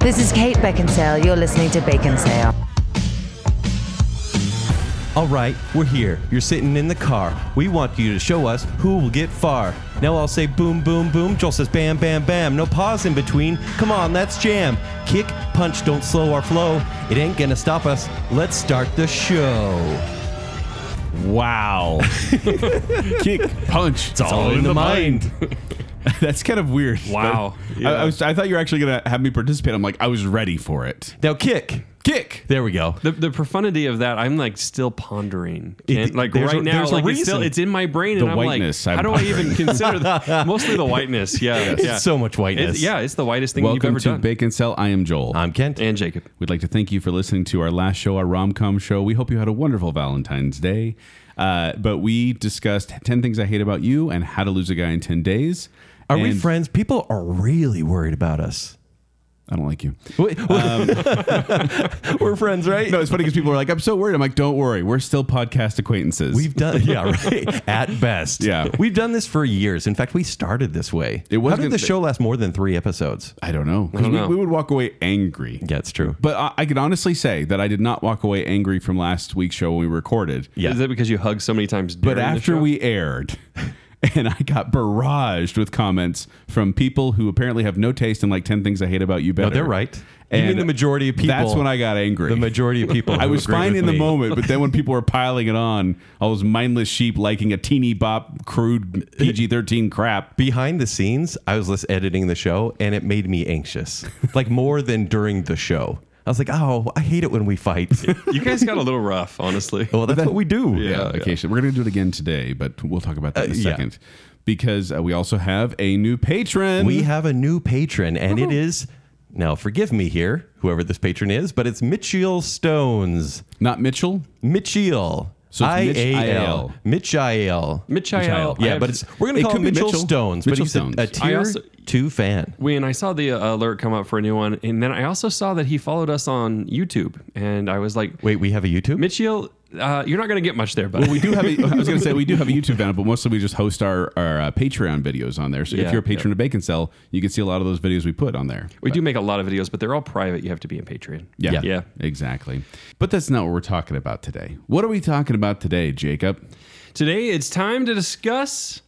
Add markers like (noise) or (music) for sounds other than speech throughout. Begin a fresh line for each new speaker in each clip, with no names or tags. This is Kate Beckinsale. You're listening to Baconsale.
All right, we're here. You're sitting in the car. We want you to show us who will get far. Now I'll say boom, boom, boom. Joel says bam, bam, bam. No pause in between. Come on, let's jam. Kick, punch, don't slow our flow. It ain't gonna stop us. Let's start the show. (laughs)
Wow.
kick, punch. It's,
all in the mind.
(laughs) That's kind of weird.
Wow.
But
Yeah.
I, I, was, I thought you were actually going to have me participate. I'm like, I was ready for it.
Now kick.
Kick.
There we go.
the, the profundity of that, I'm like still pondering.
It-
And, like
there's a-
right now,
there's a
like it's still
reason.
it's in my brain,
The
and I'm
whiteness
like,
I'm
how do I even
(laughs)
consider that? Mostly the whiteness. Yeah,
It's
yeah.
so much whiteness.
It's- yeah, it's the whitest thing you've
Welcome
ever
to
done.
Bacon Cell. I am Joel.
I'm Kent.
and Jacob,
We'd like to thank you for listening to our last show, our rom com show. We hope you had a wonderful Valentine's Day. Uh, but we discussed 10 things I hate about you and how to lose a guy in 10 days.
Are we
And-
friends? People are really worried about us.
I don't like you.
(laughs) We're friends, right?
No, it's funny because people are like, I'm so worried. I'm like, don't worry. We're still podcast acquaintances.
We've done, (laughs) yeah, right. At best,
Yeah.
We've done this for years. In fact, we started this way.
It was
How did
gonna-
the show last more than three episodes?
I don't know. 'Cause
don't
we,
know.
we would walk away angry.
Yeah, it's true.
But I, I could honestly say that I did not walk away angry from last week's show when we recorded.
Yeah.
is that because you hugged so many times?
But
during the
after
show?
we aired, (laughs) and I got barraged with comments from people who apparently have no taste in like 10 things I hate about you better.
No, they're right. You mean the majority of people?
That's when I got angry.
The majority of people.
(laughs) I
who
was
agree
fine
with
in the
me.
moment, but
(laughs)
then when people were piling it on, all those mindless sheep liking a teeny bop crude PG 13 crap.
Behind the scenes, I was less editing the show, and it made me
(laughs)
anxious, like more than during the show. I was like, "Oh, I hate it when we
(laughs)
fight."
you guys got a little
(laughs)
rough, honestly.
well, that's what we do.
yeah, occasionally. We're going to do it again today, but we'll talk about that in
Uh,
a
yeah.
second because uh, we also have a new patron.
We have a new patron, and
Oh.
it is now. Forgive me here, whoever this patron is, but it's Mitchell Stones.
not Mitchell.
Mitchell.
So it's Mitch
I-A-L.
I-L.
Mitchell.
Mitchell, I
Yeah,
have-
but it's we're gonna
It
call
could
him
be
Mitchell,
Mitchell.
Stones, but
Mitchell
he's
Stones.
A,
I
a tier
also-
two fan.
when I saw the uh, alert come up for a new one, and then I also saw that he followed us on YouTube, and I was like,
Wait, we have a YouTube.
Mitchell, uh, you're not going to get much there, but
Well, we do have. A, I was going to say we do have a YouTube channel, but mostly we just host our our uh, Patreon videos on there. So
Yeah,
if you're a patron of Bacon Cell, you can see a lot of those videos we put on there.
we do make a lot of videos, but they're all private. You have to be in Patreon.
Yeah,
yeah.
exactly. But that's not what we're talking about today. What are we talking about today, Jacob?
Today it's time to discuss.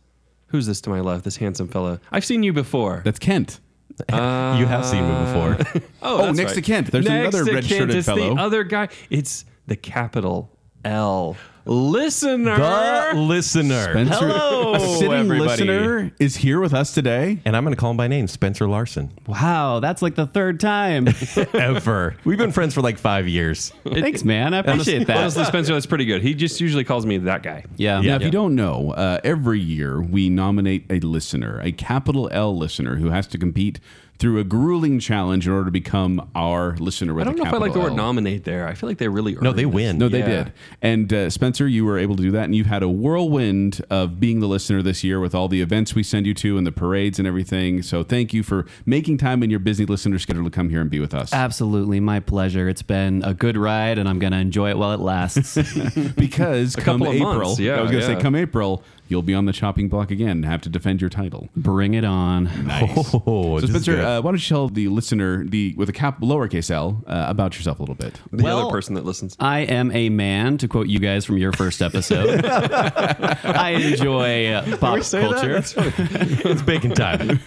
Who's this to my left? This handsome fella. I've seen you before.
That's Kent.
you have seen me before.
oh,
that's
next
right.
to Kent, there's
Next
another
to
red-shirted
Kent, it's
fellow.
The other guy. It's the capital L listener.
(laughs) the
(laughs)
listener.
Spencer,
Hello,
a sitting
everybody.
listener is here with us today.
and I'm going to call him by name, Spencer Larson.
Wow, that's like the
(laughs)
third time.
Ever. We've been friends for like five years.
Thanks, man. I appreciate that.
Honestly, Spencer, that's pretty good. He just usually calls me that guy.
yeah.
Now, Um, if you don't know, uh, every year we nominate a listener, a capital L listener, who has to compete through a grueling challenge in order to become our listener with
I don't
a
know if I
capital
like the word
L.
nominate there. I feel like they really
No, they
earned
win.
No, they
Yeah.
did. And uh, Spencer, you were able to do that, and you've had a whirlwind of being the listener this year with all the events we send you to and the parades and everything. So thank you for making time in your busy listener schedule to come here and be with us.
Um, Absolutely, my pleasure. It's been a good ride, and I'm gonna enjoy it while it (laughs) lasts.
(laughs) because come
couple of
April,
months, yeah,
I was going to
yeah.
say, come April, you'll be on the chopping block again and have to defend your title.
Bring it on.
(laughs) Oh,
So
this is
Spencer,
good.
uh, why don't you tell the listener the with a cap lowercase l uh, about yourself a little bit?
it. The
Well-
other person that listens.
I am a man, to quote you guys from your first (laughs) episode. I enjoy uh, pop culture.
uh,
it's bacon
(laughs)
time.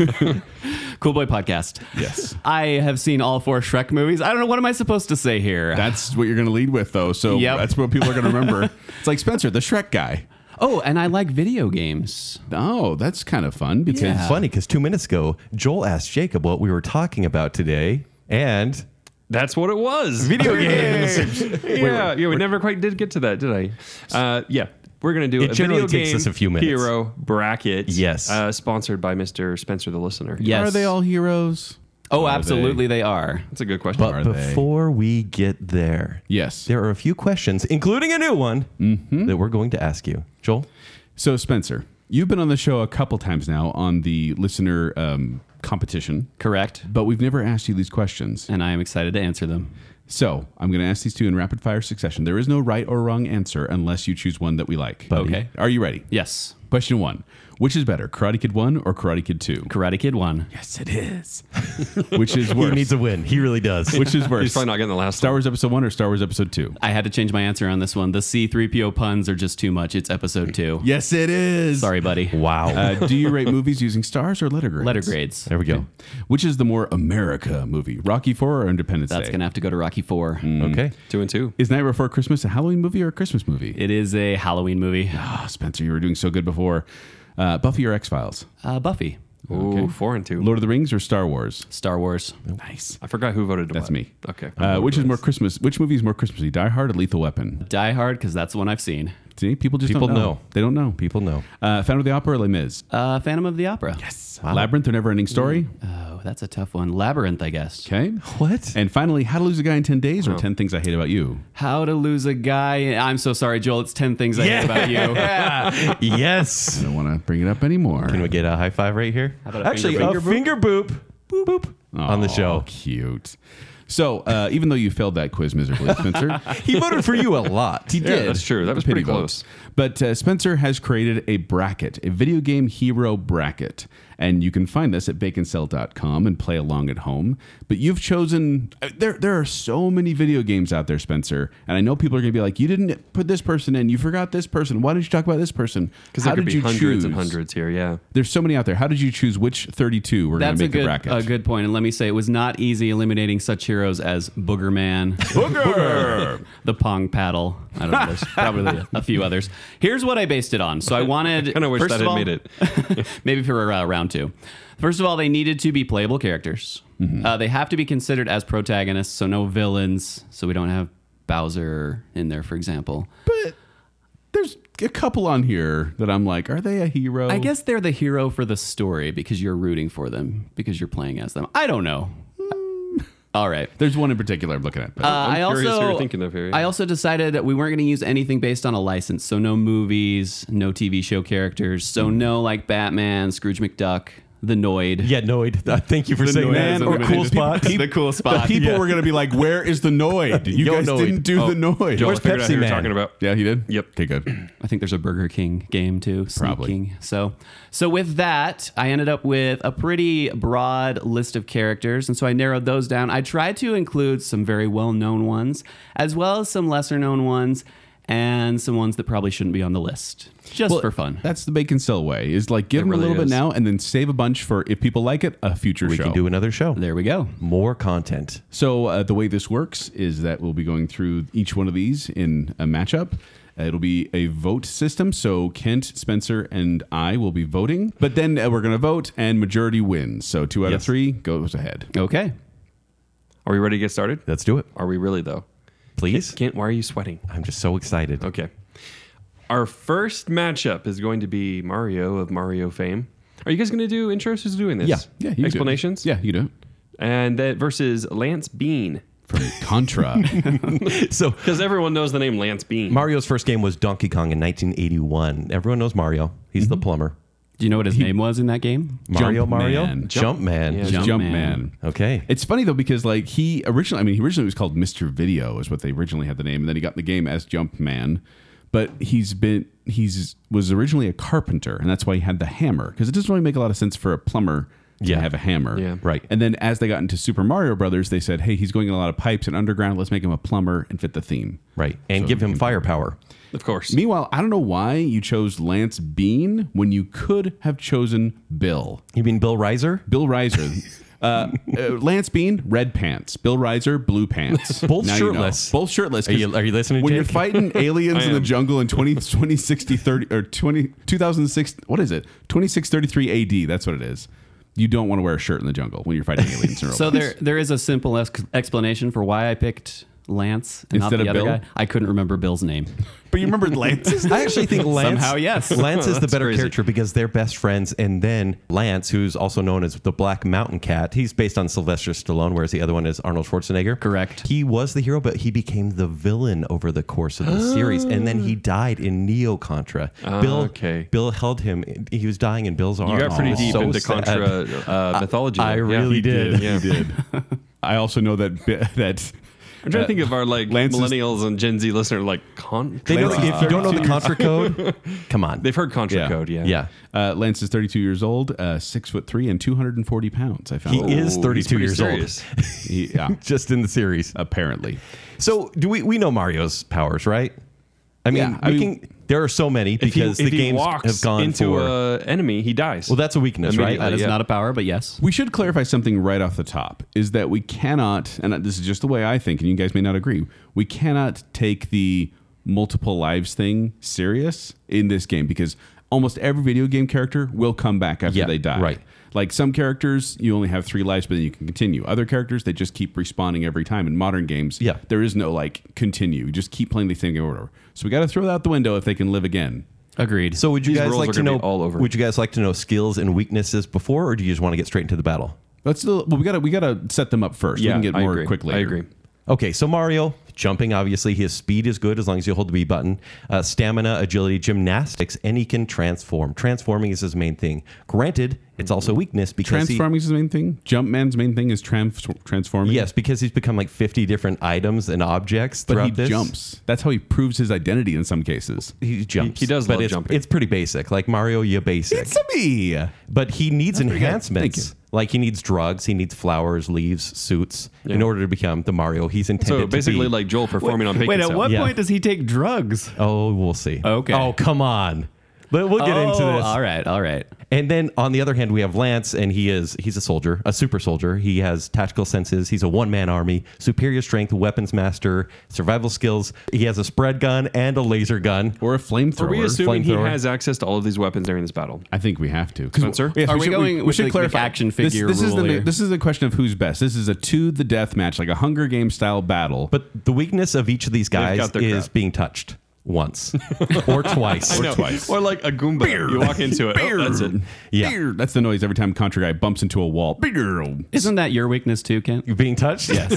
Cool Boy Podcast.
Yes.
I have seen all four Shrek movies. I don't know what am I supposed to say here.
That's what you're going to lead with, though. So
Yep.
that's what people are going to
(laughs)
remember. it's like Spencer, the Shrek guy.
oh, and I like video games.
Oh, that's kind of fun because
It's funny because two minutes ago, Joel asked Jacob what we were talking about today, and
That's what it was. (laughs)
Video games.
yeah, yeah. We never quite did get to that, did I? Uh, yeah, we're gonna do
It
a
generally
video
takes
game
us a few minutes.
hero bracket.
Yes.
uh, sponsored by Mr. Spencer the listener.
Yeah.
are
yes.
they all heroes?
Oh,
Are
absolutely, they are.
that's a good question.
But
Are they?
before we get there,
Yes.
there are a few questions, including a new one that we're going to ask you, Joel.
So Spencer, you've been on the show a couple times now on the listener um, competition,
Correct.
but we've never asked you these questions.
And I am excited to answer them.
So I'm going to ask these two in rapid fire succession. There is no right or wrong answer unless you choose one that we like.
Buddy. Okay.
Are you ready?
Yes.
Question one Which is better, Karate Kid 1 or Karate Kid 2?
Karate Kid 1.
Yes, it is. (laughs) Which is worse?
He needs a win. He really does.
Which is worse?
He's probably not getting the last
Star
one.
Wars Episode 1 or Star Wars Episode 2?
I had to change my answer on this one. The C3PO puns are just too much. It's episode 2.
Yes, it is.
Sorry, buddy.
wow.
Uh, do you rate movies using stars or letter grades?
Letter grades.
there we go.
Which is the more America movie, Rocky 4 or Independence
That's
Day? Hmm.
going to have to go to Rocky 4.
Mm.
Okay.
Two and two.
Is Night Before Christmas a Halloween movie or a Christmas movie?
It is a Halloween movie.
Ah, Spencer, you were doing so good before. Uh, Buffy or X Files?
Uh, Buffy.
Ooh, four and two.
Lord of the Rings or Star Wars?
Star Wars.
Nice.
I forgot who voted.
That's
what.
me.
Okay.
Uh, which is more Christmas? Which movie is more Christmassy? Die Hard or Lethal Weapon?
Die Hard, because that's the one I've seen.
See, people just
People
don't know.
know.
They don't know.
People know.
Uh, Phantom of the Opera or Les Mis?
Uh, Phantom of the Opera. Yes.
Labyrinth or Never Ending Story?
Oh, that's a tough one. Labyrinth, I guess.
Okay.
What?
And finally, How to Lose a Guy in 10 Days or 10 Things I Hate About You?
How to Lose a Guy. I'm so sorry, Joel. It's 10 Things I Hate About You. How
yes.
Don't want to bring it up anymore.
Can we get a high five right here?
about a
Actually,
finger
a finger boop. Boop. boop on the
Aw,
show.
Cute. So, uh, even though you failed that quiz miserably,
(laughs)
Spencer,
He voted for you a lot. He
Yeah, that's true. That was pretty
Pity vote.
close.
But uh, Spencer has created a bracket, a video game hero bracket. And you can find this at vacancell.com and play along at home. But you've chosen, uh, there, there are so many video games out there, Spencer. And I know people are going to be like, you didn't put this person in. You forgot this person. Why didn't you talk about this person?
Because
How
there
did
could be
you
hundreds
choose?
and hundreds here. Yeah.
There's so many out there. How did you choose which 32 we're going
That's
to
a
make the
good,
bracket?
a good point. And let me say, it was not easy eliminating such heroes as Booger Man, (laughs) the Pong Paddle. I don't know. There's probably
(laughs)
a few others. Here's what I based it on. So I wanted.
Kinda wish
first
that
of
had
all-
made it.
(laughs) maybe for uh, round two. First of all, they needed to be playable characters.
Mm-hmm.
Uh, they have to be considered as protagonists, so no villains. So we don't have Bowser in there, for example.
But there's a couple on here that I'm like, are they a hero?
I guess they're the hero for the story because you're rooting for them because you're playing as them. I don't know.
Mm.
All right.
There's one in particular I'm looking at. But
Uh, I
curious
also
who you're thinking of here, yeah.
I also decided that we weren't going to use anything based on a license, so no movies, no TV show characters,
Mm.
so no like Batman, Scrooge McDuck, the Noid.
Yeah, Noid. Uh, thank you for saying
Noid
that.
is
Or
eliminated.
cool spot.
the cool spot.
people
Yeah.
were going to be like, "Where is the Noid? You
Yo,
guys
Noid.
didn't do
Oh,
the Noid."
Joel, I
Where's
figured out who
Pepsi
you were
Man?
talking about.
yeah, he did.
Yep.
Okay, (clears throat) good.
I think there's a Burger King game too. Sneak
Probably.
King. So, so with that, I ended up with a pretty broad list of characters, and so I narrowed those down. I tried to include some very well-known ones, as well as some lesser-known ones, and some ones that probably shouldn't be on the list, just for fun.
That's the bacon sell way. Is like give them a
really
little
is.
bit now, and then save a bunch for if people like it, a future
We
show.
can do another show.
There we go.
More content.
So uh, the way this works is that we'll be going through each one of these in a matchup. Uh, It'll be a vote system. So Kent, Spencer, and I will be voting, but then uh, we're going to vote, and majority wins. So two out of
Yes.
three goes ahead.
Okay.
Are we ready to get started?
Let's do it.
Are we really though?
Please.
Kent, why are you sweating?
I'm just so excited.
Okay. Our first matchup is going to be Mario of Mario fame. Are you guys going to do intros? Who's doing this?
Yeah.
Yeah, you do it.
Explanations?
Yeah, you do. it.
And that versus Lance Bean.
From Contra.
So
Because everyone knows the name Lance Bean.
Mario's first game was Donkey Kong in 1981. Everyone knows Mario. He's the plumber.
Do you know what his name was in that game?
Mario,
Jump
Mario,
Man.
Jump, Man.
Yeah.
Jump
Jumpman.
Man.
Okay.
It's funny though because like he originally, I mean, he originally was called Mister Video, is what they originally had the name, and then he got the game as Jumpman. But he's been he's was originally a carpenter, and that's why he had the hammer because it doesn't really make a lot of sense for a plumber
Yeah.
to have a hammer,
Yeah.
Right.
And then as they got into Super Mario Brothers, they said, "Hey, he's going in a lot of pipes and underground. Let's make him a plumber and fit the theme."
right. And give him firepower.
of course.
Meanwhile, I don't know why you chose Lance Bean when you could have chosen Bill.
You mean Bill Reiser?
Bill (laughs) Reiser. Uh, uh, Lance Bean, red pants. Bill Reiser, blue
(laughs)
pants.
Both
you know.
shirtless.
Both shirtless.
Are you- are you listening,
When you're
Jake? (laughs)
fighting aliens in the
am.
jungle in 20, 2060, 30, or 20, 2006, what is it? 2633 AD. That's what it is. You don't want to wear a shirt in the jungle when you're fighting aliens. and
So
robots.
there, there is a simple ex- explanation for why I picked Lance and
Instead
not the
of
other
Bill?
guy. I couldn't remember Bill's name.
But you
(laughs)
remember Lance's
I actually think Lance.
Somehow,
(laughs)
yes.
Lance is the better
crazy.
character because they're best friends. And then Lance, who's also known as the Black Mountain Cat, he's based on Sylvester Stallone, whereas the other one is Arnold Schwarzenegger.
Correct.
He was the hero, but he became the villain over the course of the series. And then he died in Neo Contra. Bill,
Ah, okay.
Bill held him. He was dying in Bill's arms.
You got
It
pretty
was
deep
so
into
sad.
Contra uh,
(laughs)
mythology.
I
there.
really
(laughs)
Yeah.
did.
Yeah.
I also know that uh, bi- that
I'm
Uh,
trying to think of our like
Lance is-
millennials and Gen Z listener like con.
They know,
uh, Lance is
if you don't know the
32 years-
contra
(laughs)
code, come on.
they've heard contra
Yeah.
code. Yeah,
yeah.
Uh, Lance is 32 years old, uh, six foot three, and 240 pounds. I found
He is
Oh, he's
32
pretty
years
serious.
old.
He- yeah,
Just in the series.
apparently.
So do we? We know Mario's powers, right? I mean,
Yeah, I
we
mean-
can. There are so many
If he-
because
if
the
he
games
walks
have gone
into
for.
an enemy, he dies.
well, that's a weakness, right?
Immediately.
That is
yeah.
not a power, but yes.
We should clarify something right off the top is that we cannot, and this is just the way I think, and you guys may not agree, we cannot take the multiple lives thing serious in this game because almost every video game character will come back after
Yeah,
they die.
right.
Like some characters, you only have three lives, but then you can continue. Other characters, they just keep respawning every time. In modern games,
Yeah.
there is no like continue. You just keep playing the same game over. and over. So we got to throw that out the window if they can live again.
Agreed.
So would you
These
guys
rules
like
are
to
gonna
know
be all over.
Would you guys like to know skills and weaknesses before, or do you just want to get straight into the battle?
Let's well, we got to we got to set them up first. we
Yeah,
can get
I
more
agree.
quickly.
I agree.
Okay, so Mario jumping. Obviously, his speed is good as long as you hold the B button. Uh, stamina, agility, gymnastics, and he can transform. Transforming is his main thing. Granted, it's also weakness because he,
Transforming is his main thing. Jumpman's main thing is tran- transforming.
yes, because he's become like fifty different items and objects
but
throughout
he
this.
jumps. That's how he proves his identity in some cases.
He jumps.
He- he does
but
love
it's,
jumping.
It's pretty basic. Like Mario, you basic.
me.
but he needs
pretty good.
enhancements.
Thank
Like he needs drugs, he needs flowers, leaves, suits in order to become the Mario he's intended
So basically,
to be.
like Joel performing on Bacon
Wait, at
Cell.
what
Yeah.
point does he take drugs?
oh, we'll see.
Okay.
Oh, come on. But we'll get into
Oh,
this.
All right, all right.
And then on the other hand, we have Lance, and he is he's a soldier, a super soldier. He has tactical senses. He's a one man army, superior strength, weapons master, survival skills. He has a spread gun and a laser gun.
Or a flamethrower.
Are we assuming he
flamethrower.
has access to all of these weapons during this battle?
I think we have to.
Spencer?
Yes,
Are we
should-
going with the- the action
This-
figure
This,
rule
is the,
here?
this is the question of who's best. This is a to the death match, like a Hunger Game style battle.
But the weakness of each of these guys
got their
is
crap.
being touched
(laughs)
once or twice.
No. Or like a Goomba. You walk into it. Oh, that's it.
Yeah.
Beer. That's the noise every time Contra guy bumps into a wall. Beer.
Isn't that your weakness too, Kent?
You being touched? Yes.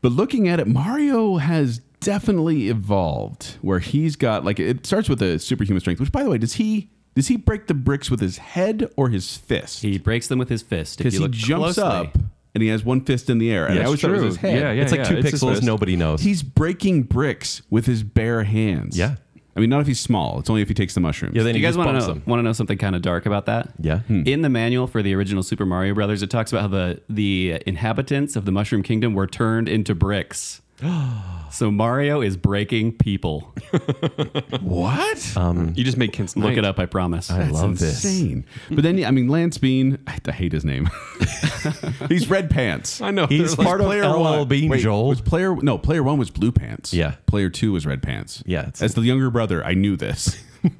But looking at it, Mario has definitely evolved where he's got like it starts with a superhuman strength, which by the way, does he does he break the bricks with his head or his fist?
He breaks them with his fist. If
Because
you
he
look
jumps
closely.
up and he has one fist in the air. And
Yeah,
I always
it's
thought it was
true.
his head.
Yeah, yeah.
it's like two
it's his
pixels.
fist.
Nobody knows.
He's breaking bricks with his bare hands.
Yeah.
I mean, not if he's small. It's only if he takes the mushrooms.
yeah, then
Do
he
you guys
just
want
bumps
to know,
them.
want to know something kind of dark about that?
Yeah. Hmm.
In the manual for the original Super Mario Brothers, it talks about how the the inhabitants of the Mushroom Kingdom were turned into bricks.
(gasps)
so Mario is breaking people.
what?
You just make Kent's
Look
night.
it up, I promise.
That's
love this.
insane. But then, yeah, I mean, Lance Bean, I I hate his name. (laughs) he's red pants.
I know.
He's
they're like-
part of LL Bean
Wait,
Joel.
Was player no player one was blue pants.
Yeah.
Player two was red pants.
Yeah, it's-
As the younger brother, I knew this.
(laughs)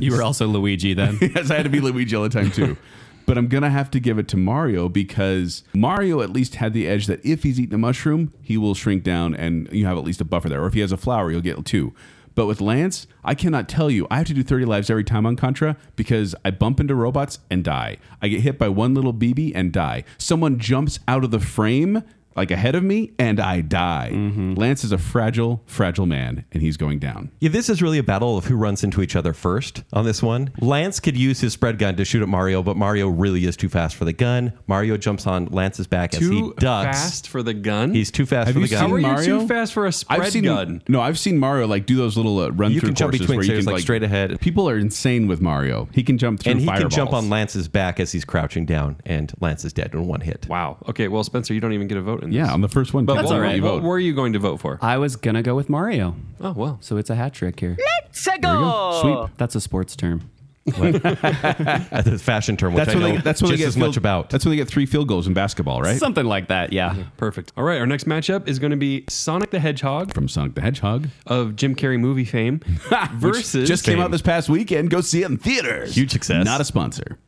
You were also Luigi
(laughs)
then.
yes, I had to be Luigi all the time too. But I'm gonna have to give it to Mario because Mario at least had the edge that if he's eating a mushroom, he will shrink down and you have at least a buffer there. Or if he has a flower, you'll get two. But with Lance, I cannot tell you. I have to do 30 lives every time on Contra because I bump into robots and die. I get hit by one little BB and die. Someone jumps out of the frame like ahead of me and I die. Lance is a fragile, fragile man and he's going down.
Yeah, this is really a battle of who runs into each other first on this one. Lance could use his spread gun to shoot at Mario, but Mario really is too fast for the gun. Mario jumps on Lance's back as he
too
ducks.
fast for the gun.
He's too fast
Have
for
you
the gun.
seen
How are you
Mario?
too fast for a spread
I've seen
gun?
no, I've seen Mario like do those little uh, run
You
through
can jump
courses
between
where you
stairs,
can
like, straight ahead.
People are insane with Mario. He can jump through
and he can
fireballs.
jump on Lance's back as he's crouching down, and Lance is dead in one hit.
Wow. Okay. Well, Spencer, you don't even get a vote in this.
Yeah, I'm the first one.
But
That's
what,
all right.
what were you going to vote for?
I was gonna go with Mario.
Oh, well.
So it's a hat trick here.
Sweep.
That's a sports term.
That's a fashion term, which
That's
I
when
know
they get. That's when they
just
get
as
field-
much about.
That's when they get three field goals in basketball, right?
Something like that, yeah.
Perfect. All right. Our next matchup is going to be Sonic the Hedgehog
From Sonic
(laughs)
the Hedgehog,
of Jim Carrey movie fame
which
versus
just came out this past weekend. Go see it in theaters.
Huge success.
Not a sponsor.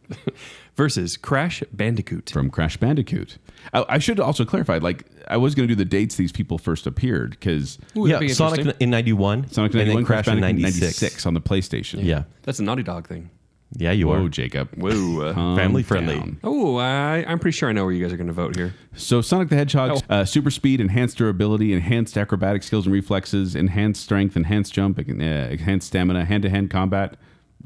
versus Crash Bandicoot.
from Crash Bandicoot. I, I should also clarify. Like, I was going to do the dates these people first appeared because
Ooh, that'd
yeah,
be
Sonic
interesting.
in 91,
Sonic
and
91
then Crash in
Bandicoot
96.
on the PlayStation.
Yeah.
That's a Naughty Dog thing.
Yeah, you
Whoa,
are.
Jacob.
Whoa. uh,
Oh, Calm
Family friendly.
down.
oh, I, I'm pretty sure I know where you guys are going to vote here.
So Sonic the Hedgehog's
Oh.
uh, super speed, enhanced durability, enhanced acrobatic skills and reflexes, enhanced strength, enhanced jump, uh, enhanced stamina, hand-to-hand combat.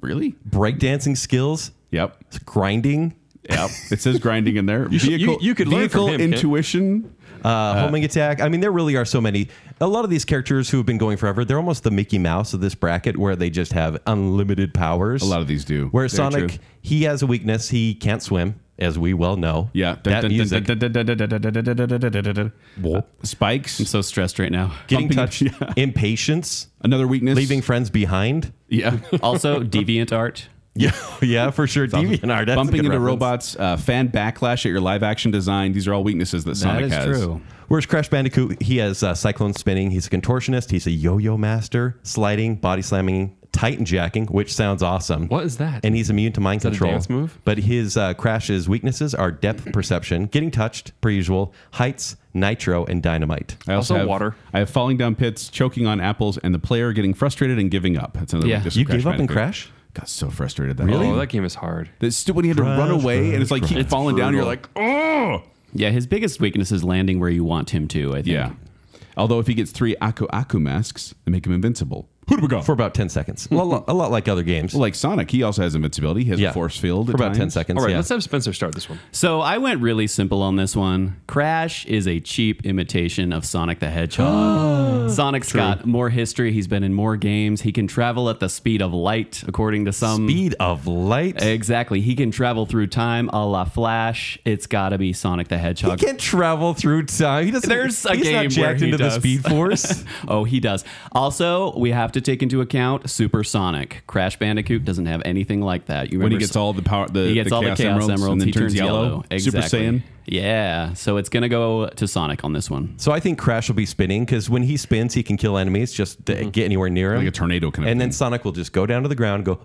Really?
Breakdancing skills,
Yep.
grinding.
(laughs)
Yep. it says grinding in there.
should- you- you could learn
vehicle
from him, Kent.
intuition.
uh, Homing Attack. I mean, there really are so many. A lot of these characters who have been going forever, they're almost the Mickey Mouse of this bracket where they just have unlimited powers.
A lot of these do.
Where
Very
Sonic,
true.
he has a weakness. He can't swim, as we well know.
Yeah.
That music. Whoa.
Uh, Spikes.
I'm so stressed right now.
Getting
Pumping-
touched.
(laughs)
Impatience.
Another weakness.
Leaving friends behind.
(laughs) Yeah.
also, deviant art.
Yeah, (laughs) yeah, for sure. DeviantArt. That's a
Bumping
good
into
reference.
robots, uh, fan backlash at your live action design. These are all weaknesses that, Sonic has.
Whereas Crash Bandicoot, he has uh, cyclone spinning. He's a contortionist. He's a yo-yo master. Sliding, body slamming, titan jacking, which sounds awesome.
What is that?
And he's immune to mind
that a
control.
dance move?
But his uh, Crash's weaknesses are depth perception, getting touched, per usual, heights, nitro, and dynamite.
I
Also
have,
water.
I have falling down pits, choking on apples, and the player getting frustrated and giving up. That's another
Yeah.
weakness. of
You
Crash
gave up in
Bandicoot.
Crash?
Got so frustrated. That
Oh, that game is hard.
That's stupid when you had to run
Crash,
away and it's like keep
It's
falling down. You're
brutal.
like, oh
Yeah, his biggest weakness is landing where you want him to, I think.
yeah. Although if he gets three Aku Aku masks, they make him invincible. Who do we go
For about 10 seconds. a, lot, a lot like other games.
Oh. Like Sonic, he also has invincibility. He has
Yeah.
a force field
For
at
about 10
times.
seconds.
All right,
yeah.
let's have Spencer start this one.
So I went really simple on this one. Crash is a cheap imitation of Sonic
(gasps)
the Hedgehog. Sonic's got more history. He's been in more games. He can travel at the speed of light, according to some.
Speed of light.
Exactly. He can travel through time a la Flash. It's got to be Sonic the
He
Hedgehog.
can't travel through time. He doesn't.
There's a
he's
game
not
where
jacked
he
into
does.
the Speed Force.
oh, he does. Also, we have to take into account Supersonic. Crash Bandicoot doesn't have anything like that. You
When
remember
he gets all the power, the,
he gets
the
all
chaos
the chaos
emeralds,
emeralds,
and then
he
turns, yellow.
Exactly.
Super Saiyan.
Yeah. So it's gonna go to Sonic on this one.
So I think Crash will be spinning because when he spins, he can kill enemies just to get anywhere near him,
Like a tornado kind of
And then
thing.
Sonic will just go down to the ground, go,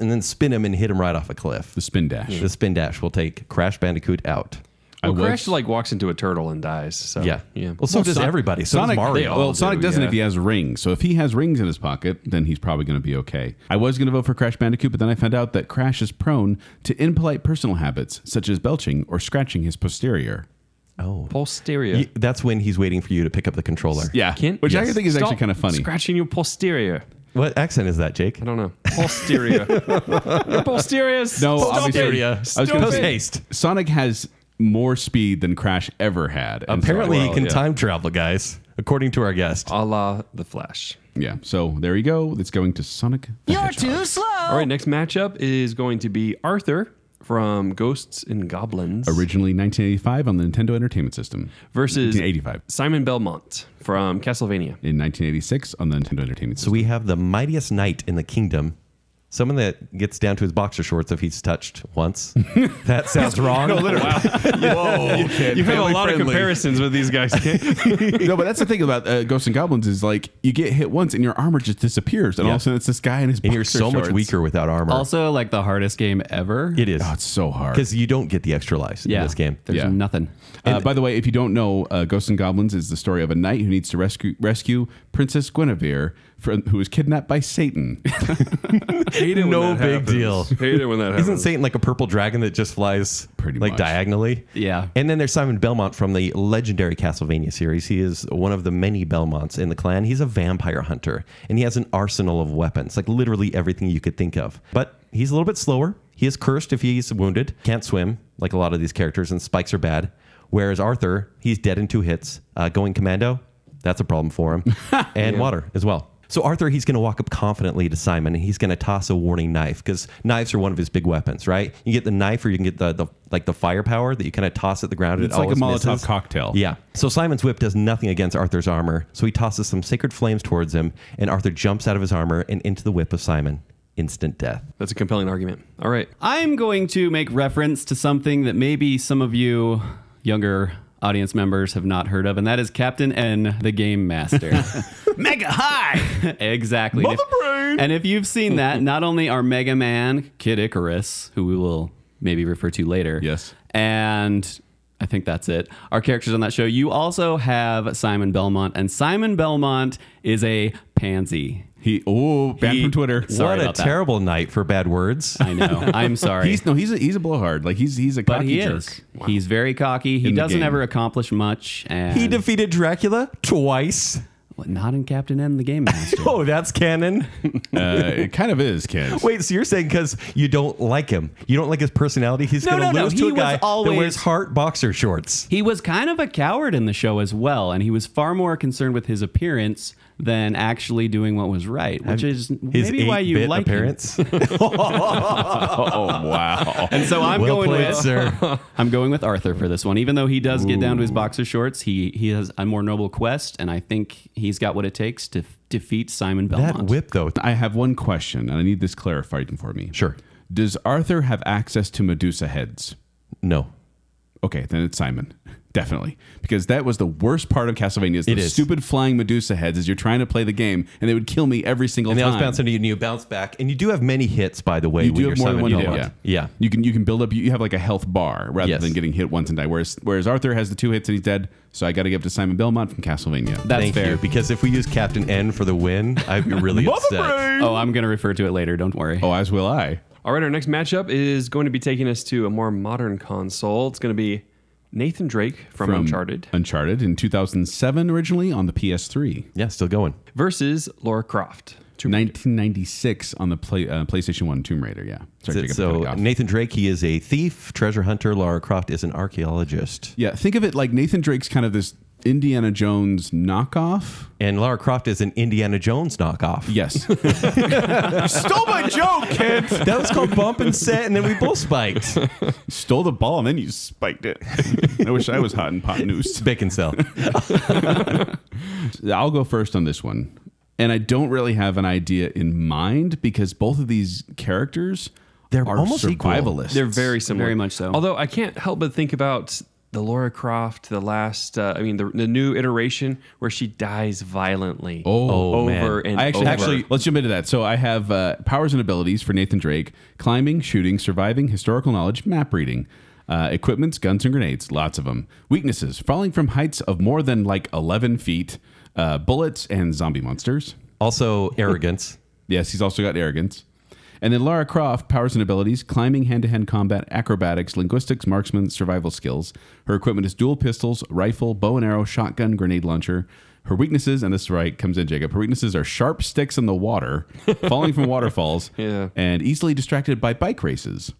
and then spin him and hit him right off a cliff.
The spin dash.
The spin dash will take Crash Bandicoot out.
I
Well,
was-
Crash like walks into a turtle and dies. So
Yeah,
Oh, yeah.
Well, so does
Son-
everybody. So
Sonic,
does Mario.
Well,
do,
Sonic doesn't
yeah.
if he has rings. So if he has rings in his pocket, then he's probably going to be okay. I was going to vote for Crash Bandicoot, but then I found out that Crash is prone to impolite personal habits such as belching or scratching his posterior.
oh,
posterior.
Y- that's when he's waiting for you to pick up the controller.
Yeah,
Can't-
which I
Yes.
think is actually
Stop
kind of funny.
Scratching your posterior.
What accent is that, Jake?
I
(laughs)
don't know. Posterior. your posterior. is-
No,
Stop
obviously-
it.
I was
Stop
gonna
it.
say-
Haste.
Sonic has more speed than Crash ever had. And so-
Apparently, he
well,
can
yeah.
time travel, guys. According to our guest.
A la the Flash.
Yeah. So there you go. It's going to Sonic. the
You're
Hedgehog.
too slow.
All right, next matchup is going to be Arthur from Ghosts and Goblins
Originally 1985 on the Nintendo Entertainment System.
versus
1985.
Simon Belmont from Castlevania.
In 1986 on the Nintendo Entertainment
So
System.
we have the mightiest knight in the kingdom. Someone that gets down to his boxer shorts if he's touched once. That sounds wrong. (laughs)
Whoa.
You've had a lot of comparisons with these guys.
(laughs) no, but that's the thing about uh, Ghosts and Goblins is like you get hit once and your armor just disappears, and all
Yeah.
of a sudden it's this guy in his.
and you're
boxer
so much
shorts.
weaker without armor.
Also, like the hardest game ever.
it is
Oh, it's so hard.
because you don't get the extra lives
yeah.
in this game.
There's
Yeah.
nothing.
Uh, by the way, if you don't know, uh, Ghosts and Goblins is the story of a knight who needs to rescue rescue Princess Guinevere, from, who is kidnapped by Satan.
no big deal.
Hate it when that happens.
Isn't Satan like a purple dragon that just flies
Pretty
like
much.
diagonally?
Yeah.
And then there's Simon Belmont from the legendary Castlevania series. He is one of the many Belmonts in the clan. He's a vampire hunter and he has an arsenal of weapons, like literally everything you could think of. But he's a little bit slower. He is cursed if he's wounded, can't swim, like a lot of these characters, and spikes are bad. Whereas Arthur, he's dead in two hits. Uh, going commando, that's a problem for
(laughs)
him. and water as well. So Arthur, he's going to walk up confidently to Simon and he's going to toss a warning knife because knives are one of his big weapons, right? You get the knife or you can get the, the like the firepower that you kind of toss at the ground. and
It's
it
like a
always
Molotov
misses.
cocktail.
Yeah. So Simon's whip does nothing against Arthur's armor, so he tosses some sacred flames towards him and Arthur jumps out of his armor and into the whip of Simon. Instant death.
That's a compelling argument. All right.
I'm going to make reference to something that maybe some of you younger audience members have not heard of, and that is Captain N, the Game Master.
(laughs)
Mega High! exactly. And if- And if you've seen
(laughs)
that, not only are Mega Man, Kid Icarus, who we will maybe refer to later,
Yes.
and I think that's it. Our characters on that show. You also have Simon Belmont, and Simon Belmont is a pansy.
He oh banned
He-
from Twitter.
Sorry
what a
about that.
terrible night for bad
(laughs)
words.
I know. I'm sorry.
He's no, he's a, he's a blowhard. Like he's he's a
but
cocky
he
jerk.
is. He's very cocky. He
In the
doesn't
game.
ever accomplish much. And
he defeated Dracula twice.
What, not in Captain M, the
(laughs)
Game Master.
Oh, that's canon.
Uh, it kind of is,
(laughs)
Ken.
Wait, so you're saying because you don't like him, you don't like his personality, he's
No,
going to
no, no.
lose
He
to a
was
guy that wears
always-
heart boxer shorts.
He was kind of a coward in the show as well, and he was far more concerned with his appearance than actually doing what was right, which is
His
maybe why you
8-bit
like him.
appearance.
Oh wow!
And so (laughs) I'm
well
going
played,
with
sir.
(laughs) I'm going with Arthur for this one. Even though he does get down to his boxer shorts, he he has a more noble quest, and I think he's got what it takes to f- defeat Simon Belmont.
that whip though.
I have one question, and I need this clarified for me.
Sure.
Does Arthur have access to Medusa heads?
No.
Okay, then it's Simon. (laughs) Definitely. Because that was the worst part of Castlevania is the
It is.
stupid flying Medusa heads as you're trying to play the game and they would kill me every single
And they
time.
always bounce into you and you bounce back. And you do have many hits, by the way,
you
when
do
you're
have more than
Simon
one hit.
Belmont.
Yeah.
yeah.
You can you can build up you have like a health bar rather
Yes.
than getting hit once and die. Whereas whereas Arthur has the two hits and he's dead. So I gotta give it to Simon Belmont from Castlevania.
That's
Thank
fair.
you. Because if we use Captain N for the win, I'd be really upset.
Oh, I'm gonna refer to it later. Don't worry.
oh, as will I.
All right, our next matchup is going to be taking us to a more modern console. It's going to be Nathan Drake from, Uncharted
Uncharted in 2007 originally on the PS3.
Yeah, still going.
versus Laura Croft.
1996 on the play, uh, PlayStation 1 Tomb Raider, yeah. Sorry, Jacob, I cut
so
you off.
Nathan Drake, he is a thief, treasure hunter. Laura Croft is an archaeologist.
Yeah, think of it like Nathan Drake's kind of this Indiana Jones knockoff.
And Laura Croft is an Indiana Jones knockoff.
Yes. Stole my joke, kid.
That was called bump and set, and then we both spiked.
(laughs) Stole the ball and then you spiked it. (laughs) I wish I was hot and pot noose.
Bacon cell.
I'll go first on this one. And I don't really have an idea in mind because both of these characters
They're
are
almost equal.
survivalists.
They're very similar.
Very much so.
Although I can't help but think about the Laura Croft, the last, uh, I mean, the, the new iteration where she dies violently.
Oh,
over
man.
and
I actually,
over.
actually, let's jump into that. So I have uh, powers and abilities for Nathan Drake: climbing, shooting, surviving, historical knowledge, map reading, uh, equipments, guns and grenades, lots of them. Weaknesses: falling from heights of more than like eleven feet, uh, bullets, and zombie monsters.
Also, arrogance.
Yes, he's also got arrogance. And then Lara Croft, powers and abilities, climbing, hand to hand combat, acrobatics, linguistics, marksman, survival skills. Her equipment is dual pistols, rifle, bow and arrow, shotgun, grenade launcher. Her weaknesses, and this is right, comes in, Jacob. Her weaknesses are sharp sticks in the water, falling from waterfalls,
Yeah.
and easily distracted by bike races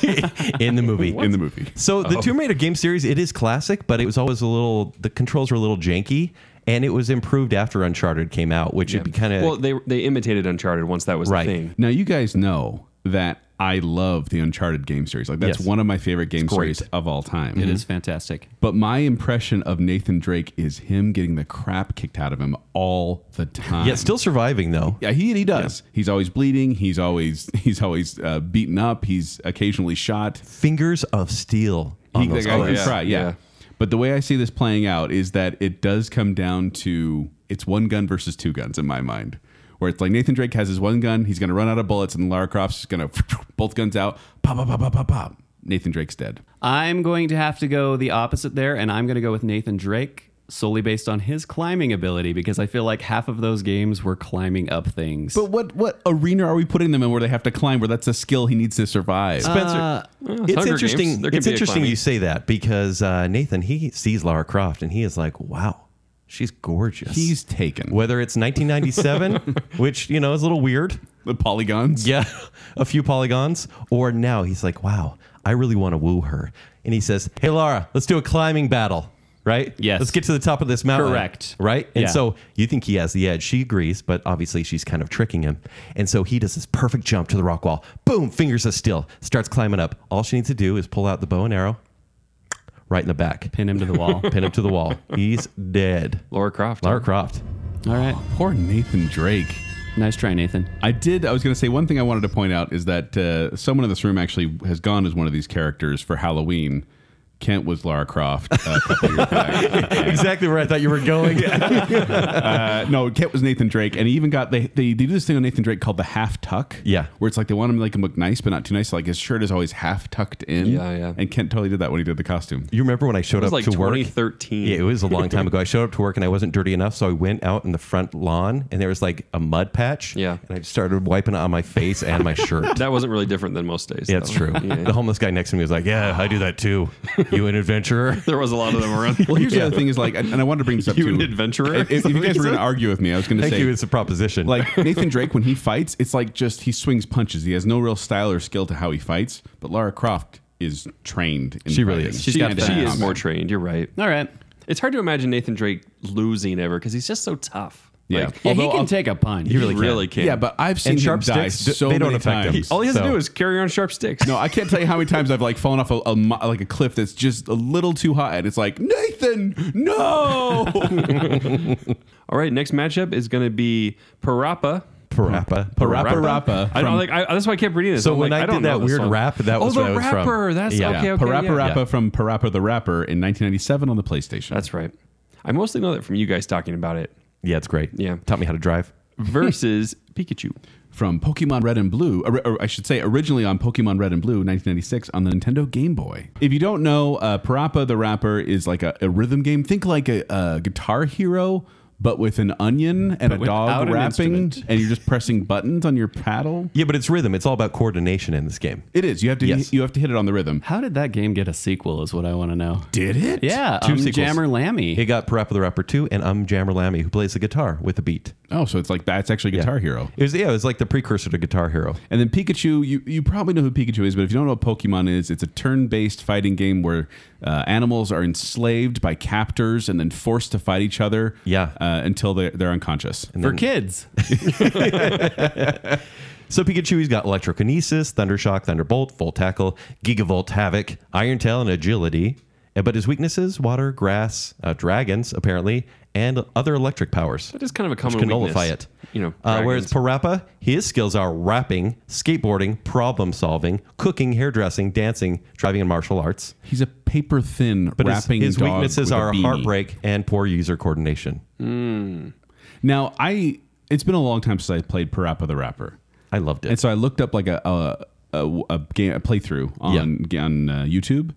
in the movie.
in the movie.
So
Oh.
the Tomb Raider game series, it is classic, but it was always a little. The controls were a little janky, and it was improved after Uncharted came out, which would be kind of
Well, they, they imitated Uncharted once that was
Right.
the thing.
Now, you guys know that I love the Uncharted game series. Like, that's
Yes.
one of my favorite game
great.
series of all time. Mm-hmm.
It is fantastic.
But my impression of Nathan Drake is him getting the crap kicked out of him all the time.
yeah, still surviving though.
Yeah, he he does. He's always bleeding. He's always (laughs) he's always uh, beaten up. He's occasionally shot.
Fingers of steel. On
He,
those
the guy
arms.
can
yeah.
cry. Yeah.
Yeah.
But the way I see this playing out is that it does come down to it's one gun versus two guns in my mind. Where it's like Nathan Drake has his one gun, he's gonna run out of bullets, and Lara Croft's gonna (laughs) both guns out, pop, pop, pop, pop, pop, pop. Nathan Drake's dead.
I'm going to have to go the opposite there, and I'm going to go with Nathan Drake solely based on his climbing ability because I feel like half of those games were climbing up things.
But what what arena are we putting them in where they have to climb? Where that's a skill he needs to survive? Uh,
Spencer, it's
Hunger Games.
interesting.
There could
It's
be a
interesting
climbing.
you say that because uh, Nathan he sees Lara Croft and he is like, "Wow, she's gorgeous."
He's taken.
whether it's (laughs) 1997, which you know is a little weird.
The polygons.
Yeah, (laughs) a few polygons. Or now he's like, wow, I really want to woo her. And he says, hey, Laura, let's do a climbing battle, right?
Yes.
Let's get to the top of this mountain.
Correct.
Right? And
Yeah.
so you think he has the edge. She agrees, but obviously she's kind of tricking him. And so he does this perfect jump to the rock wall. Boom, fingers are still, starts climbing up. All she needs to do is pull out the bow and arrow right in the back,
(laughs) Pin him to the wall.
pin him to the (laughs) wall. He's dead.
Laura Croft.
Lara Croft.
All right.
Poor Nathan Drake.
Nice try, Nathan.
I did. I was going to say one thing I wanted to point out is that uh, someone in this room actually has gone as one of these characters for Halloween. Kent was Lara Croft. Uh, a couple years back.
(laughs)
Exactly where I thought you were going. (laughs)
Uh, no, Kent was Nathan Drake, and he even got they, they they do this thing on Nathan Drake called the half tuck.
Yeah.
where it's like they want him to make him look nice, but not too nice. So like his shirt is always half tucked in.
Yeah, yeah.
And Kent totally did that when he did the costume.
You remember when I showed
was
up
like
to work?
2013.
Yeah, it was a long time ago. I showed up to work and I wasn't dirty enough, so I went out in the front lawn and there was like a mud patch.
Yeah.
and I just started wiping it on my face and my shirt.
That wasn't really different than most days.
Yeah, it's
though.
true.
(laughs) Yeah.
The homeless guy next to me was like, "Yeah, I do that too." you an adventurer?
There was a lot of them
(laughs)
around.
Well, here's the other thing is like, and and I wanted to bring this up
You
too.
an adventurer?
If, if you
(laughs)
guys were going to argue with me, I was going to
Thank
say
you. It's a (laughs) proposition.
like Nathan Drake when he fights, it's like just he swings punches. He has no real style or skill to how he fights. But Lara Croft is trained. In
She really
fighting.
is.
She's
she,
got
she
that.
is more trained. You're right.
All right.
It's hard to imagine Nathan Drake losing ever because he's just so tough.
Yeah.
Like,
Yeah,
Although
he can
I'll-
take a punch.
he really, can.
Yeah, but I've seen
And
him
sharp
die
sticks, d-
so
they don't
many
affect him. (laughs) Oh.
times.
all he has to
so-
do is carry on sharp sticks.
No, I can't tell you how many times I've like fallen off a, a mo- like a cliff that's just a little too high, and it's like Nathan,
(laughs)
no.
All right, next matchup is going to be Parappa.
Parappa.
Parappa Rappa.
I don't
from-
like. I, that's why I kept reading this.
So
I'm
when
like,
I
don't
did
know
that
this
weird
song.
rap, that was
oh,
what
the
I was from.
rapper. That's
Yeah.
okay. okay
Parappa
yeah.
Rappa
Yeah.
from Parappa the Rapper in 1997 on the PlayStation.
That's right. I mostly know that from you guys talking about it.
Yeah, it's great.
Yeah.
(laughs) Taught me how to drive.
Versus Pikachu.
from Pokemon Red and Blue, or, or I should say, originally on Pokemon Red and Blue, 1996, on the Nintendo Game Boy. If you don't know, uh, Parappa the Rapper is like a, a rhythm game. Think like a, a Guitar Hero, but with an onion and a
without
dog
an
rapping,
instrument.
and you're just pressing buttons on your paddle.
Yeah, but it's rhythm. It's all about coordination in this game.
It is. You have to.
Yes.
You have to hit it on the rhythm.
How did that game get a sequel? Is what I want to know.
Did it?
Yeah,
Two
um,
sequels.
Jammer
It
Lammy.
got Parappa the Rapper 2 and I'm Jammer Lammy, who plays the guitar with a beat.
Oh, so it's like that's actually
Yeah.
Guitar Hero.
It was, yeah, it was like the precursor to Guitar Hero.
And then Pikachu, you, you probably know who Pikachu is, but if you don't know what Pokemon is, it's a turn based fighting game where uh, animals are enslaved by captors and then forced to fight each other
Yeah.
uh, until they're, they're unconscious.
(laughs) For kids.
So Pikachu, he's got Electrokinesis, Thundershock, Thunderbolt, Volt Tackle, Gigavolt Havoc, Iron Tail, and Agility. Uh, But his weaknesses, water, grass, uh, dragons, apparently, and other electric powers.
That is kind of a common
Which can
weakness.
nullify it.
You know,
Uh, whereas
dragons.
Parappa, his skills are rapping, skateboarding, problem solving, cooking, hairdressing, dancing, driving, and martial arts.
He's a paper thin
But his-
rapping
his,
dog
weaknesses
with a
are
beanie.
heartbreak and poor user coordination.
Now, I it's been a long time since I played Parappa the Rapper.
I loved it.
And so I looked up like a a, a, a game a playthrough on on uh, YouTube.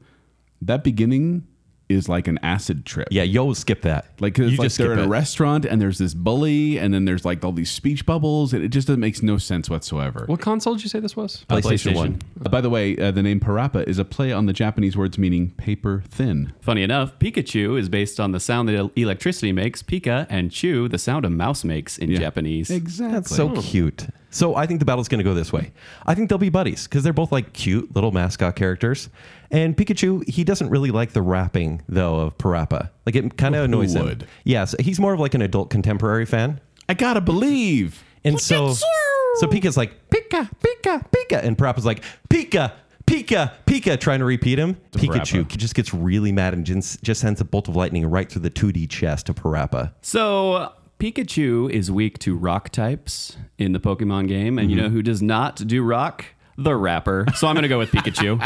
That beginning is like an acid trip.
yeah, yo, skip that.
Like, it's
you
like
just
they're
skip
in
it.
a restaurant and there's this bully and then there's like all these speech bubbles and it just doesn't makes no sense whatsoever.
What console did you say this was?
Uh,
PlayStation One.
Uh, by the way, uh, the name Parappa is a play on the Japanese words meaning paper thin.
Funny enough, Pikachu is based on the sound that el- electricity makes, Pika, and Chu, the sound a mouse makes in
Yeah.
Japanese.
Exactly.
That's so
hmm.
cute. So I think the battle's going to go this way. I think they'll be buddies because they're both like cute little mascot characters. And Pikachu, he doesn't really like the rapping though of Parappa. Like it kind of annoys him.
would?
Yes, he's more of like an adult contemporary fan.
I gotta believe.
And so, so Pika's like Pika, Pika, Pika, and Parappa's like Pika, Pika, Pika, trying to repeat him. Pikachu
Parappa.
just gets really mad and just, just sends a bolt of lightning right through the 2D chest to Parappa. (laughs)
So Pikachu is weak to rock types in the Pokemon game, and you know who does not do rock? The rapper. So I'm gonna go with Pikachu.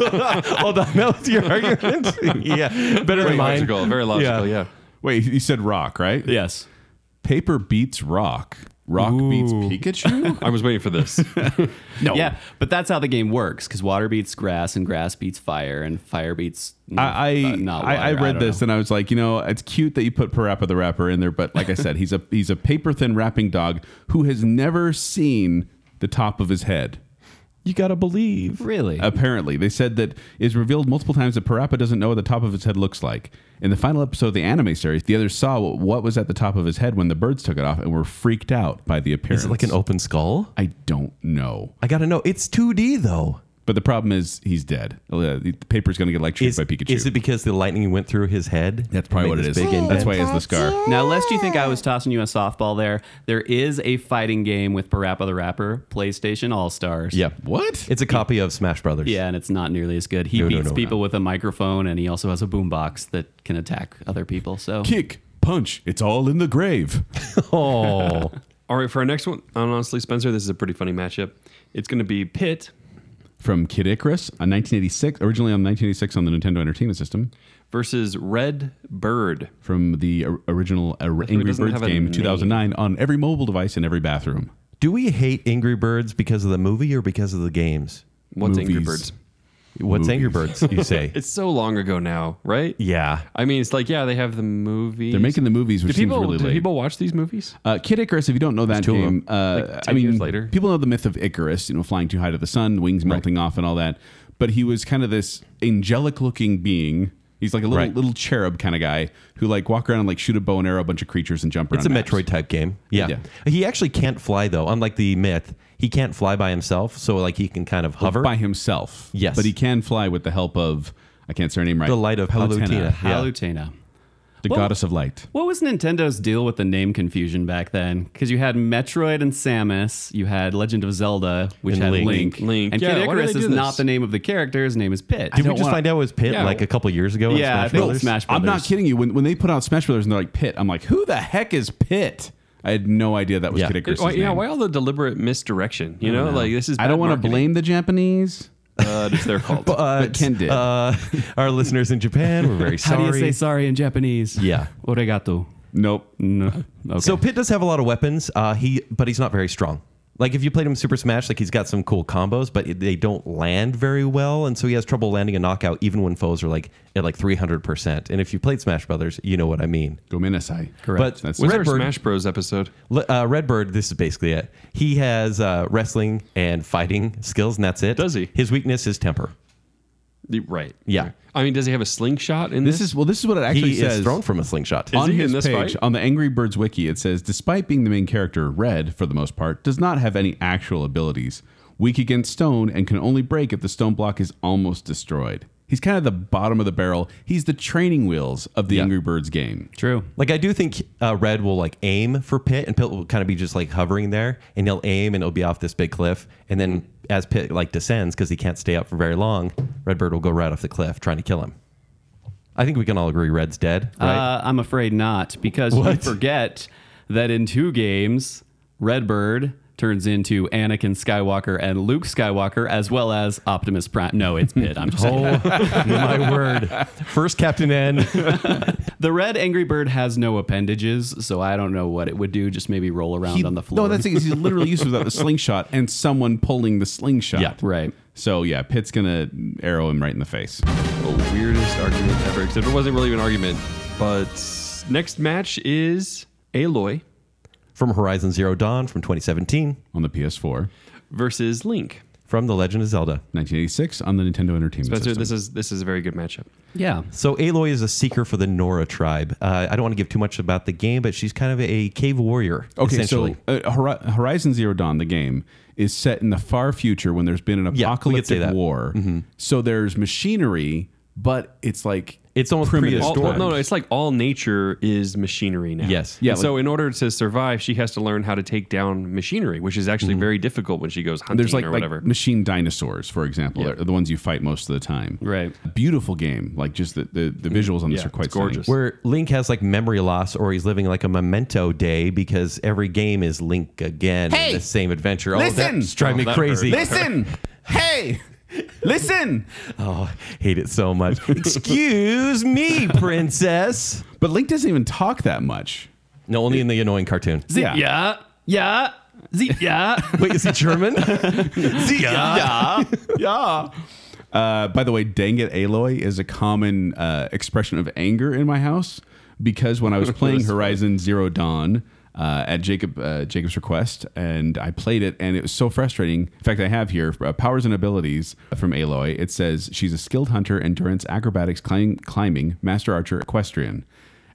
oh, that was your (laughs) argument. yeah, better
Very
than mine.
logical. Very logical. Yeah.
Wait, you said rock, right?
yes.
Paper beats rock. Rock
(laughs)
beats Pikachu.
I was waiting for (laughs) this.
No. Yeah, but that's how the game works because water beats grass, and grass beats fire, and fire beats.
I I,
uh, not
I, I
water,
read
don't
this and I was like, you know, it's cute that you put Parappa the rapper in there, but like I said, he's a he's a paper thin rapping dog who has never seen the top of his head.
You gotta believe.
know. Really?
Uh, Apparently, they said that it's revealed multiple times that Parappa doesn't know what the top of his head looks like. In the final episode of the anime series, the others saw what, what was at the top of his head when the birds took it off and were freaked out by the appearance.
Is it like an open skull?
I don't know,
I gotta know. It's 2D though.
but the problem is he's dead. Uh, the paper's going to get electrocuted
Is,
by Pikachu.
is it because the lightning went through his head?
That's probably
Made
what it
this
is.
big indent?
That's why he has the scar.
Now, lest you think I was tossing you a softball there, there is a fighting game with Parappa the Rapper, PlayStation All Stars.
Yeah.
What?
It's a copy of Smash Brothers.
Yeah, and it's not nearly as good. He
No, no,
beats
no,
people with a microphone, and he also has a boombox that can attack other people. So
kick, punch. It's all in the grave. (laughs)
Oh.
All right, for our next one, honestly, Spencer, this is a pretty funny matchup. It's going to be Pitt
From Kid Icarus, on 1986, originally on 1986 on the Nintendo Entertainment System,
versus Red Bird.
from the or- original uh, Angry
doesn't
Birds
have a
game,
name.
2009, on every mobile device in every bathroom.
Do we hate Angry Birds because of the movie or because of the games?
What's Angry
Movies.
Birds?
What's
Movies.
Angry Birds, you (laughs) say?
It's so long ago now, right?
yeah.
I mean, it's like yeah, they have the movies.
They're making the movies,
Do
which
people
seems really
do
late.
people watch these movies?
Uh, Kid Icarus, if you don't know that
two of
game,
them.
uh,
Like
I
10 years
mean,
later.
people know the myth of Icarus, you know, flying too high to the sun, wings melting off, and all that. but he was kind of this angelic looking being. He's like a little
Right.
little cherub kind of guy who like walk around and like shoot a bow and arrow a bunch of creatures and jump around.
It's a
maps.
Metroid type game. Yeah.
Yeah.
He actually can't fly though, unlike the myth. He can't fly by himself, so like he can kind of hover.
by himself.
Yes.
but he can fly with the help of I can't say her name right.
The light of Palutena. Yeah.
Palutena.
the
Well-
goddess of light.
What was Nintendo's deal with the name confusion back then? Because you had Metroid and Samus, you had Legend of Zelda, which
And
had
Link.
Link.
Link.
And
Yeah,
Kid
why do they
Icarus
do
is
this?
not the name of the character, his name is Pit.
Did we just
wanna-
find out it was Pit
Yeah.
like a couple years ago? in
yeah, I
Smash
think
Brothers?
Smash
I'm
Brothers.
not kidding you. When when they put out Smash Brothers and they're like Pit, I'm like, who the heck is Pit? I had no idea that was
Yeah.
Kid Icarus.
Why- yeah, why all the deliberate misdirection? You know, like this is.
I don't
want to
blame the Japanese.
Uh,
(laughs)
it's their fault.
But Ken did.
Uh, (laughs) our listeners in Japan, we're very
How
sorry.
do you say sorry in Japanese?
Yeah.
Origato.
nope.
No.
(laughs)
Okay.
So Pit does have a lot of weapons. Uh, he, but he's not very strong. Like if you played him Super Smash, like he's got some cool combos, but it- they don't land very well, and so he has trouble landing a knockout even when foes are like at like three hundred percent. And if you played Smash Brothers, you know what I mean.
Gomenasai.
Correct.
That's
What's our
Redbird-
Smash Bros episode?
L- Uh, Redbird, this is basically it. He has uh, wrestling and fighting skills, and that's it.
Does he?
His weakness is temper.
The- Right.
Yeah.
I mean, does he have a slingshot in this?
this is well. This is what it actually
he
says
is thrown from a slingshot.
on
he in
his
this
page
fight?
on the Angry Birds wiki. It says, despite being the main character, Red for the most part does not have any actual abilities. Weak against stone and can only break if the stone block is almost destroyed. He's kind of the bottom of the barrel. He's the training wheels of the
Yeah.
Angry Birds game.
True.
Like I do think uh, Red will like aim for Pit, and Pit will kind of be just like hovering there, and he'll aim, and it'll be off this big cliff, and then as Pit like descends because he can't stay up for very long, Redbird will go right off the cliff trying to kill him. I think we can all agree Red's dead, (laughs) right?
Uh, I'm afraid not, because you forget that in two games, Redbird turns into Anakin Skywalker and Luke Skywalker, as well as Optimus Prime. No, it's
(laughs)
Pit. I'm just kidding.
oh my word! First Captain N.
The red angry bird has no appendages, so I don't know what it would do. Just maybe roll around
He-
on the floor.
No, that's it. He's literally used without the slingshot and someone pulling the slingshot.
Yeah.
right.
So yeah, Pitt's gonna arrow him right in the face.
the weirdest argument ever. Except it wasn't really an argument. But next match is Aloy
(laughs) from Horizon Zero Dawn from 2017
on the PS4,
versus Link.
from The Legend of Zelda.
1986 on the Nintendo Entertainment
Spencer,
System.
this is this is a very good matchup.
Yeah.
So Aloy is a seeker for the Nora tribe. Uh, I don't want to give too much about the game, but she's kind of a cave warrior.
Okay,
essentially.
so uh, Hori- Horizon Zero Dawn, the game, is set in the far future when there's been an
Yeah, we could say
apocalyptic
that.
war. So there's machinery, but it's like
It's almost
primitive
prehistoric.
All,
Storm.
no, no, it's like all nature is machinery now.
Yes.
Yeah,
Yeah. so
like-
in order to survive, she has to learn how to take down machinery, which is actually very difficult when she goes hunting
Mm-hmm. There's like,
or
like
whatever.
machine dinosaurs, for example,
Yeah.
are the ones you fight most of the time.
Right.
Beautiful game. Like just the, the, the visuals on this
Yeah,
are quite
it's gorgeous.
stunning.
where Link has like memory loss or he's living like a memento day because every game is Link again in
Hey!
the same adventure. oh,
Listen!
that's driving
Oh,
me
that
crazy.
Listen, hey, listen.
(laughs) Oh, hate it so
(laughs)
much. Excuse me, princess.
But Link doesn't even talk that much.
No, only in the annoying
(laughs)
cartoon.
Yeah.
Yeah. Yeah. Z-
(laughs)
yeah.
Wait, is he German?
yeah.
yeah. Uh, by the way, dang it, Aloy is a common uh, expression of anger in my house because when I was playing Horizon Zero Dawn uh, at Jacob uh, Jacob's request, and I played it, and it was so frustrating. In fact, I have here uh, powers and abilities from Aloy. It says she's a skilled hunter, endurance, acrobatics, climb, climbing, master archer, equestrian.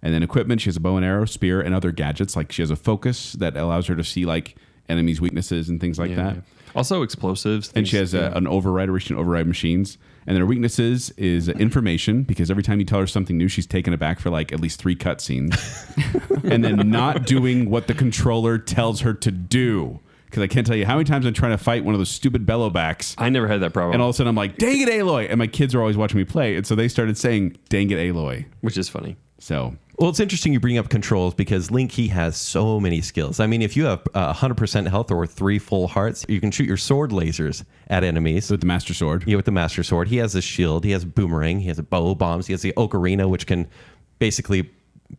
And then equipment, she has a bow and arrow, spear, and other gadgets. Like she has a focus that allows her to see like enemies' weaknesses and things like that.
Also explosives.
And
things-
she has a,
yeah.
an override, or she can override machines. And their weaknesses
(laughs)
is information, because every time you tell her something new, she's taken aback for like at least
(laughs)
three cutscenes. and then not doing what the controller tells her to do. Because I can't tell you how many times I'm trying to fight one of those stupid bellowbacks.
I never had that problem,
And all of a sudden I'm like, dang it, Aloy. And my kids are always watching me play. And so they started saying, dang it, Aloy.
which is funny.
So
Well, it's interesting you bring up controls because Link, he has so many skills. I mean, if you have uh, 100% health or three full hearts, you can shoot your sword lasers at enemies.
with the Master Sword.
Yeah, with the Master Sword. He has a shield. He has a boomerang. He has a bow bombs. He has the ocarina, which can basically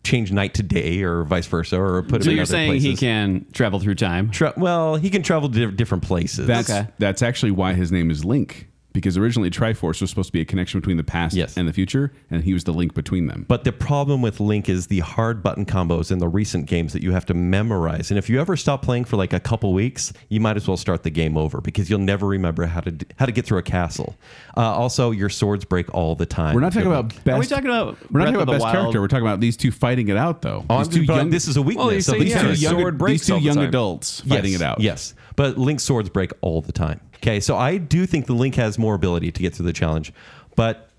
change night to day or vice versa, or put him
So
in
you're
other
saying he
places.
can travel through time?
Tra- well, he can travel to diff- different places.
That's, that's actually why his name is Link. because originally Triforce was supposed to be a connection between the past
Yes.
and the future, and he was the link between them.
But the problem with Link is the hard button combos in the recent games that you have to memorize. And if you ever stop playing for like a couple weeks, you might as well start the game over because you'll never remember how to d- how to get through a castle. Uh, also, your swords break all the time.
we're not
if you're
talking about
Link.
best.
Are we talking about
We're not
Breath
talking
of
about
the
best
Wild?
character. We're talking about these two fighting it out, though.
Oh, I'm
these two
just- but this is a
Well, they
weakness.
say
of
these
yeah,
two
his
young,
sword breaks
these two
all the
young
time.
adults
Yes,
fighting it out.
Yes, but Link's swords break all the time. Okay, so I do think the Link has more ability to get through the challenge, but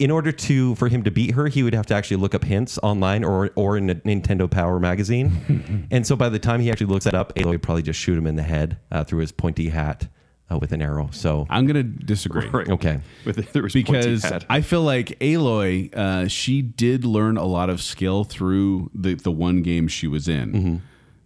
in order to for him to beat her, he would have to actually look up hints online or or in a Nintendo Power
(laughs)
magazine. and so by the time he actually looks that up, Aloy would probably just shoot him in the head uh, through his pointy hat uh, with an arrow. So
I'm going to disagree.
Right.
okay,
(laughs) With the, there was points he
because
had.
I feel like Aloy, uh, she did learn a lot of skill through the, the one game she was in.
Mm-hmm.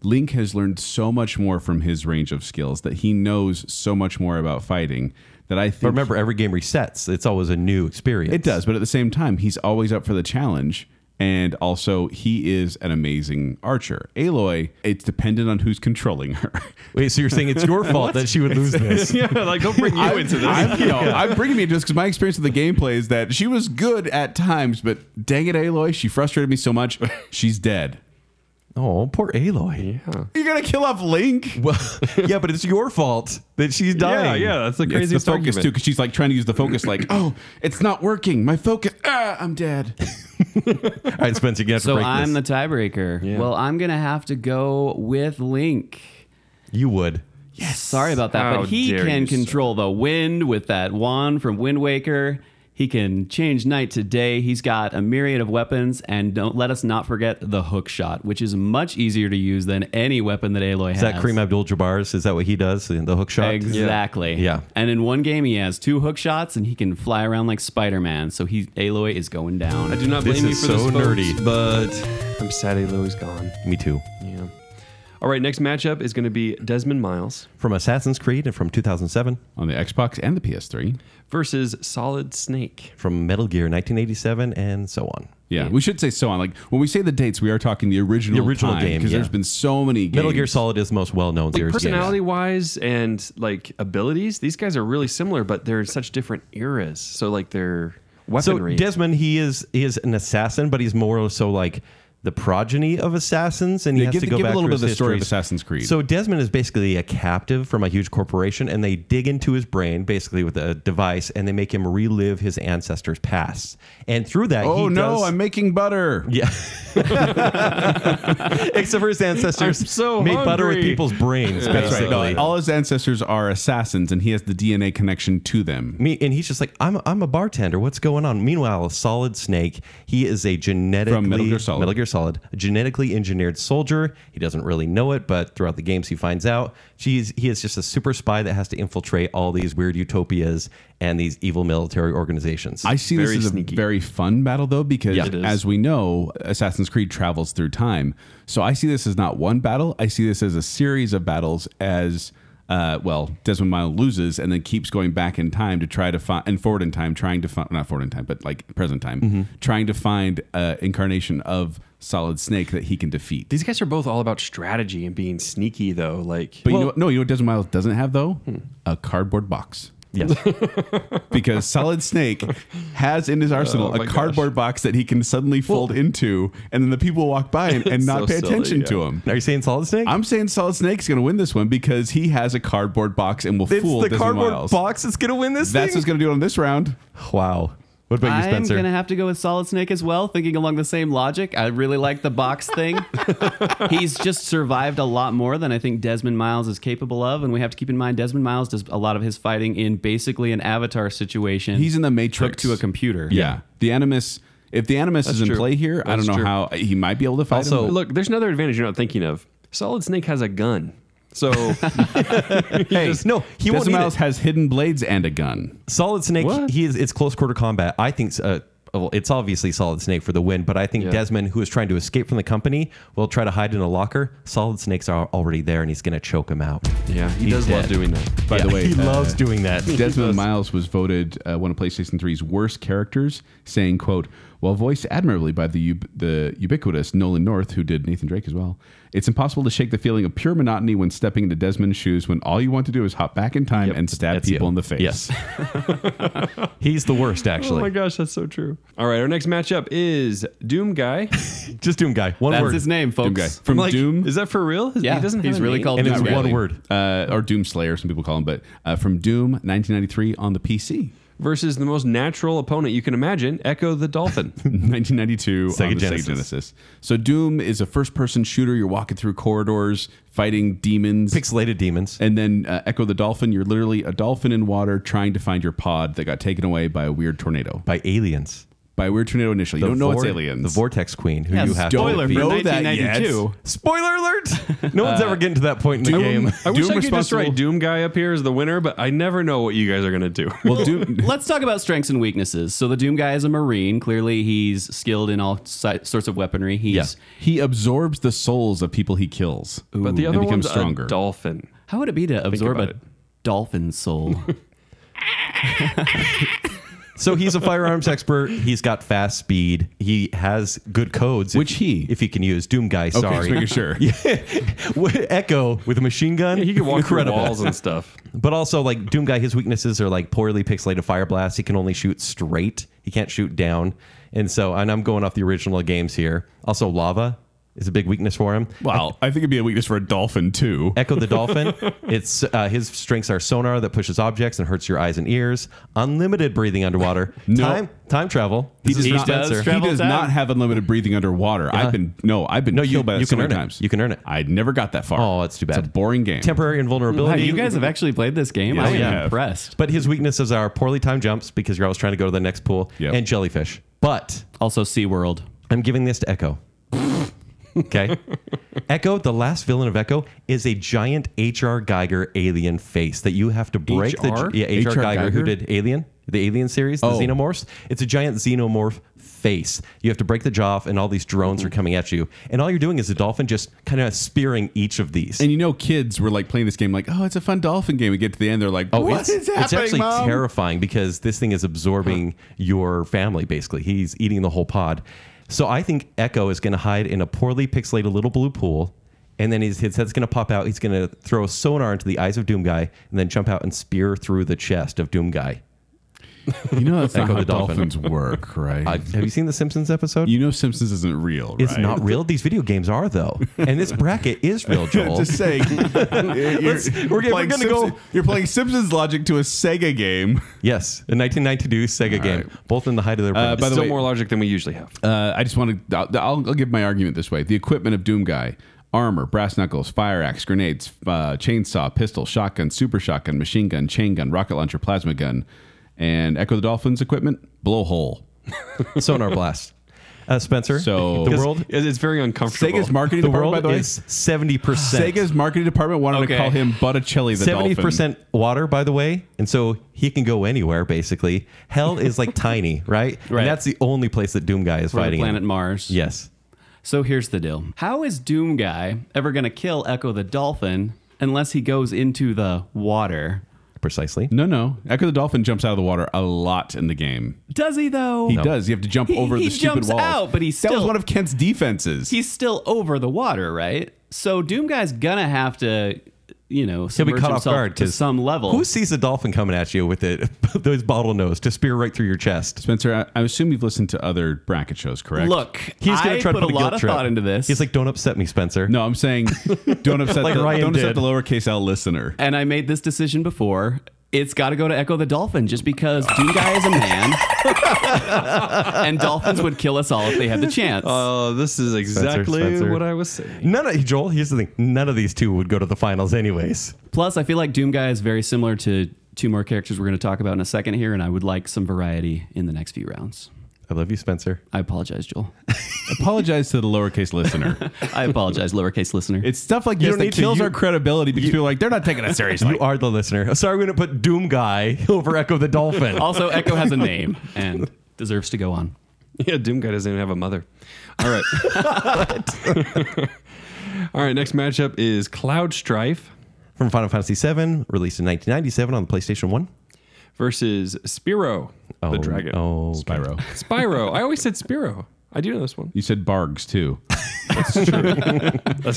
Link has learned so much more from his range of skills that he knows so much more about fighting that I think
but remember every game resets. It's always a new experience.
it does. But at the same time, he's always up for the challenge. And also, he is an amazing archer. Aloy, it's dependent on who's controlling her.
Wait, so you're saying it's
(laughs)
your fault that she would lose this?
(laughs) yeah, like
(laughs)
don't bring (laughs) you into this.
I'm, you know, I'm bringing me into this because my experience with the gameplay is that she was good at times, but dang it, Aloy, she frustrated me so much. She's dead.
Oh, poor Aloy.
yeah.
You're gonna kill off Link.
Well, (laughs) yeah, but it's your fault that she's dying.
Yeah, yeah, that's the
It's
craziest
the focus
argument.
too, because she's like trying to use the focus,
(clears throat)
like, oh, it's not working. My focus. Ah, I'm dead.
All right, Spencer, you have to
So
break
I'm
this.
the tiebreaker. Well, I'm gonna have to go with Link.
You would.
Sorry about that,
How
but he
dare
can
you, sir.
control the wind with that wand from Wind Waker. He can change night to day. He's got a myriad of weapons, and don't let us not forget the hook shot, which is much easier to use than any weapon that Aloy
Is
has.
that Kareem Abdul-Jabbar's? Is that what he does in the hook shot?
Exactly.
Yeah.
And in one game, he has two hook shots, and he can fly around like Spider-Man. So he Aloy is going down.
I do not
This
blame you
is
for
so
this, folks,
nerdy.
but I'm sad Aloy's gone.
Me too.
Yeah. All right, next matchup is going to be Desmond Miles
From Assassin's Creed and from 2007,
On the Xbox and the PS3.
versus Solid Snake.
from Metal Gear 1987, and so on.
Yeah, we should say so on. Like when we say the dates, we are talking the original,
The original game,
because
yeah.
there's been so many games.
Metal Gear Solid is the most well-known
Like
series. of games.
personality-wise and like abilities, these guys are really similar, but they're in such different eras. So like their
So
weaponry.
Desmond, he is he is an assassin, but he's more so like the progeny of assassins, and he has
Yeah, give-
to go
give a
back
little
through
bit of
his
the story of
histories.
Assassin's Creed.
So Desmond is basically a captive from a huge corporation, and they dig into his brain basically with a device, and they make him relive his ancestors' past. And through that,
Oh
he
no,
does,
I'm making butter.
Yeah. (laughs) Except
(laughs)
for his ancestors
I'm so
made butter with
hungry.
people's brains,
That's
basically.
right. No, all his ancestors are assassins, and he has the DNA connection to them.
Me, and he's just like, I'm, I'm a bartender. What's going on? Meanwhile, Solid Snake, he is a genetically
Gear Solid.
Metal Gear Solid, a genetically engineered soldier. He doesn't really know it, but throughout the games, he finds out. She's, he is just a super spy that has to infiltrate all these weird utopias and these evil military organizations.
I see this
Very
as
sneaky.
a very fun battle though, because
It is.
as we know, Assassin's Creed travels through time. So I see this as not one battle. I see this as a series of battles. As uh, well, Desmond Miles loses and then keeps going back in time to try to find and forward in time, trying to find not forward in time, but like present time,
Mm-hmm.
trying to find uh, incarnation of Solid Snake that he can defeat.
these guys are both all about strategy and being sneaky, though. Like,
but you know, no, you know what Desmond Miles doesn't have though? A cardboard box.
yes.
(laughs) because Solid Snake has in his arsenal
Oh my
a cardboard box that he can suddenly fold into, and then the people walk by and, and not
so
pay
silly,
attention
yeah.
to him.
Are you saying Solid Snake?
I'm saying Solid Snake's going to win this one because he has a cardboard box and will
it's
fool
the
Desmond
cardboard
Miles.
box that's going to win this
That's
thing?
what's going to do it on this round.
wow. What about you,
I'm
Spencer?
gonna have to go with Solid Snake as well. Thinking along the same logic, I really like the box thing. He's just survived a lot more than I think Desmond Miles is capable of, and we have to keep in mind Desmond Miles does a lot of his fighting in basically an avatar situation.
He's in the
hooked
Matrix
to a computer.
Yeah. the Animus. If the Animus is in
true.
play here, I
That's
don't know
true.
how he might be able to fight.
Also-
him.
look, there's another advantage you're not thinking of. Solid Snake has a gun, (laughs) so
(laughs) hey, no, he won't need
Desmond
it.
Miles has hidden blades and a gun.
Solid Snake,
What?
he is. It's close quarter combat. I think uh, well, it's obviously Solid Snake for the win, but I think
Yeah.
Desmond, who is trying to escape from the company, will try to hide in a locker. Solid Snake's are already there, and he's going to choke him out.
Yeah, he
He's
does love
dead.
doing that.
By the way,
he
uh,
loves doing that.
(laughs)
(laughs)
Desmond Miles was voted uh, one of PlayStation 3's worst characters, saying, "quote While voiced admirably by the ub- the ubiquitous Nolan North, who did Nathan Drake as well, it's impossible to shake the feeling of pure monotony when stepping into Desmond's shoes. When all you want to do is hop back in time and stab
That's
people
you.
in the face." (laughs)
Yes, he's the worst.
Oh my
Actually,
gosh, that's so true. All right, our next matchup is Doom (laughs) Guy.
just Doom Guy. One
That's
word.
his name, folks.
guy.
From
Like,
Doom.
Is that for real?
Yeah,
he doesn't have
he's
a
really
name?
called
And it's
Not
one
(laughs)
really.
word.
uh, or Doom Slayer, some people call him, but uh, from Doom 1993 on the (laughs) PC,
versus the most natural opponent you can imagine, Echo the (laughs) Dolphin.
1992
Sega
on the
Genesis.
Sega Genesis. So Doom is a first-person shooter. You're walking through corridors, fighting demons,
Pixelated demons.
And then uh, Echo the Dolphin, you're literally a dolphin in water trying to find your pod that got taken away by a weird tornado.
by aliens.
By a weird tornado initially. you don't know it's
vor-
aliens.
The Vortex Queen, who
Yeah,
you have
spoiler
to defeat.
for
know that yet. Uh,
1992.
Spoiler alert! No one's ever getting to that point in the game.
(laughs)
I wish
Doom
I could just
responsible-
write Doom Guy up here as the winner, but I never know what you guys are gonna do.
(laughs)
Well, Doom, (laughs)
Let's talk about strengths and weaknesses. So the Doom guy is a marine. Clearly, he's skilled in all si- sorts of weaponry. He's
yeah. he absorbs the souls of people he kills.
but
(laughs)
the
and
other
becomes
one's
stronger.
a dolphin.
How would it be to absorb a
about it.
dolphin soul?
so he's a firearms expert. He's got fast speed. He has good codes. if-
Which he?
if he can use Doom Guy.
okay, just
Sorry, (laughs)
making sure.
Echo with a machine gun.
He can walk through
Incredible.
walls and stuff.
But also, like Doom Guy, his weaknesses are like poorly pixelated fire blasts. He can only shoot straight. He can't shoot down. And so, and I'm going off the original games here. Also, lava is a big weakness for him.
Wow, I think it'd be a weakness for a
(laughs)
dolphin too.
Echo the Dolphin. It's uh, his strengths are sonar that pushes objects and hurts your eyes and ears. Unlimited breathing underwater.
No.
Time time travel. This
does
is
not-
Spencer.
does
He
Travel
does
time.
not have unlimited breathing underwater. I've been no, I've been
No,
no,
you-
killed by that
you
so
can earn
many
it.
times.
You can earn it.
I never got that far.
Oh, that's too bad.
It's a boring game.
Temporary
Wow,
invulnerability.
you
(laughs)
guys have actually played this game.
Yes,
I
we
am
have.
impressed.
but his weaknesses are poorly timed jumps because you're always trying to go to the next pool
Yep.
and jellyfish. But
Also, SeaWorld.
I'm giving this to Echo.
(laughs)
okay. Echo, the last villain of Echo, is a giant H.R. Geiger alien face that you have to break
HR?
the. Yeah, H.R.
HR
Geiger, who
Geiger?
did Alien, the Alien series, the
Oh.
Xenomorphs. It's a giant Xenomorph face. You have to break the jaw off, and all these
Mm-hmm.
drones are coming at you. And all you're doing is a dolphin just kind of spearing each of these.
And you know, kids were like playing this game, like, oh, it's a fun dolphin game. We get to the end, they're like, oh, what
it's,
is happening,
it's actually
Mom?"
terrifying because this thing is absorbing your family basically he's eating the whole pod so i think echo is going to hide in a poorly pixelated little blue pool and then his, his head's going to pop out he's going to throw a sonar into the eyes of doom guy and then jump out and spear through the chest of doom guy
You know, that's not
Echo
how
the dolphin.
dolphins (laughs) work, right?
Uh, have you seen the simpsons episode
you know, Simpsons isn't real.
it's
right? (laughs)
not real these video games are though and this bracket is real joel
Just saying. (laughs) You're-
Let's- we're gonna-
playing
we're gonna
Simpsons-
go-
You're playing Simpsons logic to a Sega game.
yes a 1992 sega game both in the height of their
by the
Still
way-
more logic than we usually have.
(laughs) Uh, I just want to. I'll, I'll, I'll give my argument this way: the equipment of Doom Guy. Armor, brass knuckles, fire axe, grenades, uh, chainsaw, pistol, shotgun, super shotgun, machine gun, chain gun, rocket launcher, plasma gun, and Echo the Dolphin's equipment, blowhole.
(laughs) sonar blast uh, spencer
So-
the world
It's it's very uncomfortable.
Sega's marketing
the
department,
world
by the way,
is 70%
Sega's marketing department wanted
Okay.
to call him Botticelli the
Seventy
Dolphin.
percent water, by the way, and so he can go anywhere. Basically, hell is
(laughs)
like tiny, right?
Right.
And that's the only place that Doom Guy is
From the
fighting. in.
planet Mars.
Yes.
So here's the deal. How is Doom Guy ever going to kill Echo the Dolphin unless he goes into the water?
Precisely.
No, no. Echo the Dolphin jumps out of the water a lot in the game.
Does he though?
He does. You have to jump
He-
over
he
the stupid
jumps
walls.
out, but he's
that was
still-
one of Kent's defenses.
He's still over the water, right? So Doom Guy's gonna have to, you know,
He'll be
submerge
caught off
himself
guard
to
'cause
some level.
Who sees a dolphin coming at you with it, (laughs) those bottlenose to spear right through your chest?
Spencer, I, I assume you've listened to other bracket shows, correct?
Look,
He's
I
gonna try
put
to put
a lot
guilt
of
trip.
thought into this.
He's like, "Don't upset me, Spencer."
No, I'm saying don't upset
Like
the,
Ryan
don't upset
did.
the lowercase L listener.
and I made this decision before. It's got to go to Echo the Dolphin just because Doom Guy is
(laughs)
a man, and dolphins would kill us all if they had the chance.
Oh, this is exactly
Spencer.
what I was saying. (laughs)
None of Joel. Here's the thing: none of these two would go to the finals, anyways.
Plus, I feel like Doom Guy is very similar to two more characters we're going to talk about in a second here, and I would like some variety in the next few rounds.
I love you, Spencer.
I apologize, (laughs) Joel.
Apologize to the lowercase
(laughs)
listener.
I apologize, lowercase listener.
It's stuff like this
don't
that
need to-
kills
you-
our credibility because people are like, they're not taking us seriously.
You are the listener. Sorry, we're gonna
(laughs)
put Doom Guy (laughs) over Echo the Dolphin.
(laughs) also, Echo has a name and deserves to go on.
Yeah, Doom Guy doesn't even have a mother. All right. (laughs) All right, next matchup is Cloud Strife
From Final Fantasy VII, released in 1997 on the PlayStation 1.
versus Spiro the Dragon.
Oh, okay.
Spyro.
Spyro. I always said Spiro. I do know this one.
You said Bargs too
That's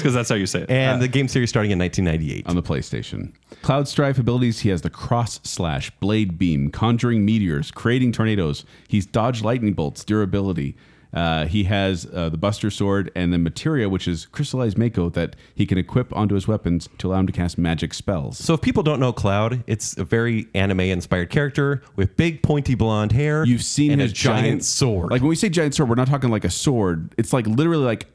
because that's how you say it.
Uh,
And the game series starting in 1998.
on the PlayStation. Cloud Strife abilities he has the cross slash, blade beam, conjuring meteors, creating tornadoes. He's dodge lightning bolts, durability. Uh, he has uh, the Buster Sword and the Materia, which is crystallized Mako that he can equip onto his weapons to allow him to cast magic spells.
So if people don't know Cloud, it's a very anime-inspired character with big pointy blonde hair.
You've seen
and
his
a giant, sword.
Like when we say giant sword, we're not talking like a sword. It's like literally like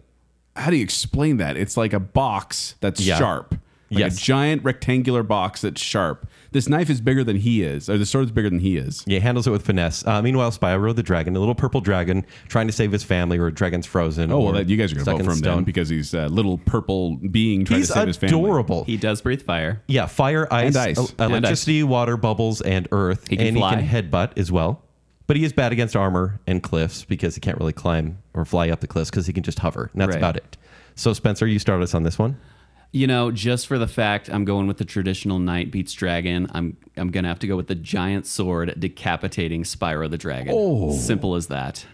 how do you explain that? It's like a box that's
Yeah.
sharp. Like
Yes.
a giant rectangular box that's sharp. This knife is bigger than he is, or the sword's bigger than he is.
yeah, handles it with finesse. Uh, meanwhile, Spyro the dragon, a little purple dragon, trying to save his family, or dragon's frozen.
Oh well,
or
that, you guys are gonna
stuck
vote
in
for him then
stone.
because he's a little purple being trying
He's
to save his family.
adorable.
He does breathe fire.
yeah, fire, ice,
ice.
el-
And
electricity, water, bubbles, and earth.
can
and
fly.
he can headbutt as well. But he is bad against armor and cliffs because he can't really climb or fly up the cliffs because he can just hover. And that's
Right.
about it. So Spencer, you start us on this one.
You know, just for the fact I'm going with the traditional knight beats dragon, I'm I'm gonna have to go with the giant sword decapitating Spyro the dragon. Oh. Simple as that.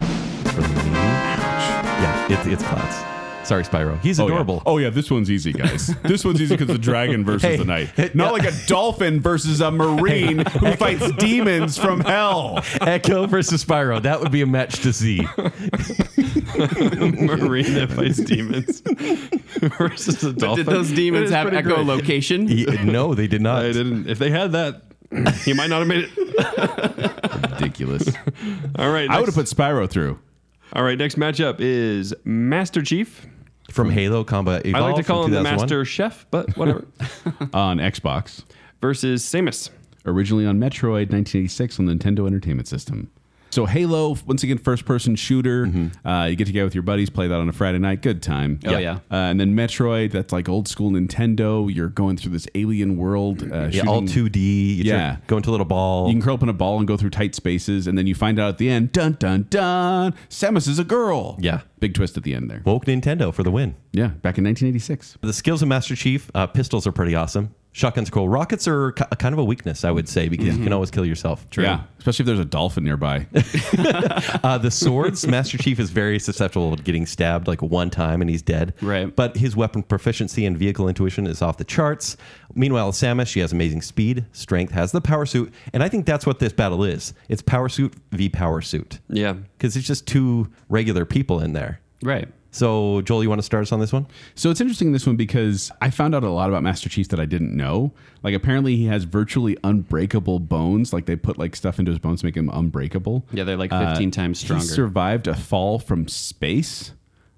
Yeah, it's it's clouds. Sorry, Spyro. He's
Oh, yeah.
adorable.
Oh (laughs) yeah, this one's
(laughs)
easy, guys. this one's easy because the dragon versus
Hey.
the knight, not like a dolphin versus a marine who fights demons from hell.
Echo versus Spyro. That would be a match to see.
Marine (laughs) that fights demons versus a dolphin.
Did those
It
demons
is
have
pretty great.
(laughs)
echolocation?
He- no, they did not.
I didn't. If they had that, he might not have made it.
Ridiculous.
All right.
(laughs) I would have
next-
put Spyro through.
All right. Next matchup is Master Chief.
From Halo Combat
I
Evolved.
like to call
from
him the
2001.
Master Chef, but (laughs) whatever.
on Xbox,
versus Samus.
originally on Metroid 1986 on the Nintendo Entertainment System. So Halo, once again, first-person shooter. Uh, you get together with your buddies, play that on a Friday night, good time.
Oh, yeah.
Uh, and then Metroid, that's like old school Nintendo. You're going through this alien world. Uh,
Yeah, all
shooting-
2D. You
Yeah.
yeah. Go into a little ball.
You can curl up in a ball and go through tight spaces, and then you find out at the end, dun dun dun, Samus is a girl.
Yeah.
big twist at the end there.
Woke Nintendo for the win.
Yeah, back in 1986.
The skills of Master Chief, uh, pistols are pretty awesome. Shotguns cool. Rockets are ki- kind of a weakness, I would say, because you can always kill yourself. True.
Yeah, especially if there's a dolphin nearby.
(laughs) Uh, the swords, Master Chief is very susceptible to getting stabbed like one time and he's dead.
Right.
But his weapon proficiency and vehicle intuition is off the charts. Meanwhile, Samus, she has amazing speed, strength, has the power suit. And I think that's what this battle is it's power suit v power suit.
Yeah.
Because it's just two regular people in there.
Right.
So, Joel, you want to start us on this one?
So it's interesting this one because I found out a lot about Master Chief that I didn't know. Like apparently he has virtually unbreakable bones. Like they put like stuff into his bones to make him unbreakable.
Yeah, they're like 15 times stronger.
He survived a fall from space,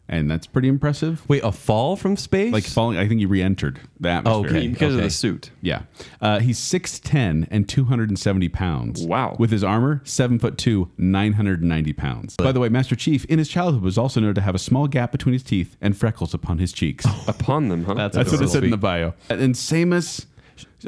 and that's pretty impressive.
Wait, a fall from space?
Like falling, I think he re-entered the atmosphere.
Okay.
Because of the suit.
Yeah, uh, he's six ten and two hundred and seventy pounds.
Wow.
With his armor, seven foot two, nine hundred and ninety pounds. By the way, Master Chief in his childhood was also known to have a small gap between his teeth and freckles upon his cheeks.
Upon them, huh?
That's
That's what it
adorable.
said in the bio. And then Samus,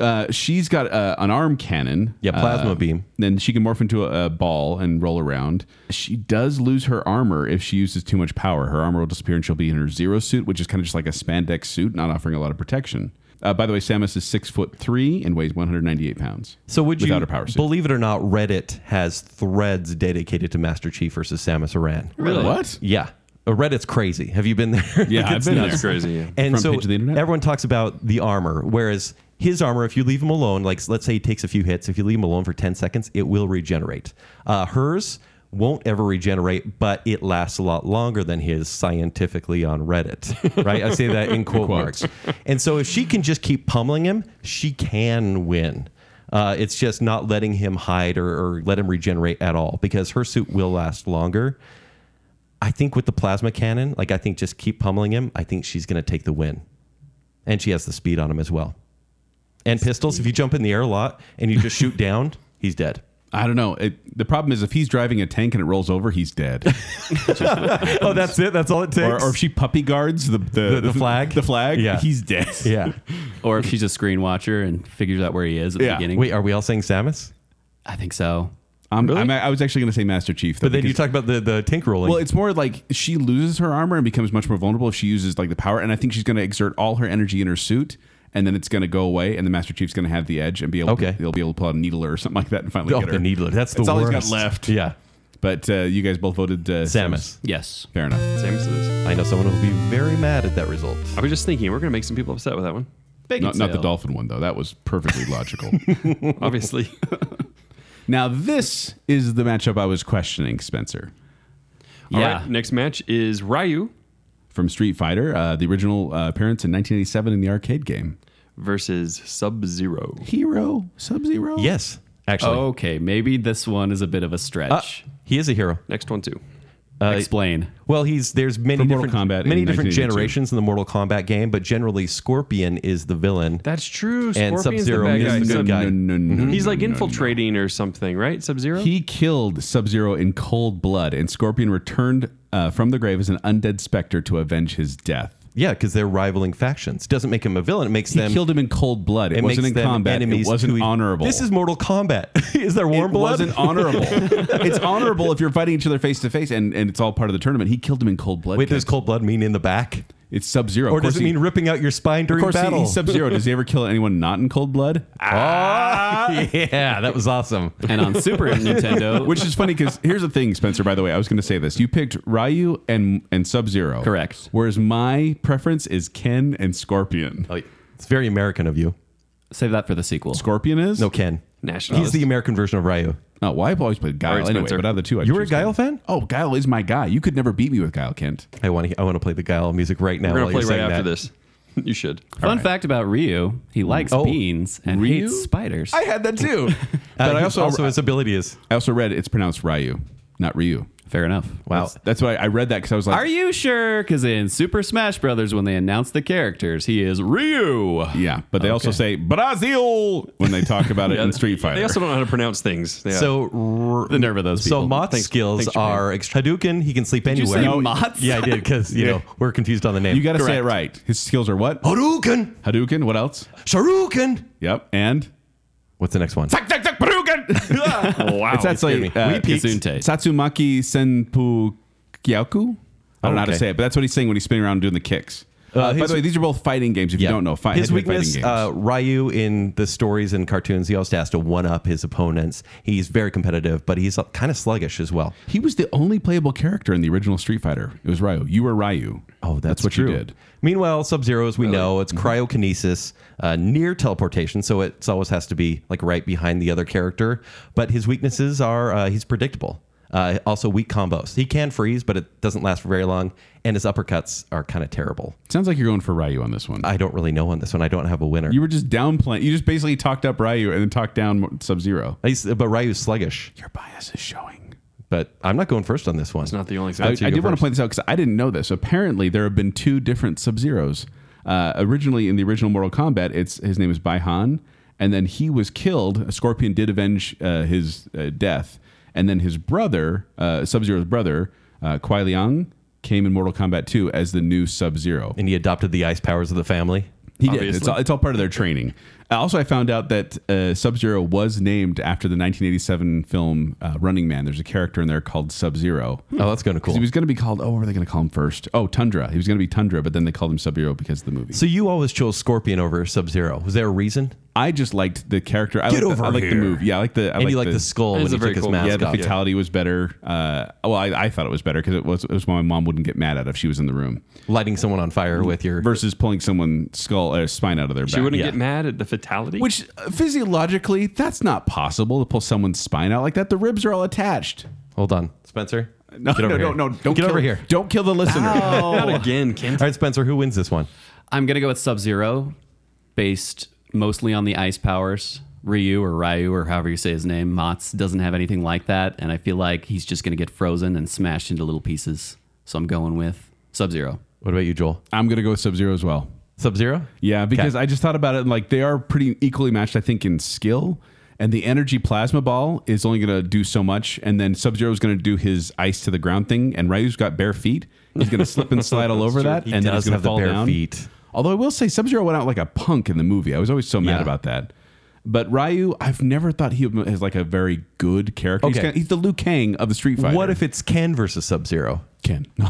uh, she's got uh, an arm cannon.
Yeah, plasma
Uh,
beam.
Then she can morph into a, a ball and roll around. She does lose her armor if she uses too much power. Her armor will disappear and she'll be in her zero suit, which is kind of just like a spandex suit, not offering a lot of protection. Uh, by the way, Samus is six foot three and weighs 198 pounds.
So would
without
you
her power suit?
believe it or not, Reddit has threads dedicated to Master Chief versus Samus Aran.
Really?
What?
Yeah. Uh, Reddit's crazy. Have you been there?
Yeah,
(laughs)
I've
It's
been
nuts.
there.
That's crazy. Yeah.
And
Front
so
page of the internet?
everyone talks about the armor, whereas his armor, if you leave him alone, like let's say he takes a few hits, if you leave him alone for 10 seconds, it will regenerate. Uh, hers won't ever regenerate, but it lasts a lot longer than his scientifically on Reddit, (laughs) right? I say
(laughs)
that in quote
Quotes.
marks. And so if she can just keep pummeling him, she can win. Uh, it's just not letting him hide or, or let him regenerate at all because her suit will last longer. I think with the plasma cannon, like I think just keep pummeling him. I think she's going to take the win, and she has the speed on him as well. And pistols, if you jump in the air a lot and you just (laughs) shoot down, he's dead.
I don't know. It, the problem is if he's driving a tank and it rolls over, he's dead.
(laughs) Oh, that's it. That's all it
or, or if she puppy guards the the,
The- the flag?
the flag,
Yeah.
he's dead.
(laughs) yeah.
Or if she's a screen watcher and figures out where he is at
Yeah.
the beginning.
Wait, are we all saying Samus?
I think so.
Um,
Really?
I'm, I was actually going to say Master Chief, though,
But then you
because-
talk about the the tank rolling.
Well, it's more like she loses her armor and becomes much more vulnerable if she uses like the power. And I think she's going to exert all her energy in her suit, and then it's going to go away. And the Master Chief's going to have the edge and be able.
Okay.
To, he'll be able to pull out a needler or something like that and finally
oh,
get her.
the needler. That's the
That's all
worst.
he's got left.
Yeah,
But uh, you guys both voted uh,
Samus.
Yes.
Fair enough.
(laughs) Samus is.
I know someone who will be very mad at that result.
I was just thinking, we're going to make some people upset with that one.
Bacon
Not, not the
sale.
dolphin one though. That was perfectly logical. (laughs)
(laughs) Obviously.
now this is the matchup I was questioning, Spencer.
All
Yeah.
right, next match is Ryu
From Street Fighter, uh, the original uh, appearance in 1987 in the arcade game.
versus Sub Zero.
Hero, Sub Zero.
Yes, actually,
Okay, maybe this one is a bit of a
Uh,
stretch.
he is a hero.
Next one, too.
Uh, (laughs)
Explain.
Well, he's there's many
From Mortal
different
Kombat in
many different
1982.
generations in the Mortal Kombat game, but generally Scorpion is the villain.
That's true.
And
Scorpion's the
Sub-Zero
bad
is
guy.
the good
Sub-
guy. Mm-hmm.
no, no,
He's like
no, no, no.
infiltrating or something, right? Sub Zero?
He killed Sub Zero in cold blood, and Scorpion returned uh, from the grave as an undead specter to avenge his death.
yeah, because they're rivaling factions. Doesn't make him a villain. It makes
He
them.
killed him in cold blood. It,
it
wasn't
makes
in
them
combat. It
enemies
wasn't
to each-
honorable.
This is Mortal Kombat. (laughs) is there warm
it
blood?
wasn't honorable. it's honorable if you're fighting each other face to face, and and it's all part of the tournament. He killed him in cold
(laughs)
blood.
Wait, does
Ken.
cold blood mean in the back,
It's Sub Zero.
or does it mean ripping out your spine
Of
during
course, he,
battle?
he's Sub Zero. Does he ever kill anyone not in cold blood?
ah, (laughs) yeah, that was awesome.
and on Super
(laughs)
Nintendo,
Which is funny because here's the thing, Spencer. By the way, I was going to say this. You picked Ryu and and Sub Zero,
Correct.
Whereas my preference is Ken and Scorpion.
Oh, it's very American of you.
save that for the sequel.
Scorpion is
No, Ken.
Nationalist.
He's the American version of Ryu.
Oh, well, I've always played Guile
Alright,
anyway,
Spencer.
but out of the two, I
You were a
choose Guile.
Guile fan?
Oh, Guile is my guy. You could never beat me with Guile, Kent.
I want to. I want to play the Guile music right now.
We're
while
going to
you're
play right
saying
after
that.
this. You should.
Fun fact about Ryu: he likes
Oh,
beans and
Ryu?
hates spiders.
had that (laughs) too,
Uh,
but I
he-
also,
also his ability is
I also read it's pronounced Ryu, not Ryu.
Fair enough.
wow.
That's, that's why I read that because I was like,
Are you sure? Because in Super Smash Brothers, when they announce the characters, he is Ryu.
yeah, but they also say Brazil when they talk about it in Street Fighter.
They also don't know how to pronounce things. Yeah.
So r-
The nerve of those people.
So Mott's
Thanks-
skills
thanks, Japan.
are extra Hadouken. He can sleep
you
anywhere.
say No, Mott's?
Yeah, I did because you know we're confused on the name.
you got to say it right. His skills are what?
Hadouken,
Hadouken. What else?
Sharuken.
Yep, and
What's the next one?
(laughs)
(laughs)
wow.
it's actually
scared me.
uh,
We peaked.
Gesundheit.
Satsumaki Senpu Kyaku. I don't know how to
Okay.
say it, but that's what he's saying when he's spinning around doing the kicks.
Uh,
Uh, by
his-
the way, these are both fighting games. If
Yeah.
you don't know, fight,
his
head-to-head
weakness,
fighting
uh,
games.
Ryu in the stories and cartoons, he always has to one up his opponents. He's very competitive, but he's kind of sluggish as well.
he was the only playable character in the original Street Fighter. It was Ryu. You were Ryu.
Oh, that's,
what
true.
you did.
Meanwhile, Sub Zero, as we know, it's cryokinesis, uh, near teleportation, so it's always has to be like right behind the other character. But his weaknesses are uh, he's predictable. Uh, also, weak combos. He can freeze, but it doesn't last for very long, and his uppercuts are kind of terrible.
Sounds like you're going for Ryu on this one.
I don't really know on this one. I don't have a winner.
you were just downplaying. You just basically talked up Ryu and then talked down Sub Zero.
He's- but Ryu's sluggish.
Your bias is showing.
But I'm not going first on this one.
it's not the only thing.
I, I
You go
did want to
first.
point this out because I didn't know this. Apparently, there have been two different Sub Zeros. Uh, originally, in the original Mortal Kombat, it's his name is Bai Han, and then he was killed. A scorpion did avenge uh, his uh, death, and then his brother, uh, Sub Zero's brother, uh, Kuai Liang, came in Mortal Kombat 2 as the new Sub Zero.
and he adopted the ice powers of the family.
He did.
Obviously.
It's all, it's all part of their training. Uh, Also, I found out that uh, Sub Zero was named after the 1987 film uh, Running Man. There's a character in there called Sub Zero.
Oh, that's kind of cool.
He was going to be called. Oh, what were they going to call him first? Oh, Tundra. He was going to be Tundra, but then they called him Sub Zero because of the movie.
so you always chose Scorpion over Sub Zero. Was there a reason?
I just liked the character. I
Get
liked
over
the, I liked
here.
the movie. Yeah, I like the. I
and
liked
you like the, skull
It
when
is
he
a very
took his
cool-
mask
Yeah, the
off.
fatality was better. Uh, well, I, I thought it was better because it was, it was what my mom wouldn't get mad at if she was in the room
Lighting someone on fire with your
versus pulling someone's skull or spine out of their back.
She wouldn't
Yeah.
get mad at the fatality.
Which uh, physiologically, that's not possible to pull someone's spine out like that. The ribs are all attached.
Hold on, Spencer.
No,
Get over
no,
here.
no, no, don't
get
kill,
over here.
Don't kill the listener.
not again, Ken.
All right, Spencer, who wins this one?
I'm gonna go with Sub Zero, based mostly on the ice powers. Ryu or Ryu or however you say his name, Mats doesn't have anything like that, and I feel like he's just gonna get frozen and smashed into little pieces. So I'm going with Sub Zero.
What about you, Joel?
(laughs) I'm gonna go with Sub Zero as well.
Sub Zero?
Yeah, because I just thought about it and like they are pretty equally matched, I think, in skill. And the energy plasma ball is only gonna do so much, and then Sub Zero is gonna do his ice to the ground thing, and Ryu's got bare feet. He's gonna
(laughs)
slip and slide all over that,
He
and then
does
he's gonna
have the
fall
bare
down.
feet.
Although I will say Sub Zero went out like a punk in the movie. I was always so mad
Yeah.
about that. But Ryu, I've never thought he is like a very good character. He's,
Okay.
kinda- he's the Liu Kang of the Street Fighter.
What if it's Ken versus Sub Zero?
Ken? (laughs) They're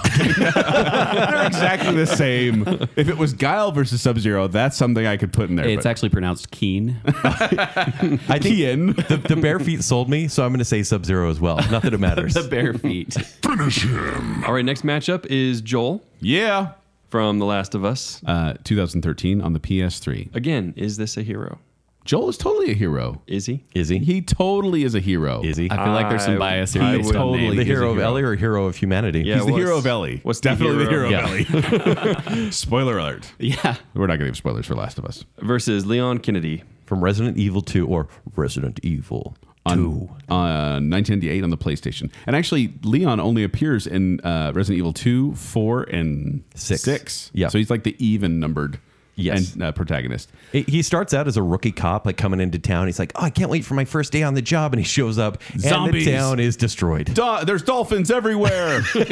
exactly the same. If it was Guile versus Sub Zero, that's something I could put in there.
It's
but-
actually pronounced Keen.
I think
Kien.
the, the bare feet sold me, so I'm going to say Sub Zero as well. Not
(laughs)
that it matters.
the (laughs) bare feet.
All right, next matchup is Joel
yeah.
from The Last of Us.
Uh, 2013 on the PS3.
Again, is this a hero?
Joel is totally a hero.
Is he?
Is he?
He totally is a hero.
Is he?
I feel like there's
I-
some bias here.
I
based
would-
on
totally-
name.
the
he's a
hero of
hero.
Ellie or hero of humanity?
Yeah,
He's the
what's-
hero of Ellie.
What's
Definitely
the hero,
the hero of Ellie. (laughs) Spoiler alert.
Yeah.
We're not going to give spoilers for Last of Us.
versus Leon Kennedy?
(laughs) From Resident Evil 2 or Resident Evil 2.
On, Uh, 1998 on the PlayStation. And actually, Leon only appears in uh, Resident Evil 2, 4, and
Six.
6.
Yeah.
So he's like the even numbered
Yes.
and, uh, protagonist.
He- He starts out as a rookie cop, like coming into town. He's like, "Oh, I can't wait for my first day on the job," and he shows up,
Zombies.
and the town is destroyed.
Duh, there's
(laughs)
dolphins everywhere.
Actually,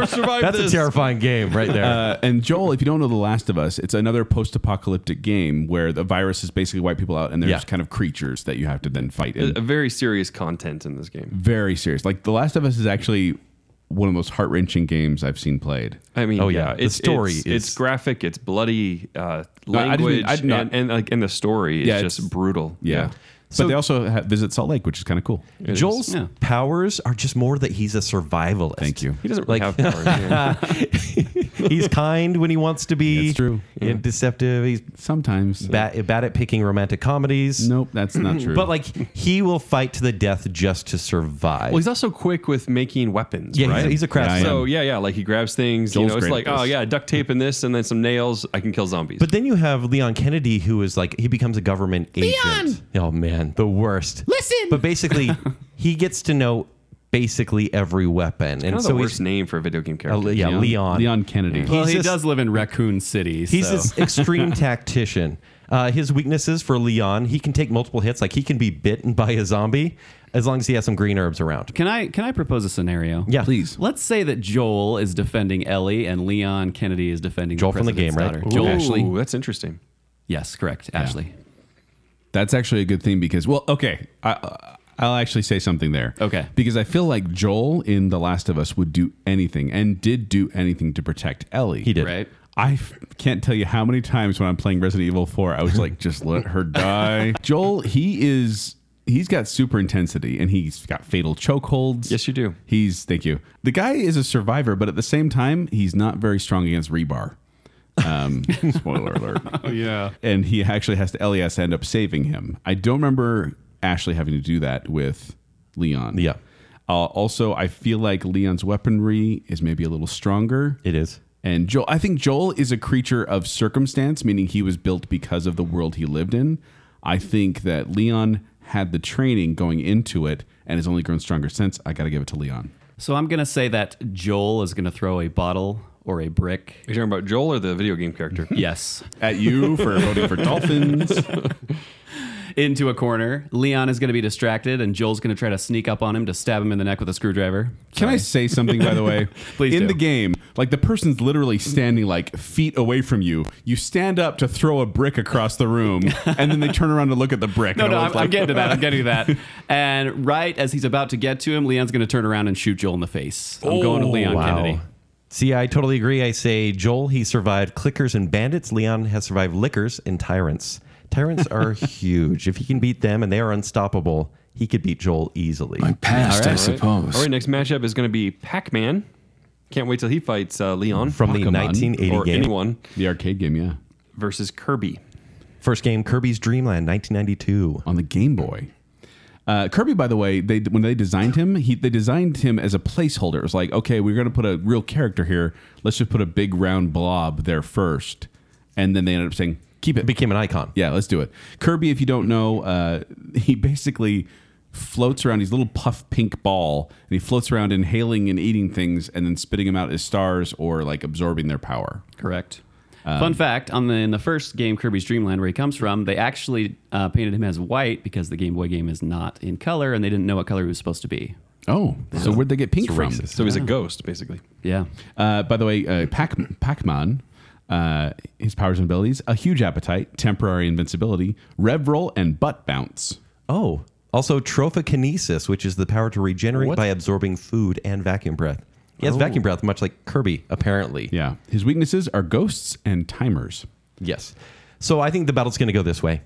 that's a terrifying game right there.
Uh, and Joel, if you don't know The Last of Us, it's another post-apocalyptic game where the virus is basically wipe people out, and there's
Yeah. Uh,
kind of creatures that you have to then fight.
A
And
very serious content in this game.
very serious. Like The Last of Us is actually one of the most heart-wrenching games I've seen played.
I mean,
Oh, yeah. The
it's,
story
it's,
is-
it's graphic, it's bloody, uh,
I didn't-
language,
I did not-
and, and like and the story is
Yeah, it's-
just brutal.
Yeah.
So-
but they also ha- visit Salt Lake, which is kind of cool.
Joel's
Yeah.
powers are just more that he's a survivalist.
Thank you.
he doesn't really
Like-
have powers. yeah.
(laughs) He's kind when he wants to be.
That's true.
And deceptive. He's
Sometimes.
bad, bad at picking romantic comedies.
Nope, that's not true.
But like he will fight to the death just to survive.
Well, he's also quick with making weapons.
yeah, he's,
right?
a, he's a
Yeah, I
craftsman.
am.
so yeah, yeah, like he grabs things.
Joel's
you know, it's
great
like
at this.
oh yeah, duct tape and this, and then some nails. I can kill zombies.
But then you have Leon Kennedy, who is like he becomes a government agent. Oh man, the worst. Listen. But basically, he gets to know basically every weapon, and
kind of
so
the worst
he's
name for a video game
uh,
character.
yeah, Leon.
Leon Kennedy.
Well,
He's
he
just-
does live in Raccoon City.
He's
so.
this extreme tactician. Uh, his weaknesses for Leon, he can take multiple hits. Like he can be bitten by a zombie as long as he has some green herbs around.
Can I can I propose a scenario?
Yeah,
Please.
Let's say that Joel is defending Ellie and Leon Kennedy is defending
Joel
the
from the
president's
game, right?
daughter.
Ooh,
Joel Ashley.
that's interesting.
Yes, correct. Ashley.
That's actually a good thing because, well, okay, I, I'll actually say something there.
Okay.
Because I feel like Joel in The Last of Us would do anything and did do anything to protect Ellie. He
did.
Right.
I f- can't tell you how many times when I'm playing Resident Evil 4, I was like, just let her die. Joel, he is. He's got super intensity and he's got fatal chokeholds.
Yes, you do.
He's, thank you. The guy is a survivor, but at the same time, he's not very strong against rebar. Um, spoiler alert.
Yeah.
and he actually has to Elias end up saving him. I don't remember Ashley having to do that with Leon.
Yeah.
Uh, also, I feel like Leon's weaponry is maybe a little stronger.
It is.
And Joel, I think Joel is a creature of circumstance, meaning he was built because of the world he lived in. I think that Leon had the training going into it and has only grown stronger since. I got to give it to Leon.
So I'm gonna say that Joel is gonna throw a bottle or a brick.
Are you talking about Joel or the video game character?
Yes.
At you for voting for Dolphins.
Into a corner. Leon is gonna be distracted and Joel's gonna try to sneak up on him to stab him in the neck with a screwdriver.
(laughs) Can I say something, by the way?
(laughs) Please
In
do.
the game, like the person's literally standing like feet away from you. You stand up to throw a brick across the room, and then they turn around to look at the brick.
No,
and
no,
I
I'm,
was
I'm
like,
getting to that. I'm getting to that. (laughs) And right as he's about to get to him, Leon's going to turn around and shoot Joel in the face. Um, I'm going with Leon Kennedy.
See, I totally agree. I say Joel, he survived clickers and bandits. Leon has survived lickers and tyrants. Tyrants are huge. If he can beat them and they are unstoppable, he could beat Joel easily.
Past, I suppose.
All right, next matchup is going to be Pac Man. Can't wait till he fights uh, Leon
From the
Pokemon
1980
or
game.
anyone
(laughs) The arcade game, yeah,
versus Kirby.
First game, Kirby's Dreamland, 1992.
on the Game Boy. Uh, Kirby, by the way, they when they designed him, he they designed him as a placeholder. It was like, okay, we're gonna put a real character here. Let's just put a big round blob there first, and then they ended up saying, keep it.
Became an icon.
Yeah, let's do it. Kirby, if you don't know, uh, (laughs) he basically floats around. He's a little puff pink ball, and he floats around inhaling and eating things, and then spitting them out as stars or like absorbing their power.
Correct. Fun fact: on the in the first game Kirby's Dream Land, where he comes from, they actually uh, painted him as white because the Game Boy game is not in color, and they didn't know what color he was supposed to be.
Oh, so where'd they get pink from?
racist.
So he's a ghost, basically.
Yeah,
Uh, by the way, uh, Pac Pac Man. uh, his powers and abilities, a huge appetite, temporary invincibility, rev roll, and butt bounce.
Oh, also trophokinesis, which is the power to regenerate
What?
by absorbing food and vacuum breath. He has vacuum breath, much like Kirby, apparently.
Yeah. His weaknesses are ghosts and timers.
Yes. So I think the battle's going to go this way.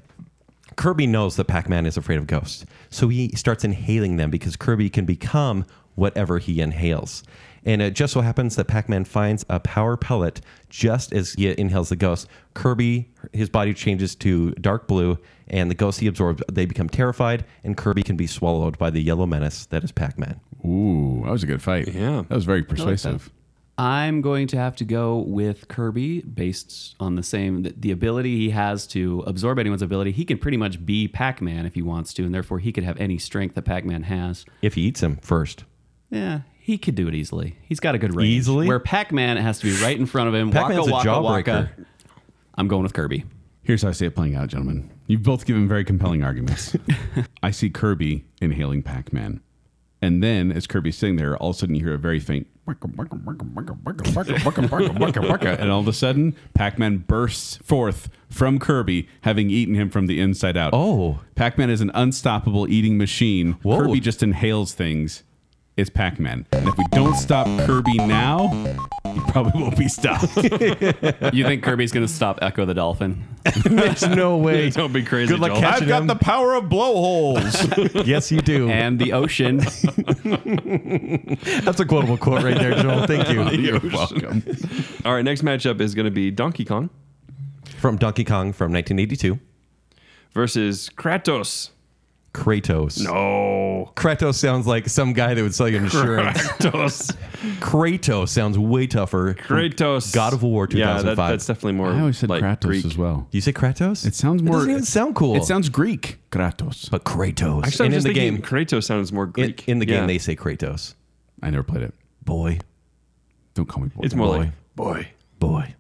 Kirby knows that Pac Man is afraid of ghosts. So he starts inhaling them because Kirby can become whatever he inhales. And it just so happens that Pac Man finds a power pellet just as he inhales the ghost. Kirby, his body changes to dark blue, and the ghosts he absorbs, they become terrified, and Kirby can be swallowed by the yellow menace that is Pac Man.
Ooh, that was a good fight.
Yeah.
That was very persuasive.
I'm going to have to go with Kirby based on the same the, the ability he has to absorb anyone's ability. He can pretty much be Pac-Man if he wants to, and therefore he could have any strength that Pac-Man has.
If he eats him (laughs) first.
Yeah, he could do it easily. He's got a good range.
Easily?
where Pac-Man has to be right in front of him.
Pac-Man's
waka,
a
waka,
jawbreaker.
Waka. I'm going with Kirby.
Here's how I see it playing out, gentlemen. You've both given very
(laughs)
compelling arguments. I see Kirby inhaling Pac Man. And then, as Kirby's sitting there, all of a sudden you hear a very faint. "Waka, waka, waka, waka, waka, waka, waka, waka, waka, waka," and all of a sudden, Pac Man bursts forth from Kirby, having eaten him from the inside out.
Oh.
Pac Man is an unstoppable eating machine.
Whoa.
Kirby just inhales things. It's Pac Man. And if we don't stop Kirby now, he probably won't be (laughs) stopped.
You think Kirby's going to stop Echo the Dolphin?
There's (laughs) no way.
Don't be crazy.
Good luck
Joel.
catching
I've got
him.
the power of blowholes.
yes, you do. (laughs)
And the ocean.
That's a quotable quote right there,
(laughs)
Joel. Thank you.
You're welcome.
All right, next matchup is going to be Donkey Kong
From Donkey Kong from 1982.
versus Kratos.
Kratos.
Oh,
Kratos sounds like some guy that would sell you insurance.
(laughs) Kratos.
Kratos sounds way tougher.
Kratos.
God of War
Yeah,
2005.
that, that's definitely more.
I always said
like
Kratos
Greek.
as well.
Do you say Kratos?
It sounds more.
It doesn't even sound cool.
It sounds Greek. Kratos.
But Kratos.
Actually,
and
I'm
in
just
the
thinking
game,
Kratos sounds more
in,
Greek.
in the game,
Yeah.
they say Kratos.
I never played it.
Boy,
Don't call me boy.
it's more
boy.
like boy.
boy.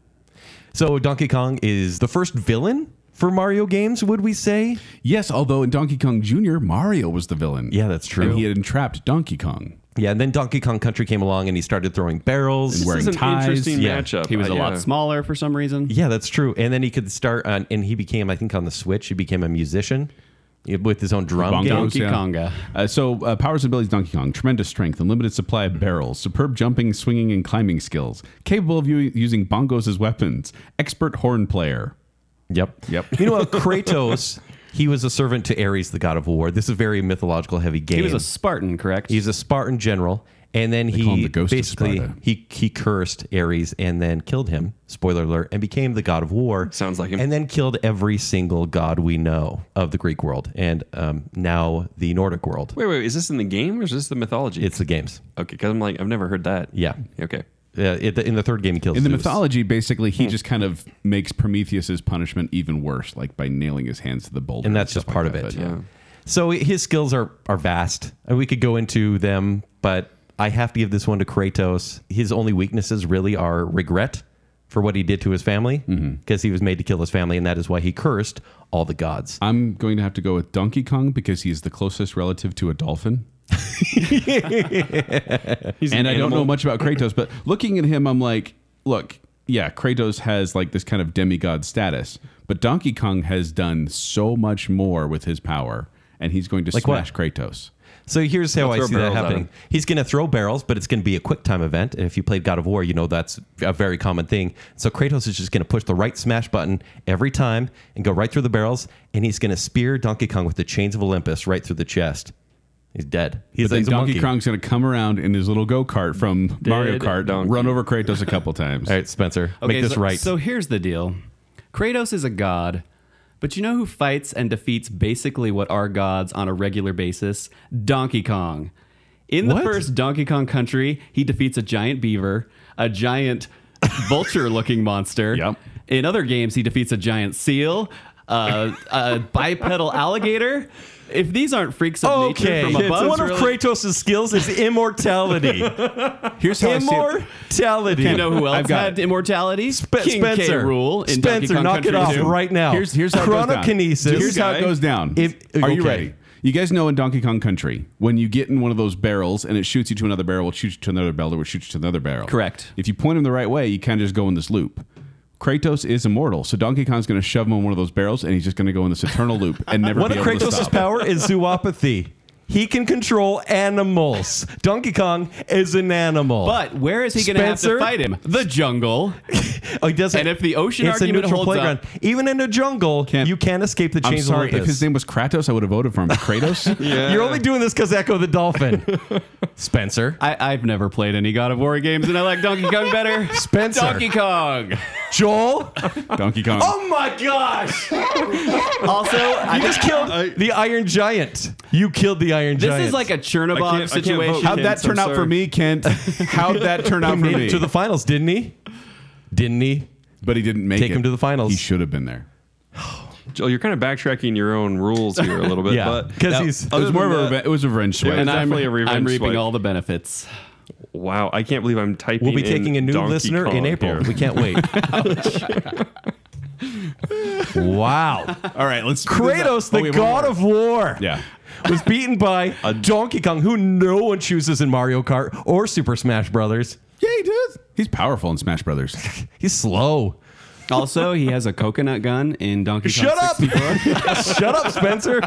So Donkey Kong is the first villain for Mario games. Would we say?
yes. Although in Donkey Kong Jr., Mario was the villain.
Yeah, that's true.
And he had entrapped Donkey Kong.
Yeah, and then Donkey Kong Country came along and he started throwing barrels.
And
This is an
Wearing ties.
interesting
Yeah.
matchup.
He was
Uh,
a
yeah.
lot smaller for some reason.
Yeah, that's true. And then he could start on, and he became, I think, on the Switch, he became a musician with his own drum
Bongos,
game.
Donkey Konga.
Uh, so, uh, powers and abilities Donkey Kong tremendous strength, unlimited supply of barrels, superb jumping, swinging, and climbing skills, capable of u- using bongos as weapons, expert horn player.
Yep.
Yep.
You know what? Kratos, he was a servant to Ares, the god of war. This is a very mythological heavy game.
He was a Spartan, correct?
He's a Spartan general. And then
call him
he
the Ghost of
basically
Sparta.
he he cursed Ares and then killed him. Spoiler alert! And became the god of war.
Sounds like him.
And then killed every single god we know of the Greek world and um, now the Nordic world.
Wait, wait. Is this in the game or is this the mythology?
It's the games.
okay. Because I'm like, I've never heard that.
Yeah.
Okay.
Uh, it, in the third game, he kills
In the
Zeus.
mythology, basically,
Hmm.
he just kind of makes Prometheus's punishment even worse, like by nailing his hands to the boulder.
and that's just
stuff like
part of
that,
it.
but-
yeah.
So his skills are are vast, and we could go into them, but I have to give this one to Kratos. His only weaknesses really are regret for what he did to his family, because
Mm-hmm.
he was made to kill his family, and that is why he cursed all the gods.
I'm going to have to go with Donkey Kong because he's the closest relative to
(laughs)
a dolphin.
He's
and
an
I don't know
animal.
much about Kratos, but looking at him, I'm like, look, yeah, Kratos has like this kind of demigod status, but Donkey Kong has done so much more with his power, and he's going to
what?
smash Kratos.
So here's how I
throw
see that
barrels at
happening.
him.
He's going to throw barrels, but it's going to be a quick time event. And if you played God of War, you know that's a very common thing. So Kratos is just going to push the right smash button every time and go right through the barrels. And he's going to spear Donkey Kong with the chains of Olympus right through the chest. He's dead. He's,
But then
he's a
Donkey
monkey.
Kong's going to come around in his little go kart from Mario Kart,
donkey.
run over Kratos a couple times.
All right, Spencer,
Okay,
make this
so,
right.
So here's the deal Kratos is a god, but you know who fights and defeats basically what are gods on a regular basis? Donkey Kong. In the
What?
first Donkey Kong country, he defeats a giant beaver, a giant (laughs) vulture looking monster.
Yep.
In other games, he defeats a giant seal. Uh, a bipedal alligator. If these aren't freaks of
okay,
nature from above,
one of
really-
Kratos' skills
(laughs)
is immortality.
Here's how I see it.
immortality.
You know who else
I've got
had immortality?
Spe-
King K.
Spencer,
Rule in Donkey
Spencer,
Kong
knock
Country
it off
2.
right now.
Here's here's how
chronokinesis.
It goes down. Here's how it goes down.
If-
Are you
okay.
ready? You guys know in Donkey Kong Country when you get in one of those barrels and it shoots you to another barrel, it shoots you to another barrel, it shoots you to another barrel.
Correct.
If you point them the right way, you kind of just go in this loop. Kratos is immortal, so Donkey Kong's going to shove him in one of those barrels, and he's just going to go in this eternal loop and never.
One
be
of
able to
Kratos'
stop.
power is zoopathy. He can control animals. Donkey Kong is an animal.
But where is he going to have to
Spencer?
fight him? The jungle.
oh, he doesn't.
And if the ocean
it's a
argument
neutral
holds up-
playground. Even in a jungle,
Can't-
you can't escape the
I'm
chains
sorry.
of
If his name was Kratos, I would have voted for him. But Kratos.
You're only doing this because Echo the
(laughs)
Dolphin. Spencer.
I, I've never played any God of War games, and I like Donkey Kong
(laughs)
better.
Spencer.
Donkey Kong.
Joel.
Donkey Kong.
Oh my gosh!
(laughs)
You
Also, I
just killed the Iron Giant. You killed the Iron
this
Giant.
is like a
I
Chernobog
can't- I can't
situation.
vote.
How'd that
Kent, I'm
turn out for
sorry.
me, Kent? How'd that turn
he
out for
made
me?
it to the finals, didn't he? Didn't he?
but he didn't make
Take
it.
him to the finals.
He should have been there.
Joel, you're kind of backtracking your own rules here a
(laughs)
little bit.
Yeah,
but
because
Now,
he's
It was
Other
more of
than
a
that-
revenge. It was a revenge swing.
Yeah,
And I'm,
Definitely a revenge
I'm reaping
swipe.
all the benefits.
wow, I can't believe I'm typing.
We'll be
in
taking a new
Donkey
listener in
Kong
April.
here.
We
(laughs)
can't wait. wow.
All right, let's
Kratos,
Oh,
the
wait, one
god
more.
of war,
Yeah.
was beaten by Donkey Kong, who no one chooses in Mario Kart or Super Smash Brothers.
Yeah, he does. He's powerful in Smash Brothers.
He's slow.
Also, he has a coconut gun in Donkey Kong.
Shut up! (laughs)
64.
Shut up, Spencer.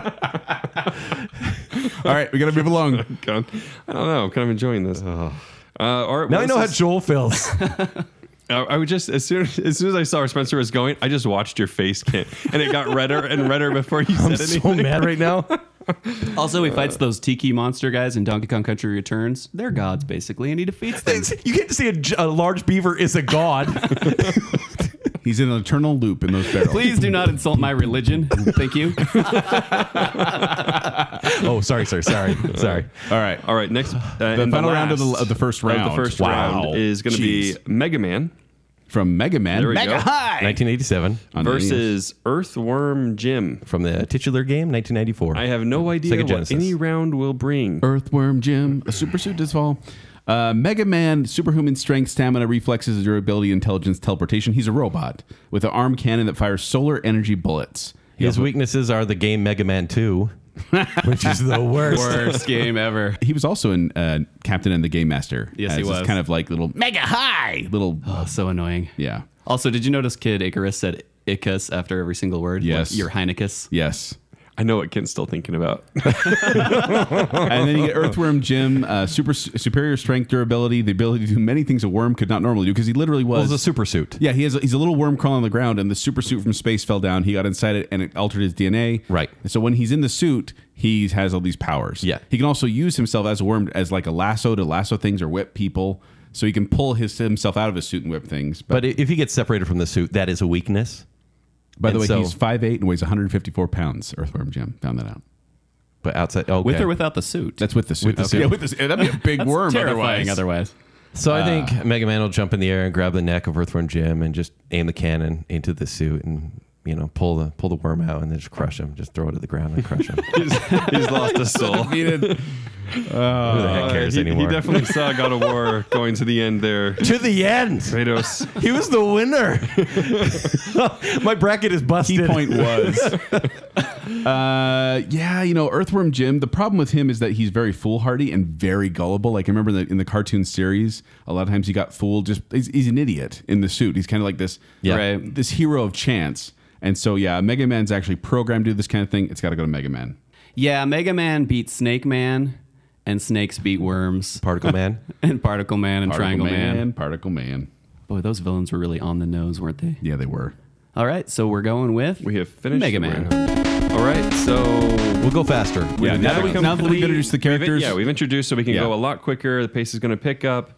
All right, we got to move along.
Kong. I don't know. I'm kind of enjoying this. Uh, all right,
Now
what
I
is
know how
this?
Joel feels.
I, I would just as soon as soon as I saw where Spencer was going, I just watched your face, Kent, and it got redder and redder before you said
(laughs) I'm
anything.
so mad right now.
Also, he fights those tiki monster guys in Donkey Kong Country Returns. They're gods, basically, and he defeats them.
You get to see a, j- a large beaver is a god.
He's in an eternal loop in those barrels.
Please do not insult my religion. Thank
(laughs)
you.
(laughs) oh, sorry, sorry, sorry, sorry.
All right.
All right,
(sighs)
next uh,
The
and
final round of the,
last
of the first
of
round.
the first
Wow.
round is going to be
Jeez.
Mega Man
from Mega Man.
There we
Mega
go.
High
1987
On the NES.
versus Earthworm Jim.
from the titular game 1994.
I have no idea
Sega
what
Genesis.
any round will bring.
Er- Earthworm Jim, a super suit does fall. Uh, Mega Man, superhuman strength, stamina, reflexes, durability, intelligence, teleportation. He's a robot with an arm cannon that fires solar energy bullets.
His weaknesses are the game Mega Man 2, which is the worst.
Worst game ever.
He was also in uh, Captain and the Game Master.
Yes,
as
he
this
was.
Kind of like little Mega High, little
Oh, so annoying.
yeah,
Also, did you notice Kid Icarus said Icus after every single word?
Yes.
Like, You're Heinekus.
yes.
I know what Kent's still thinking about. (laughs)
and then you get Earthworm Jim, uh, super superior strength, durability, the ability to do many things a worm could not normally do because he literally
was
was
a super suit.
Yeah, he has. He's a little worm crawling on the ground, and the super suit from space fell down. He got inside it, and it altered his DNA.
Right.
And so when he's in the suit, he has all these powers.
Yeah.
He can also use himself as a worm, as like a lasso to lasso things or whip people. So he can pull his himself out of his suit and whip things. But,
But i- if he gets separated from the suit, that is a weakness.
by the
and
way,
so-
he's 5'8 and weighs 154 pounds. Earthworm Jim found that out.
But outside, okay.
With or without the suit?
That's with the suit.
With the
Okay.
suit.
Yeah, with the suit. That'd be a
(laughs)
big worm.
terrifying.
Otherwise.
Otherwise,
so I think Mega Man will jump in the air and grab the neck of Earthworm Jim and just aim the cannon into the suit and you know pull the pull the worm out and then just crush him. Just throw it at the ground and crush him. (laughs) Who
he's, he's lost
(laughs)
his soul.
Defeated.
the heck
Uh,
cares
he, he
anymore? (laughs)
(laughs)
definitely saw God of War going to the end there.
to the end.
Kratos.
He was the (laughs) winner. My bracket is busted.
key point was. (laughs) uh, yeah, you know, Earthworm Jim. The problem with him is that he's very foolhardy and very gullible. Like I remember in the, in the cartoon series, a lot of times he got fooled. Just he's, he's an idiot in the suit. He's kind of like this,
Yeah.
Right.
this hero of chance. And so, yeah, Mega Man's actually programmed to do this kind of thing. It's got to go to Mega Man.
yeah, Mega Man beat Snake Man, and snakes beat worms,
Particle Man.
and Particle Man, and
Particle
Triangle Man.
Particle Man.
Boy, those villains were really on the nose, weren't they?
Yeah, they were.
All right, so we're going with
We have finished
Mega
the
Man.
round. All right, so
We'll go faster.
We
Yeah,
did
now
not
that we-
come
now that we've
complete-
introduced the
we've in-
characters-
yeah, we've introduced so we can
Yeah.
go a lot quicker. The pace is going to pick up.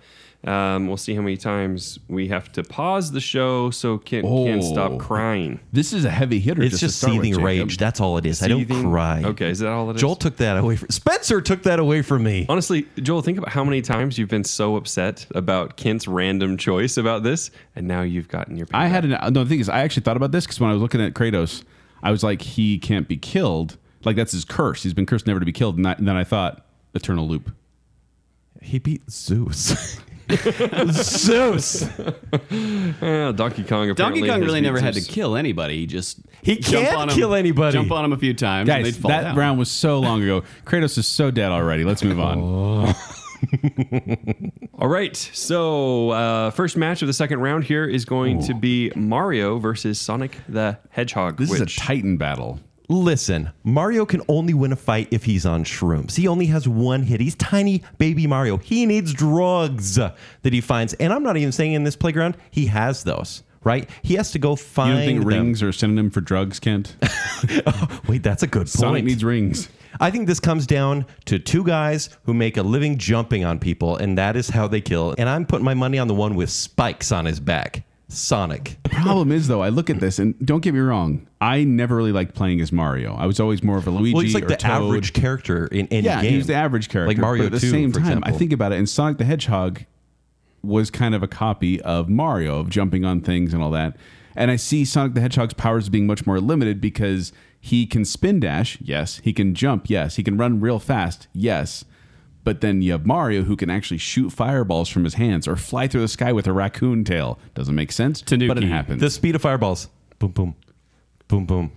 Um, we'll see how many times we have to pause the show so Kent can
Oh.
stop crying.
This is a heavy hitter.
It's
to
just
start with,
seething
Jacob.
rage. That's all it is. I
Seething-
don't cry.
Okay, is that all it is?
Joel took that away. From, Spencer took that away from me.
Honestly, Joel, think about how many times you've been so upset about Kent's random choice about this, and now you've gotten your.
I had an no. The thing is, I actually thought about this because when I was looking at Kratos, I was like, he can't be killed. Like that's his curse. He's been cursed never to be killed. And, I, and then I thought, eternal loop.
He beat
(laughs)
Zeus. Zeus.
Yeah, Ah, Donkey Kong.
Donkey
apparently
Kong
has
really
beat
never had to
Zeus.
kill anybody. He just
He
jump
can't
on 'em-
kill anybody.
Jump on him a few times, and
Guys,
they'd fall
that
down.
(laughs)
Oh.
round was so long ago. Kratos is so dead already. Let's move on.
All right. So, uh, first match of the second round here is going to be Mario versus Sonic the Hedgehog.
This is a
which-
Titan battle.
Listen, Mario can only win a fight if he's on shrooms. He only has one hit. He's tiny baby Mario. He needs drugs that he finds. And I'm not even saying in this playground, he has those, right? He has to go
You
find
don't think
them.
rings are a synonym for drugs, Kent?
(laughs) Wait, that's a good point.
Sonic needs rings.
I think this comes down to two guys who make a living jumping on people, and that is how they kill. And I'm putting my money on the one with spikes on his back. Sonic.
Problem is, though, I look at this and don't get me wrong. I never really liked playing as Mario. I was always more of a Luigi
Well, he's like
or
the
Toad.
average character in any
yeah,
game.
he was the average character.
Like Mario
but at the
2,
same
for
time,
example.
I think about it, and Sonic the Hedgehog was kind of a copy of Mario of jumping on things and all that. And I see Sonic the Hedgehog's powers being much more limited because he can spin dash, yes. He can jump, yes. He can run real fast, yes. But then you have Mario who can actually shoot fireballs from his hands or fly through the sky with a raccoon tail. Doesn't make sense, but it
Tanuki.
happens.
The speed of fireballs. Boom, boom, boom, boom.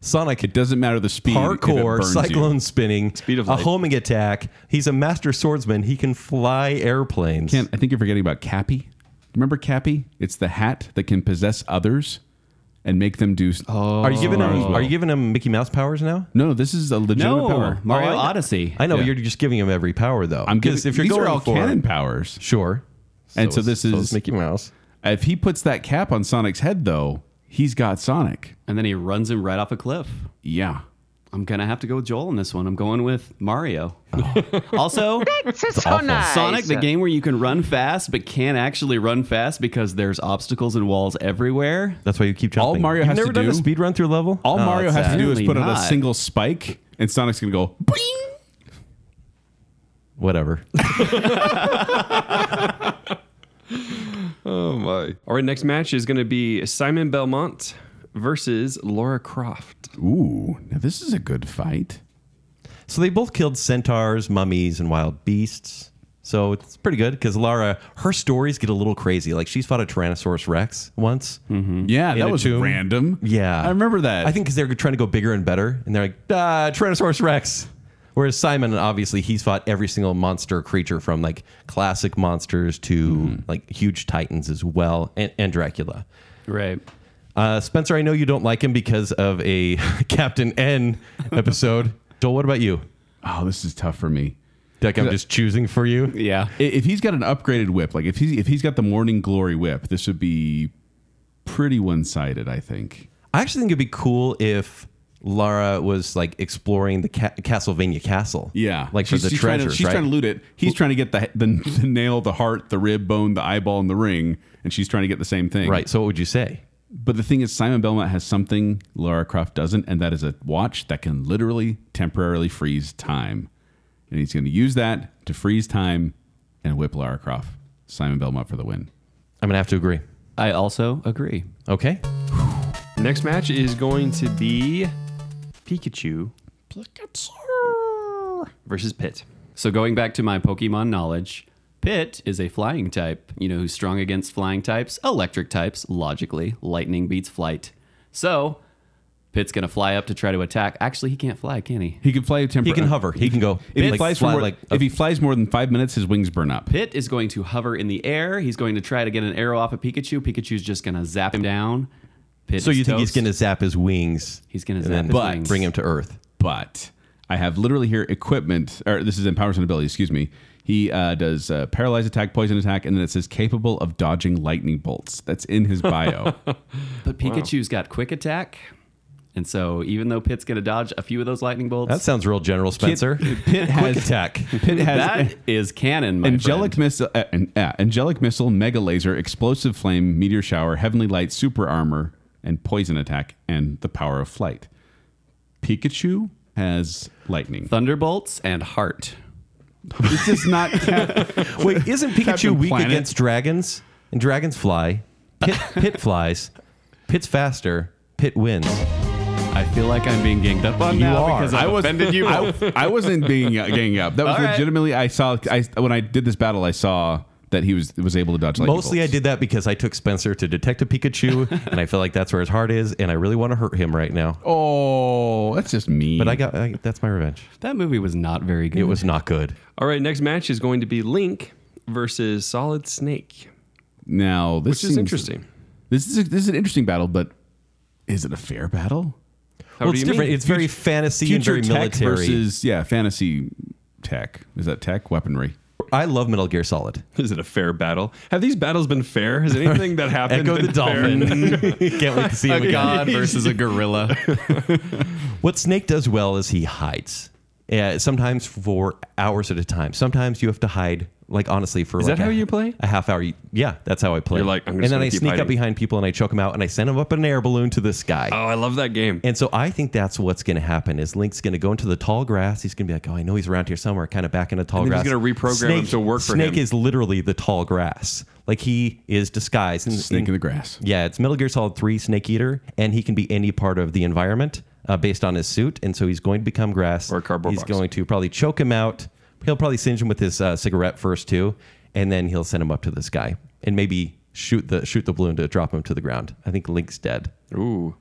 Sonic.
it doesn't matter the speed. if it
Parkour,
burns you.
cyclone spinning,
Speed of
a
light.
homing attack. He's a master swordsman. He can fly airplanes.
Kent, I think you're forgetting about Cappy. Remember Cappy? It's the hat that can possess others and make them do. Oh,
are you giving him? Are you giving him Mickey Mouse powers now?
No, this is a legitimate
No,
power.
Mario
Oh, I-
Odyssey.
I know
Yeah.
you're just giving him every power though.
I'm
because
giving,
if you're
these
going
are all
for
canon powers.
sure,
And so this is-
Mickey Mouse.
If he puts that cap on Sonic's head, though, he's got Sonic.
and then he runs him right off a cliff.
Yeah.
I'm gonna have to go with Joel on this one. I'm going with Mario. also, Sonic, the game where you can run fast but can't actually run fast because there's obstacles and walls everywhere.
That's why you keep jumping.
All Mario
You've
has to
never done a
do-
speed run through a level. Ah,
All
No,
Mario
that's
has to
sad.
do is
Apparently
put on a
not.
single spike, and Sonic's going to go, boing!
Whatever.
Oh my! All right, next match is going to be Simon Belmont versus Laura Croft.
Ooh, now this is a good fight.
So they both killed centaurs, mummies, and wild beasts. So it's pretty good because Lara, her stories get a little crazy. Like she's fought a Tyrannosaurus Rex once.
Yeah,
Mm-hmm. In
that
a
was
tomb?
random.
Yeah.
Mm-hmm. I remember that.
I think because they're trying to go bigger and better, and they're like, ah, Tyrannosaurus Rex. Whereas Simon, obviously, he's fought every single monster creature from like classic monsters to
Mm-hmm.
like huge titans as well, and, and Dracula.
Right.
Uh, Spencer, I know you don't like him because of a (laughs) Captain N episode. Joel, what about you?
oh, this is tough for me.
Like I'm just choosing for you.
Yeah.
I- If he's got an upgraded whip, like if he's if he's got the morning glory whip, this would be pretty one sided. I think.
I actually think it'd be cool if Lara was like exploring the ca- Castlevania castle.
Yeah,
like for
she's,
the
she's
treasures.
Trying to, she's
right?
trying to loot it. He's trying to get the, the the nail, the heart, the rib bone, the eyeball, and the ring, and she's trying to get the same thing.
Right. So what would you say?
But the thing is, Simon Belmont has something Lara Croft doesn't, and that is a watch that can literally temporarily freeze time, and he's going to use that to freeze time and whip Lara Croft. Simon Belmont for the win.
I'm gonna have to agree.
I also agree.
Okay.
Next match is going to be Pikachu versus Pit.
So going back to my Pokemon knowledge, Pit is a flying type. You know who's strong against flying types? Electric types, logically. Lightning beats flight. So Pit's gonna fly up to try to attack. Actually, he can't fly, can he?
He can fly temporarily.
He can hover. He can go.
If, he
like,
uh, flies for
fly
more,
like
if he flies more than five minutes, his wings burn up.
Pit is going to hover in the air. He's going to try to get an arrow off of Pikachu. Pikachu's just gonna zap him down. Pit
so
is
you think he's
toast.
gonna zap his wings?
He's gonna
and
zap
then
his
but
wings.
bring him to Earth.
But I have literally here equipment, or this is in powers and abilities, excuse me. He uh, does uh, paralyze attack, poison attack, and then it says capable of dodging lightning bolts. That's in
(laughs)
his bio.
But Pikachu's got quick attack. And so even though Pit's gonna dodge a few of those lightning bolts,
That sounds real, General Spencer.
Pitt
(laughs) Quick
has (laughs)
attack.
Pitt has
(laughs)
that is canon, my friend.
angelic missile, uh, an- uh, angelic missile, mega laser, explosive flame, meteor shower, heavenly light, super armor, and poison attack, and the power of flight. Pikachu has lightning.
Thunderbolts and Heart.
this
(laughs)
is not. Cap-
Wait, isn't Pikachu
Captain
weak
Planet.
against dragons? And dragons fly.
(laughs)
Pit, pit flies. Pit's faster. Pit wins.
I feel like I'm being ganged up on
You
now
are.
because I've
I was-
offended you.
I, I wasn't being uh, gang up. That was
All right.
legitimately. I saw I, when I did this battle. I saw that he was was able to dodge. lightning
Mostly, I
bolts.
did that because I took Spencer to Detective
(laughs)
Pikachu, and I feel like that's where his heart is, and I really want to hurt him right now.
Oh, that's just mean.
But I got I, that's my revenge.
That movie was not very good.
It was not good.
All right, next match is going to be Link versus Solid Snake,
now this
which is
seems-
interesting.
This is this is an interesting battle, but is it a fair battle?
How
well,
do
it's
you
different.
mean?
It's very fantasy and very
tech
military.
versus yeah, fantasy tech. Is that tech weaponry?
I love Metal Gear Solid.
(laughs) Is it a fair battle? Have these battles been fair? Has anything (laughs) that happened
Echo
been
the
fair? (laughs) Oh
Dolphin. Can't wait to see him (laughs)
a
again.
Oh god versus a gorilla.
What Snake does well is he hides. Uh, sometimes for hours at a time. Sometimes you have to hide. Like honestly, for
Is
like
that
a-
how you play?
A half hour. Yeah, that's how I play.
You're like, I'm
and
just
then
gonna
I
keep
sneak
hiding.
up behind people and I choke them out and I send them up in an air balloon to the sky.
Oh, I love that game.
And so I think that's what's going to happen is Link's going to go into the tall grass. He's going to be like, oh, I know he's around here somewhere, kind of back in the tall
And then
grass.
he's gonna reprogram
Snake,
him to work for
Snake
him.
is literally the tall grass. Like he is disguised. And,
Snake in the grass.
Yeah, it's Metal Gear Solid 3 Snake Eater, and he can be any part of the environment uh, based on his suit. And so he's going to become grass.
Or a cardboard
He's
box.
going to probably choke him out. He'll probably singe him with his uh, cigarette first, too. And then he'll send him up to the sky and maybe shoot the shoot the balloon to drop him to the ground. I think Link's dead.
Ooh.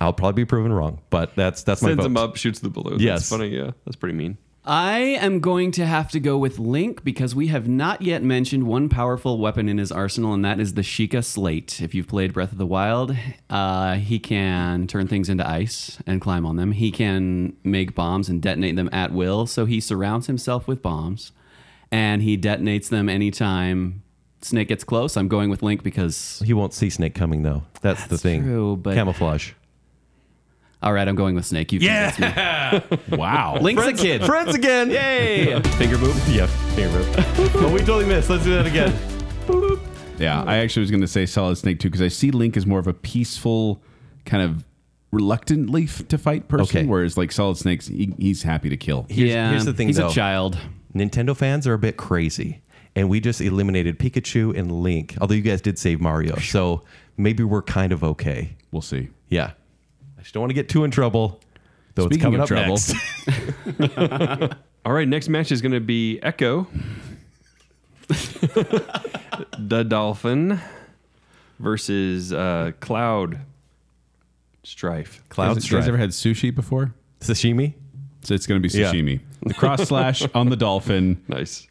I'll probably be proven wrong, but that's that's my
Sends
vote.
him up, shoots the balloon.
Yes.
That's funny. Yeah, that's pretty mean.
I am going to have to go with Link because we have not yet mentioned one powerful weapon in his arsenal, and that is the Sheikah Slate. If you've played Breath of the Wild, uh, he can turn things into ice and climb on them. He can make bombs and detonate them at will. So he surrounds himself with bombs and he detonates them anytime Snake gets close. I'm going with Link because.
He won't see Snake coming though. That's, the
That's
thing.
true, but-
Camouflage.
All right, I'm going with Snake. You yeah. me.
(laughs)
Wow.
Link's a kid.
Friends again. Yay!
Finger move.
yeah, finger rip. oh, we totally missed. Let's do that again.
Yeah, I actually was going to say Solid Snake too because I see Link as more of a peaceful, kind of reluctantly f- to fight person,
Okay.
whereas like Solid Snake's he, he's happy to kill.
Here's,
yeah,
here's the thing
he's
though.
a child.
Nintendo fans are a bit crazy, and we just eliminated Pikachu and Link. Although you guys did save Mario, so maybe we're kind of okay.
We'll see.
Yeah. I just don't want to get too in trouble. Though
Speaking
it's coming
of
up
trouble.
next.
(laughs)
(laughs)
All right, next match is going to be Echo, the Dolphin, versus uh, Cloud Strife.
Cloud
you guys
Strife.
ever had sushi before?
Sashimi.
So it's going to be
Yeah.
sashimi. The cross slash on the dolphin
Nice.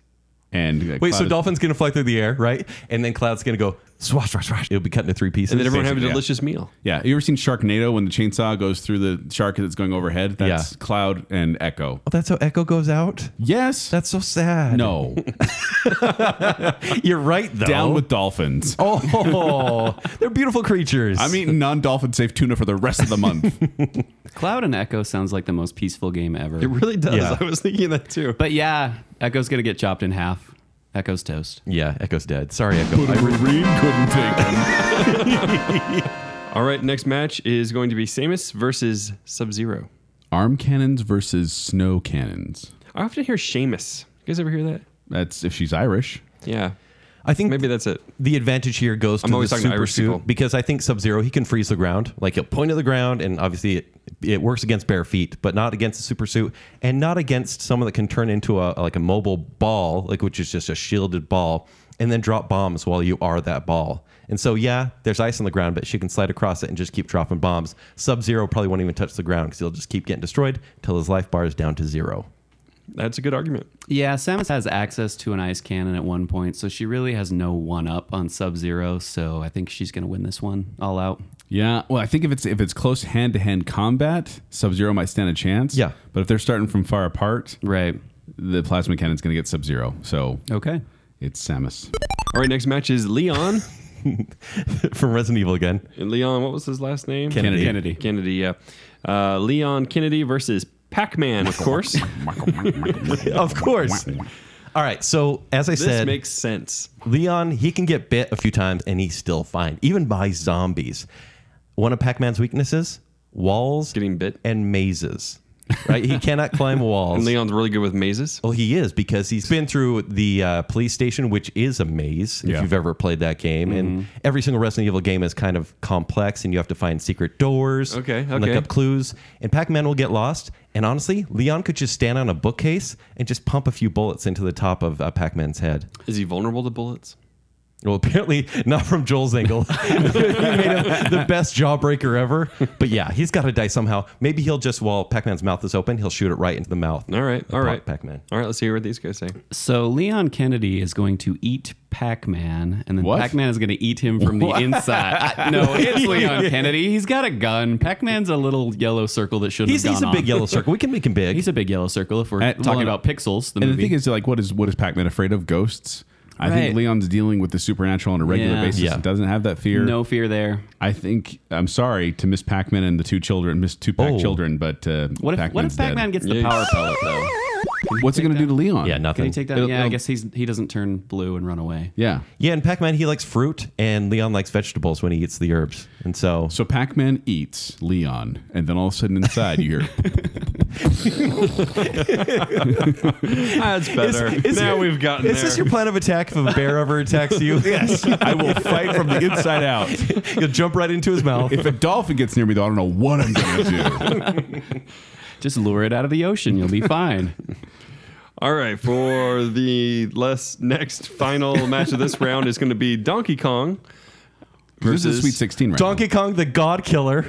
and uh,
Wait, so
Cloud-
Dolphin's gonna fly through the air, right? And then Cloud's gonna go swash, swash, swash. It'll be cut into three pieces.
And then everyone have a
basically.
delicious meal.
Yeah, you ever seen Sharknado when the chainsaw goes through the shark that's going overhead? That's
Yeah.
Cloud and Echo.
Oh, that's how Echo goes out?
Yes.
That's so sad.
no.
You're right, though.
Down with dolphins.
(laughs) Oh, they're beautiful creatures.
I'm eating non-dolphin safe tuna for the rest of the (laughs) month.
Cloud and Echo sounds like the most peaceful game ever.
It really does.
Yeah.
I was thinking that too.
But yeah, Echo's gonna get chopped in half. Echo's toast.
Yeah, Echo's dead. Sorry, Echo.
(laughs)
I re-
Marine couldn't take him.
All right, next match is going to be Samus versus Sub Zero.
Arm cannons versus snow cannons.
I often hear Seamus. You guys ever hear that?
That's if she's Irish.
Yeah.
I think
Maybe that's it.
the advantage here goes to
I'm always
the
talking to
super
Irish
suit
people.
because I think Sub Zero he can freeze the ground. Like he'll point at the ground, and obviously it, it works against bare feet, but not against the super suit, and not against someone that can turn into a like a mobile ball, like which is just a shielded ball, and then drop bombs while you are that ball. And so yeah, there's ice on the ground, but she can slide across it and just keep dropping bombs. Sub Zero probably won't even touch the ground because he'll just keep getting destroyed till his life bar is down to zero. (laughs)
That's a good argument.
Yeah, Samus has access to an ice cannon at one point, so she really has no one up on Sub Zero. So I think she's gonna win this one all out.
Yeah. Well, I think if it's if it's close hand to hand combat, Sub Zero might stand a chance.
Yeah.
But if they're starting from far apart,
Right. Oh.
the plasma cannon's going to get Sub Zero. So
Okay.
it's Samus.
All right, next match is Leon.
From Resident Evil again.
and Leon, what was his last name?
Kennedy.
(laughs)
Kennedy.
Kennedy, yeah. Uh, Leon Kennedy versus Pac Man, of course.
of course. All right. So as I
this
said,
makes sense.
Leon he can get bit a few times and he's still fine, even by zombies. One of Pac-Man's weaknesses: walls,
Getting bit.
and mazes. right? He cannot climb walls.
(laughs) And Leon's really good with mazes.
Well, he is because he's been through the uh, police station, which is a maze if
Yeah.
you've ever played that game. And
Mm-hmm.
every single Resident Evil game is kind of complex, and you have to find secret doors,
Okay,
and look
okay.
up clues. And Pac Man will get lost. And honestly, Leon could just stand on a bookcase and just pump a few bullets into the top of uh, Pac Man's head.
Is he vulnerable to bullets?
Well, (laughs) apparently not from Joel's angle. (laughs) he made him the best jawbreaker ever. But yeah, he's got to die somehow. Maybe he'll just, while Pac Man's mouth is open, he'll shoot it right into the mouth.
All right, all right.
Pac Man.
All right, let's hear what these guys say.
So Leon Kennedy is going to eat Pac-Man, and then
What?
Pac-Man is going to eat him from the inside. I- no, it's Leon Kennedy. He's got a gun. Pac-Man's a little yellow circle that shouldn't
He's,
have
he's
gone
a big
on.
yellow circle. We can make him big.
He's a big yellow circle. If we're
Uh,
talking
well,
about Pixels, the
and
movie.
the thing is, like, what is what is Pac-Man afraid of? Ghosts. I
Right.
think Leon's dealing with the supernatural on a regular
Yeah.
basis.
Yeah.
and doesn't have that fear.
no fear there.
I think I'm sorry to Miss Pac-Man and the two children, Miss Two Pac
Oh.
children, but uh,
What if what
Pac-Man's
if Pac-Man
dead.
gets the
Yeah.
power pellet though?
What's it going to do to Leon?
Yeah, nothing.
Can he take that?
It'll-
yeah, I
it'll-
guess he's he doesn't turn blue and run away.
Yeah.
Yeah, and Pac Man, he likes fruit, and Leon likes vegetables when he eats the herbs. And so,
So Pac-Man eats Leon, and then all of a sudden inside you hear
That's better. now
your-
we've gotten
is
there.
this your plan of attack if a bear ever attacks you? (laughs) yes.
I will fight from the inside out.
You'll jump right into his mouth.
If a dolphin gets near me, though, I don't know what I'm going to do.
Just lure it out of the
(laughs)
ocean. You'll be fine.
All right, for the less next final match of this round is going to be Donkey Kong.
This is
Versus
a Sweet 16 right
Donkey Kong, the God Killer.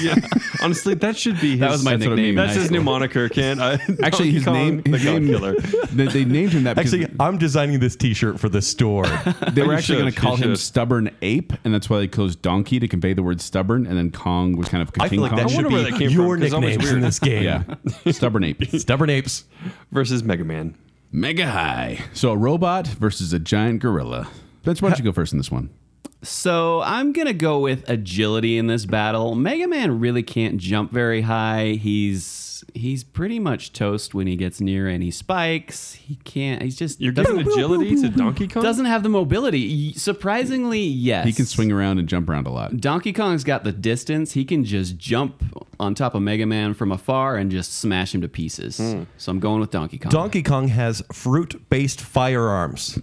Yeah. (laughs) Honestly, that should be his.
That was my
that's what I
nickname
mean.
in
That's
high
his
school.
new moniker, Ken. I,
now. Actually, his name, his
the
name
God Killer.
They, they named him that because
Actually, I'm designing this t shirt for the (laughs) store.
they were
you
actually
should,
going to
you
call him
should.
Stubborn Ape, and that's why they closed Donkey to convey the word stubborn, and then Kong was kind of
I
King
feel like
Kong.
that
I
should
wonder where that
be
came
your
from, 'cause I'm always
nicknames in
weird.
this game.
yeah,
(laughs)
Stubborn Ape.
Stubborn Apes.
versus Mega Man.
Mega high. So a robot versus a giant gorilla. Bench, why don't you go first in this one?
So I'm gonna go with agility in this battle. Mega Man really can't jump very high. He's he's pretty much toast when he gets near any spikes. He can't. He's just
You're
doesn't,
giving agility to Donkey Kong.
doesn't have the mobility. Y- Surprisingly, yes.
He can swing around and jump around a lot.
Donkey Kong's got the distance. He can just jump on top of Mega Man from afar and just smash him to pieces.
Hmm.
So I'm going with Donkey Kong.
Donkey Kong has fruit based firearms.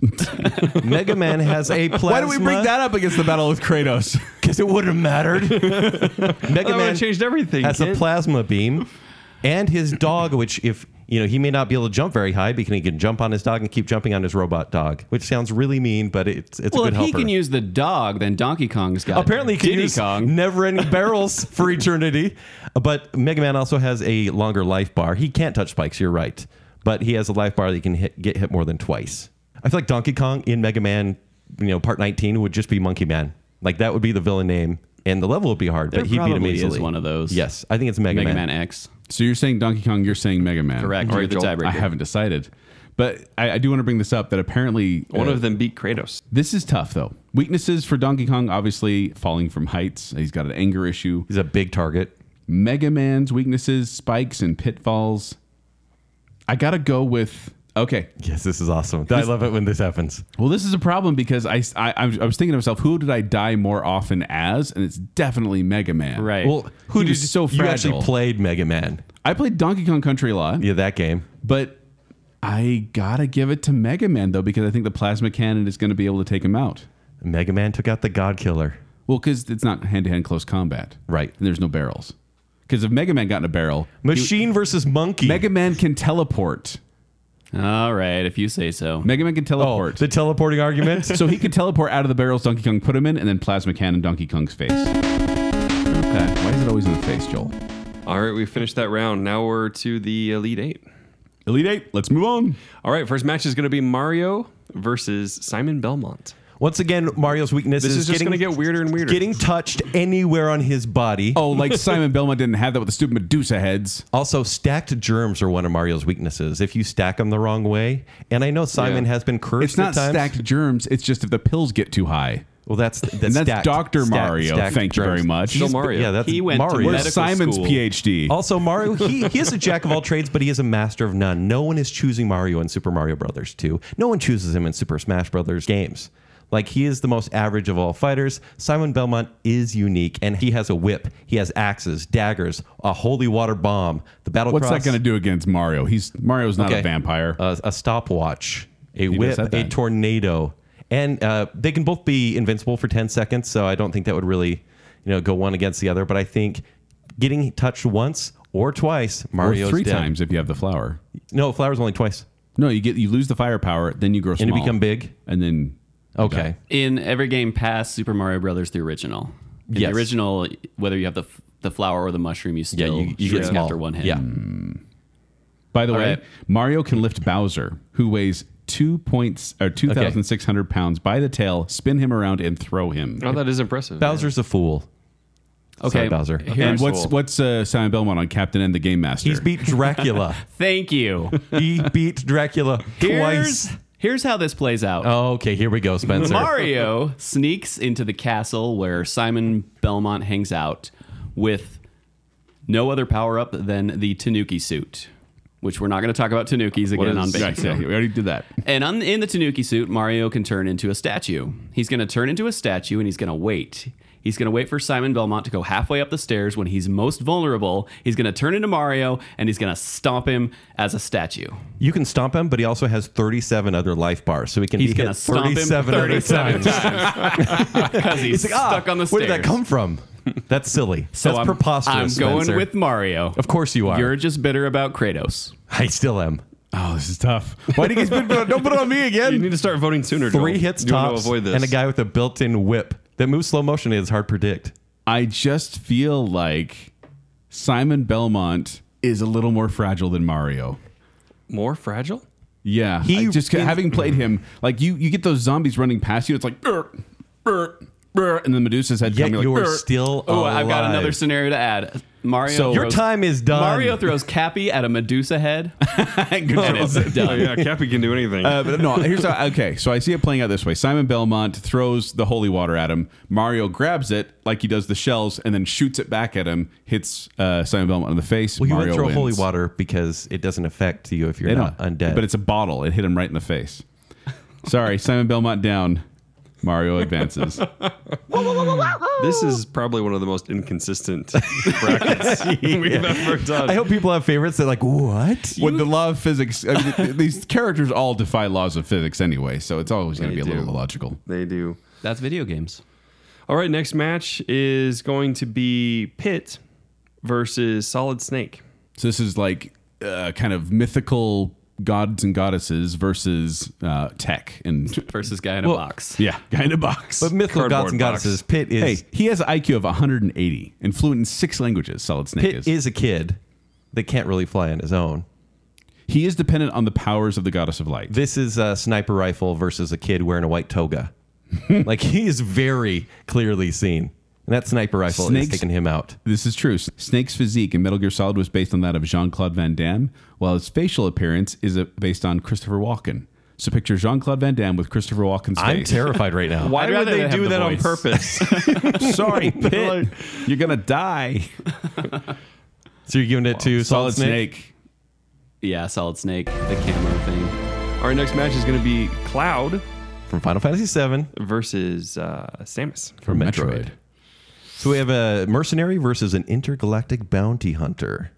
Mega Man has a plasma.
up against the battle with Kratos?
Because it wouldn't have mattered. (laughs) Mega
That would
Man
have changed everything.
has a
kid.
plasma beam and
(coughs)
his dog which if you know he may not be able to jump very high because he can jump on his dog and keep jumping on his robot dog which sounds really mean but it's it's
well,
a
if
good
he
helper
can use the dog, then Donkey Kong's got
apparently he can
Diddy
use
Kong. (laughs)
never-ending barrels for eternity but mega man also has a longer life bar he can't touch spikes you're right but he has a life bar that he can hit, get hit more than twice i feel like donkey kong in mega man you know part 19 would just be monkey man like that would be the villain name and the level would be hard
There
but he beat him
probably is
easily
one of those.
yes i think it's mega,
Mega
man.
Man X.
So you're saying Donkey Kong, you're saying Mega Man.
Correct.
All
You're
right,
the
Joel.
tiebreaker.
I haven't decided. But I, I do want to bring this up that apparently
One
uh,
of them beat Kratos.
this is tough though. Weaknesses for Donkey Kong obviously falling from heights. He's got an anger issue.
he's a big target
Mega Man's weaknesses, spikes and pitfalls. I got to go with okay.
Yes, this is awesome. I love it when this happens.
Well, this is a problem because I, I, I was thinking to myself, who did I die more often as? And it's definitely Mega Man.
Right.
Well, who
He
did
was so
you actually
fragile.
played Mega Man?
I played Donkey Kong Country a lot,
Yeah, that game.
but I got to give it to Mega Man though because I think the plasma cannon is going to be able to take him out.
Mega Man took out the God Killer.
Well, because it's not hand to hand close combat.
Right.
And there's no barrels. Because if Mega Man got in a barrel,
Machine versus monkey.
Mega Man can teleport.
all right, if you say so.
Mega Man can
oh,
teleport.
the teleporting argument. (laughs)
so he can teleport out of the barrels Donkey Kong put him in, and then plasma cannon Donkey Kong's face. Okay. Why is it always in the face, Joel?
All right, we finished that round. Now we're to the Elite Eight.
Elite Eight, let's move on.
All right, first match is going to be Mario versus Simon Belmont.
Once again, Mario's weakness
This
is,
is just
getting-
gonna get weirder and weirder.
Getting touched anywhere on his body.
Oh, like Simon Belmont didn't have that with the stupid Medusa heads.
Also, stacked germs are one of Mario's weaknesses. If you stack them the wrong way, and I know Simon
Yeah.
has been cursed.
It's not
at times.
stacked germs, it's just if the pills get too high.
Well, that's that's,
And that's
stacked-
Dr.
stacked-
Mario.
stacked
Thank you
germs.
very much.
Still
He's-
Mario.
Yeah, that's
He went to
Mario.
medical
Where's Simon's
school.
PhD?
(laughs) Also, Mario, he, he is a jack of all trades, but he is a master of none. No one is choosing Mario in Super Mario Brothers 2. No one chooses him in Super Smash Brothers games. Like he is the most average of all fighters. Simon Belmont is unique, and he has a whip. He has axes, daggers, a holy water bomb. The battle.
What's
cross,
that going to do against Mario? He's Mario's not
Okay. Uh,
a vampire.
A, a stopwatch, a
just
whip,
said
a
that.
tornado, and uh, they can both be invincible for ten seconds. So I don't think that would really, you know, go one against the other. But I think getting touched once or twice,
or
Mario's
three
dead.
times if you have the flower.
No, flowers only twice.
No, you get you lose the firepower, then you grow small
you become big?
and then you
Okay.
die.
in every game past Super Mario Brothers, the original. In
Yes.
The original, whether you have the f- the flower or the mushroom, you still
you- you get
shrink
small.
after one hit.
Yeah.
By the way,
right.
Mario can lift Bowser, who weighs two points or two thousand six hundred pounds, by the tail, spin him around, and throw him.
Oh, that is impressive.
Bowser's a fool.
Okay.
Sorry, Bowser.
Here-
And
Here's
what's
cool.
what's uh, Simon Belmont on Captain and the Game Master?
He's beat Dracula.
Thank you.
(laughs) he beat Dracula
Here's
twice.
here's how this plays out.
Oh, (laughs) okay, here we go, Spencer.
Mario sneaks into the castle where Simon Belmont hangs out with no other power up than the Tanuki suit, which we're not going to talk about Tanukis again
Right,
on Bacon
yeah,
Sale.
we already
(laughs)
did that.
And on, in the Tanuki suit, Mario can turn into a statue. He's going to turn into a statue and he's going to wait. He's going to wait for Simon Belmont to go halfway up the stairs when he's most vulnerable. He's going to turn into Mario and he's going to stomp him as a statue.
You can stomp him, but he also has 37 other life bars, so he can
He's
be
going
hit
to stomp him
37 other
37
times.
times. (laughs) Because he's,
Ah,
stuck on the
Where
stairs.
did that come
(laughs)
from? That's silly.
So
That's
I'm,
preposterous.
I'm going
Spencer.
with Mario.
Of course you are.
You're just bitter about Kratos.
I still am.
Oh, this is tough. Why do you guys put, don't put it on me again?
You need to start voting sooner. Joel.
Three hits
you want
tops
to avoid this.
and a guy with a built-in whip that moves slow motion is hard to predict.
I just feel like Simon Belmont is a little more fragile than Mario.
more fragile.
Yeah,
He-
I just having played him, like you, you get those zombies running past you. It's like, "Ur, ur, ur," and then Medusa's head.
Yet
coming, like,
you're
"Ur."
still
(laughs)
Oh, I've got
alive.
another scenario to add. Mario.
So-
Your
throws-
time is done.
Mario throws Cappy at a
(laughs)
Medusa head.
Good
it's
job.
done.
Oh, yeah, Cappy can do anything.
Uh, but no, here's how, okay. So I see it playing out this way: Simon Belmont throws the holy water at him. Mario grabs it like he does the shells, and then shoots it back at him. Hits uh, Simon Belmont in the face.
Well, you
Mario
won't throw
wins.
holy water because it doesn't affect you if you're
They
not
don't.
undead.
But it's a bottle. It hit him right in the face.
(laughs)
Sorry, Simon Belmont down. Mario advances.
this is probably one of the most inconsistent brackets we've ever done.
I hope people have favorites. They're like, what?
When the law of physics, I mean, these characters all defy laws of physics anyway, so it's always going to
They
be a little
do.
illogical.
they do.
That's video games.
All right, next match is going to be Pit versus Solid Snake.
So this is like uh, kind of mythical gods and goddesses versus uh, tech
(laughs)
and
(laughs) Versus guy in a box.
yeah, guy in a box.
But mythical
Cardboard
gods and
box.
goddesses. Pit
hey,
is
he has an IQ of 180 and fluent in six languages. Solid Snake
Pit is a kid that can't really fly on his own.
He is dependent on the powers of the goddess of light.
This is a sniper rifle versus a kid wearing a white
(laughs)
toga. like he is very clearly seen, and that sniper rifle
Snakes-
is taking him out.
This is true. Snake's physique in Metal Gear Solid was based on that of Jean Claude Van Damme, while his facial appearance is uh, based on Christopher Walken. So picture Jean Claude Van Damme with Christopher Walken's
I'm
face.
terrified right now.
Why
I'd
would
rather
they
have
do
the
that on
voice.
purpose?
Sorry, (laughs) Pit. You're gonna die.
(laughs) So you're giving it to Solid, Snake?
Yeah, Solid Snake, the camera thing.
Our next match is going to be Cloud
from Final Fantasy VII
versus uh, Samus.
from Metroid. So we have a mercenary versus an intergalactic bounty hunter.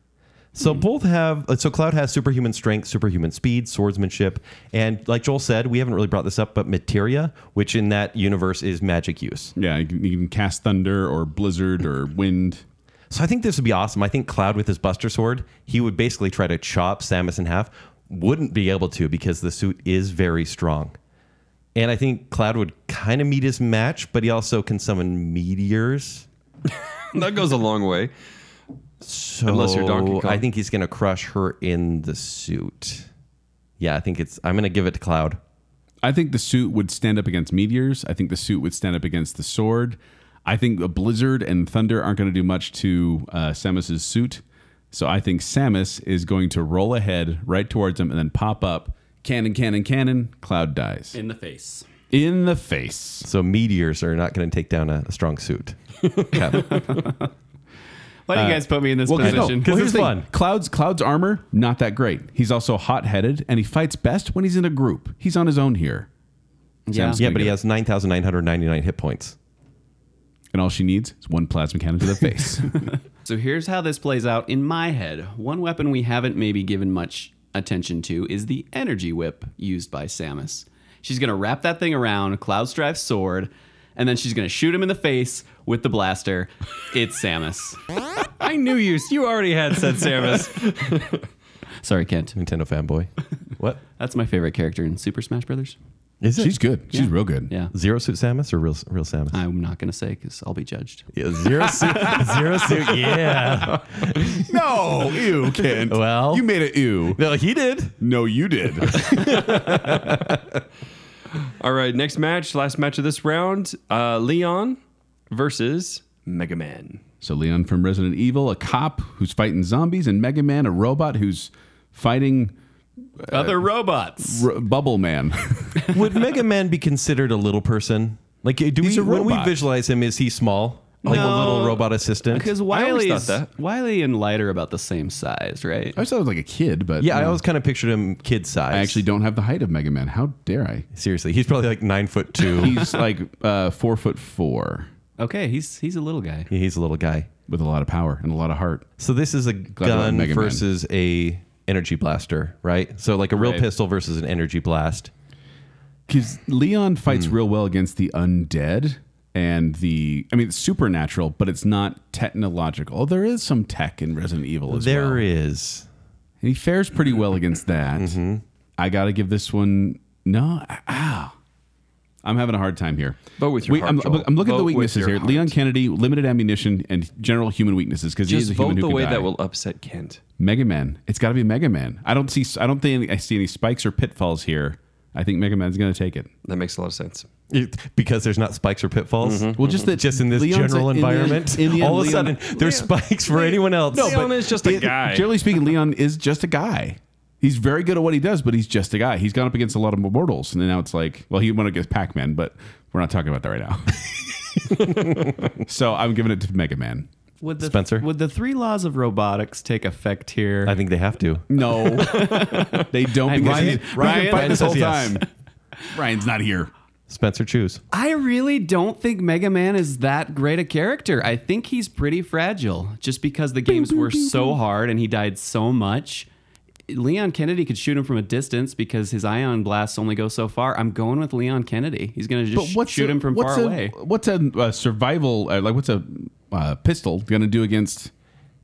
So both have uh, so Cloud has superhuman strength, superhuman speed, swordsmanship, and like Joel said, we haven't really brought this up, but materia, which in that universe is magic use.
Yeah, you can, you can cast thunder or blizzard or wind.
So I think this would be awesome. I think Cloud with his Buster Sword, he would basically try to chop Samus in half. Wouldn't be able to because the suit is very strong. And I think Cloud would kind of meet his match, but he also can summon meteors.
(laughs) That goes a long way.
So
Unless you're Donkey Kong.
I think he's gonna crush her in the suit. Yeah, I think it's. I'm gonna give it to Cloud.
I think the suit would stand up against meteors. I think the suit would stand up against the sword. I think the blizzard and thunder aren't going to do much to uh, Samus's suit. So I think Samus is going to roll ahead right towards him and then pop up. Cannon, cannon, cannon. Cloud dies
In the face.
in the face.
So meteors are not gonna take down a, a strong suit. Okay.
Why do you guys put me in this position?
because
here's fun.
Cloud's Cloud's armor not that great. He's also hot headed and he fights best when he's in a group. He's on his own here. Sam's
Yeah,
gonna
but he
get
has 9,999 hit points.
it. And all she needs is one plasma cannon to the face.
So here's how this plays out in my head. One weapon we haven't maybe given much attention to is the energy whip used by Samus. She's going to wrap that thing around Cloudstrife's sword, and then she's going to shoot him in the face with the blaster. It's Samus.
I knew you. You already had said Samus.
(laughs) Sorry, Kent.
Nintendo
(laughs)
fanboy. What?
That's my favorite character in Super Smash Brothers.
Is it?
She's good. She's real good.
Yeah.
Zero Suit Samus or real, real Samus?
I'm not going to say because I'll be judged.
Yeah, (laughs) zero Suit. zero Suit, yeah.
No, ew, Kent.
Well-
you made it ew.
No, he
(laughs)
did.
No, you did.
All right, next match, last match of this round uh, Leon versus Mega Man.
so Leon from Resident Evil, a cop who's fighting zombies, and Mega Man, a robot who's fighting
Other (laughs) robots.
r- Bubble Man. (laughs)
Would Mega Man be considered a little person? Like, do we,
a
when we
robot.
visualize him, is he small? Like a little
No.
robot assistant?
Because
I always
Wily's,
thought
Wily and Light are about the same size, right?
I always thought it was like a kid, but
yeah, I
no.
always kind of pictured him kid size.
I actually don't have the height of Mega Man. How dare I?
Seriously, he's probably like nine foot two. (laughs)
(laughs) He's like uh, four foot four
Okay, he's he's a little guy.
Yeah, he's a little guy.
with a lot of power and a lot of heart.
So this is a
I like
gun
Mega Man.
versus a energy blaster, right? So like a real
Right.
pistol versus an energy blast.
Because Leon fights
Hmm.
real well against the undead and the, I mean, it's supernatural, but it's not technological. There is some tech in Resident Evil as well.
There is.
And he fares pretty well against that.
Mm-hmm.
I got to give this one. No, ah, I'm having a hard time here.
Vote with your
Wait,
heart,
I'm,
Joel.
I'm looking at
Vote
the
with
weaknesses
your
here.
heart.
Leon Kennedy, limited ammunition and general human weaknesses because he's
Just
a human
vote
who
the
can
way
die.
that will upset Kent.
Mega Man. It's got to be Mega Man. I don't see. I don't think I see any spikes or pitfalls here. I think Mega Man's going to take it.
That makes a lot of sense.
It- because there's not spikes or pitfalls.
Well, just
Mm-hmm.
that
Just in this
Leon's
general
in the-
environment,
in the end,
all of a
Leon-
sudden there's spikes for anyone else.
Leon is just a
(laughs)
guy.
Generally speaking, Leon is just a guy. He's very good at what he does, but he's just a guy. He's gone up against a lot of mortals, and now it's like, well, he went against Pac Man, but we're not talking about that right now.
(laughs)
so I'm giving it to Mega Man.
Would the,
Spencer?
Would the three laws of robotics take effect here?
I think they have to.
No,
(laughs)
they don't. because
Ryan-
he's- we've been
Ryan-
fighting
Ryan
this whole
says yes.
time. Ryan's not here.
Spencer, choose.
I really don't think Mega Man is that great a character. I think he's pretty fragile just because the games were so hard and he died so much. Leon Kennedy could shoot him from a distance because his ion blasts only go so far. I'm going with Leon Kennedy. He's going to just shoot
a-
him from
what's
far
a,
away.
What's a, uh survival uh, like? What's a uh, pistol gonna do against?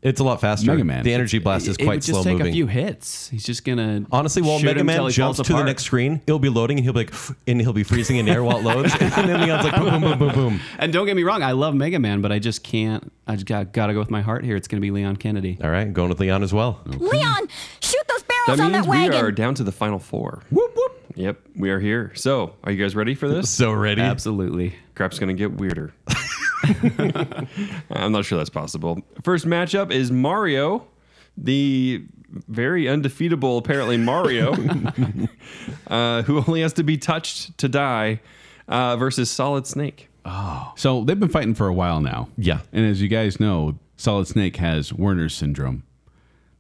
It's a lot faster.
Mega Man.
The energy blast is
It- it
quite
would
slow
just take
moving.
a few hits. He's just going to
Honestly, while Mega Man jumps to the next screen, it'll be loading and he'll be like, (laughs) and he'll be freezing in air while it loads. (laughs) and then Leon's like, boom, boom, boom, boom, boom.
And don't get me wrong, I love Mega Man, but I just can't. I just got, got to go with my heart here. It's going to be Leon Kennedy.
All right, going with Leon as well.
Leon, shoot those barrels
That
on
means
that
we
wagon.
are down to the final four. Whoop, whoop. Yep, we are here. So, are you guys ready for this?
So ready.
Absolutely.
Crap's going to get weirder. (laughs) I'm not sure that's possible. First matchup is Mario, the very undefeatable, apparently, Mario, uh, who only has to be touched to die, uh, versus Solid Snake.
So they've been fighting for a while now.
Yeah.
And as you guys know, Solid Snake has Werner's syndrome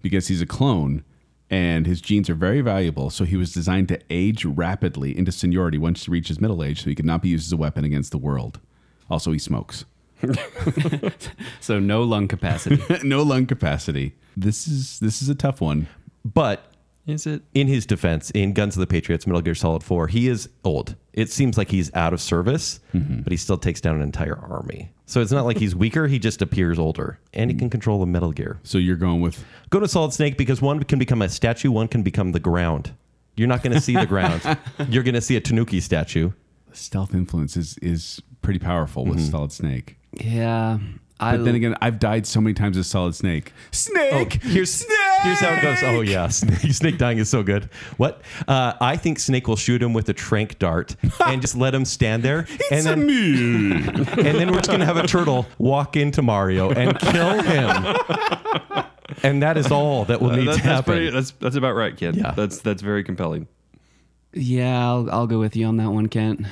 because he's a clone and his genes are very valuable. So he was designed to age rapidly into seniority once he reaches middle age so he could not be used as a weapon against the world. Also, he smokes. (laughs)
So no lung
(laughs)
capacity.
no lung capacity. This is this is a tough one.
But
Is it?
in his defense, in Guns of the Patriots, Metal Gear Solid 4, he is old. It seems like he's out of service, but he still takes down an entire army. So it's not like he's weaker, he just appears older. And he can control a Metal Gear.
So you're going with
Go to Solid Snake because one can become a statue, one can become the ground. You're not going to see the ground. You're going to see a Tanuki statue.
stealth influence is is pretty powerful with
Mm-hmm.
Solid Snake.
yeah. I,
But then again, I've died so many times as Solid Snake. Snake.
Oh, Here's Here's how it goes. Oh yeah, (laughs) snake, snake dying is so good. What? Uh, I think Snake will shoot him with a trank dart and just let him stand there, and then and then we're just gonna have a turtle walk into Mario and kill him. and that is all that will need to
Uh, That- that's,
happen.
pretty, that's, that's about right, kid.
Yeah.
That's, that's very compelling.
yeah, I'll, I'll go with you on that one, Kent.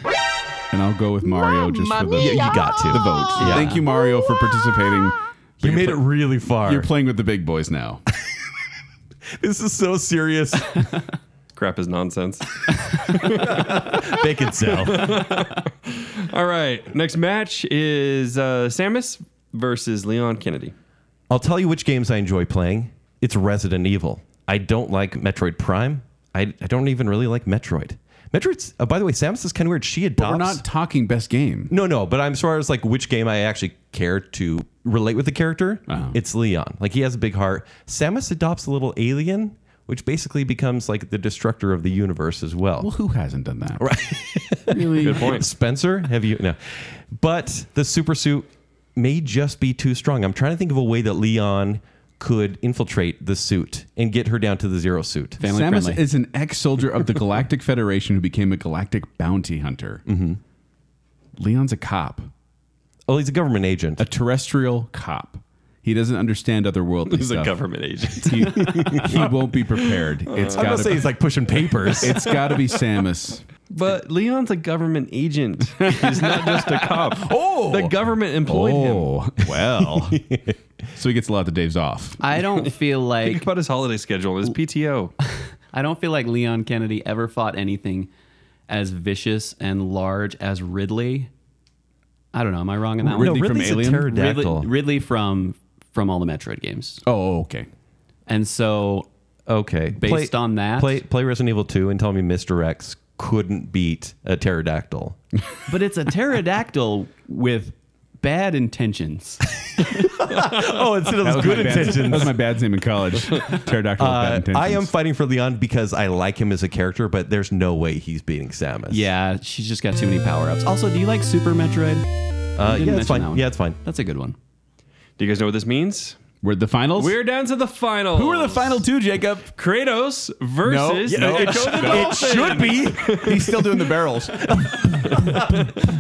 And I'll go with Mario just for the,
Yeah, you got to
the vote.
Yeah.
Thank you, Mario, for participating.
You made it really far.
You're playing with the big boys now.
this is so serious.
Crap is nonsense. (laughs)
Bacon cell.
All right. Next match is uh, Samus versus Leon Kennedy.
I'll tell you which games I enjoy playing. It's Resident Evil. I don't like Metroid Prime. I, I don't even really like Metroid. Metroid's, uh, by the way, Samus is kind of weird. She adopts.
But we're not talking best game.
No, no, but I'm as far as like which game I actually care to relate with the character,
Uh-huh.
it's Leon. Like he has a big heart. Samus adopts a little alien, which basically becomes like the destructor of the universe as well.
Well, who hasn't done that? Right. really?
(laughs)
Good point.
Spencer, have you no? But the super suit may just be too strong. I'm trying to think of a way that Leon could infiltrate the suit and get her down to the zero suit.
Family
Samus
friendly.
is an ex-soldier of the Galactic Federation who became a galactic bounty hunter.
Mm-hmm.
Leon's a cop,
Oh, he's a government agent.
a terrestrial cop. He doesn't understand otherworldly
He's a
stuff.
government agent.
He, he won't
(laughs)
be prepared. It's
I'm
got
not saying
to.
he's like
(laughs)
pushing papers.
It's got to be Samus.
But Leon's a government agent. He's not just a
(laughs)
cop. Oh, the government employed him.
Oh
(laughs)
well. so he gets a lot of days off.
(laughs) I don't feel
Think
like
about his holiday schedule, his PTO.
I don't feel like Leon Kennedy ever fought anything as vicious and large as Ridley. I don't know. Am I wrong in that
Ridley
one?
from
Ridley's a
Alien?
pterodactyl.
Ridley, Ridley from from all the Metroid games,
Oh okay.
and so
Okay.
Based on that?
Play play Resident Evil 2 and tell me Mr. X couldn't beat a
(laughs)
pterodactyl.
but it's a pterodactyl with bad intentions.
oh, instead of
That was my bad- That was my bad name in (laughs) college. Pterodactyl with bad intentions.
I am fighting for Leon because I like him as a character, but there's no way he's beating Samus.
Yeah, she's just got too many power ups. Also, do you like Super Metroid?
Uh, yeah,
You didn't mention
it's
that
fine.
one.
Yeah, it's fine.
That's a good one.
Do you guys know what this means?
We're at the finals.
We're down to the final.
Who are the final two, Jacob?
Kratos versus
No. No.
Echo the Dolphin.
be. He's still doing the barrels.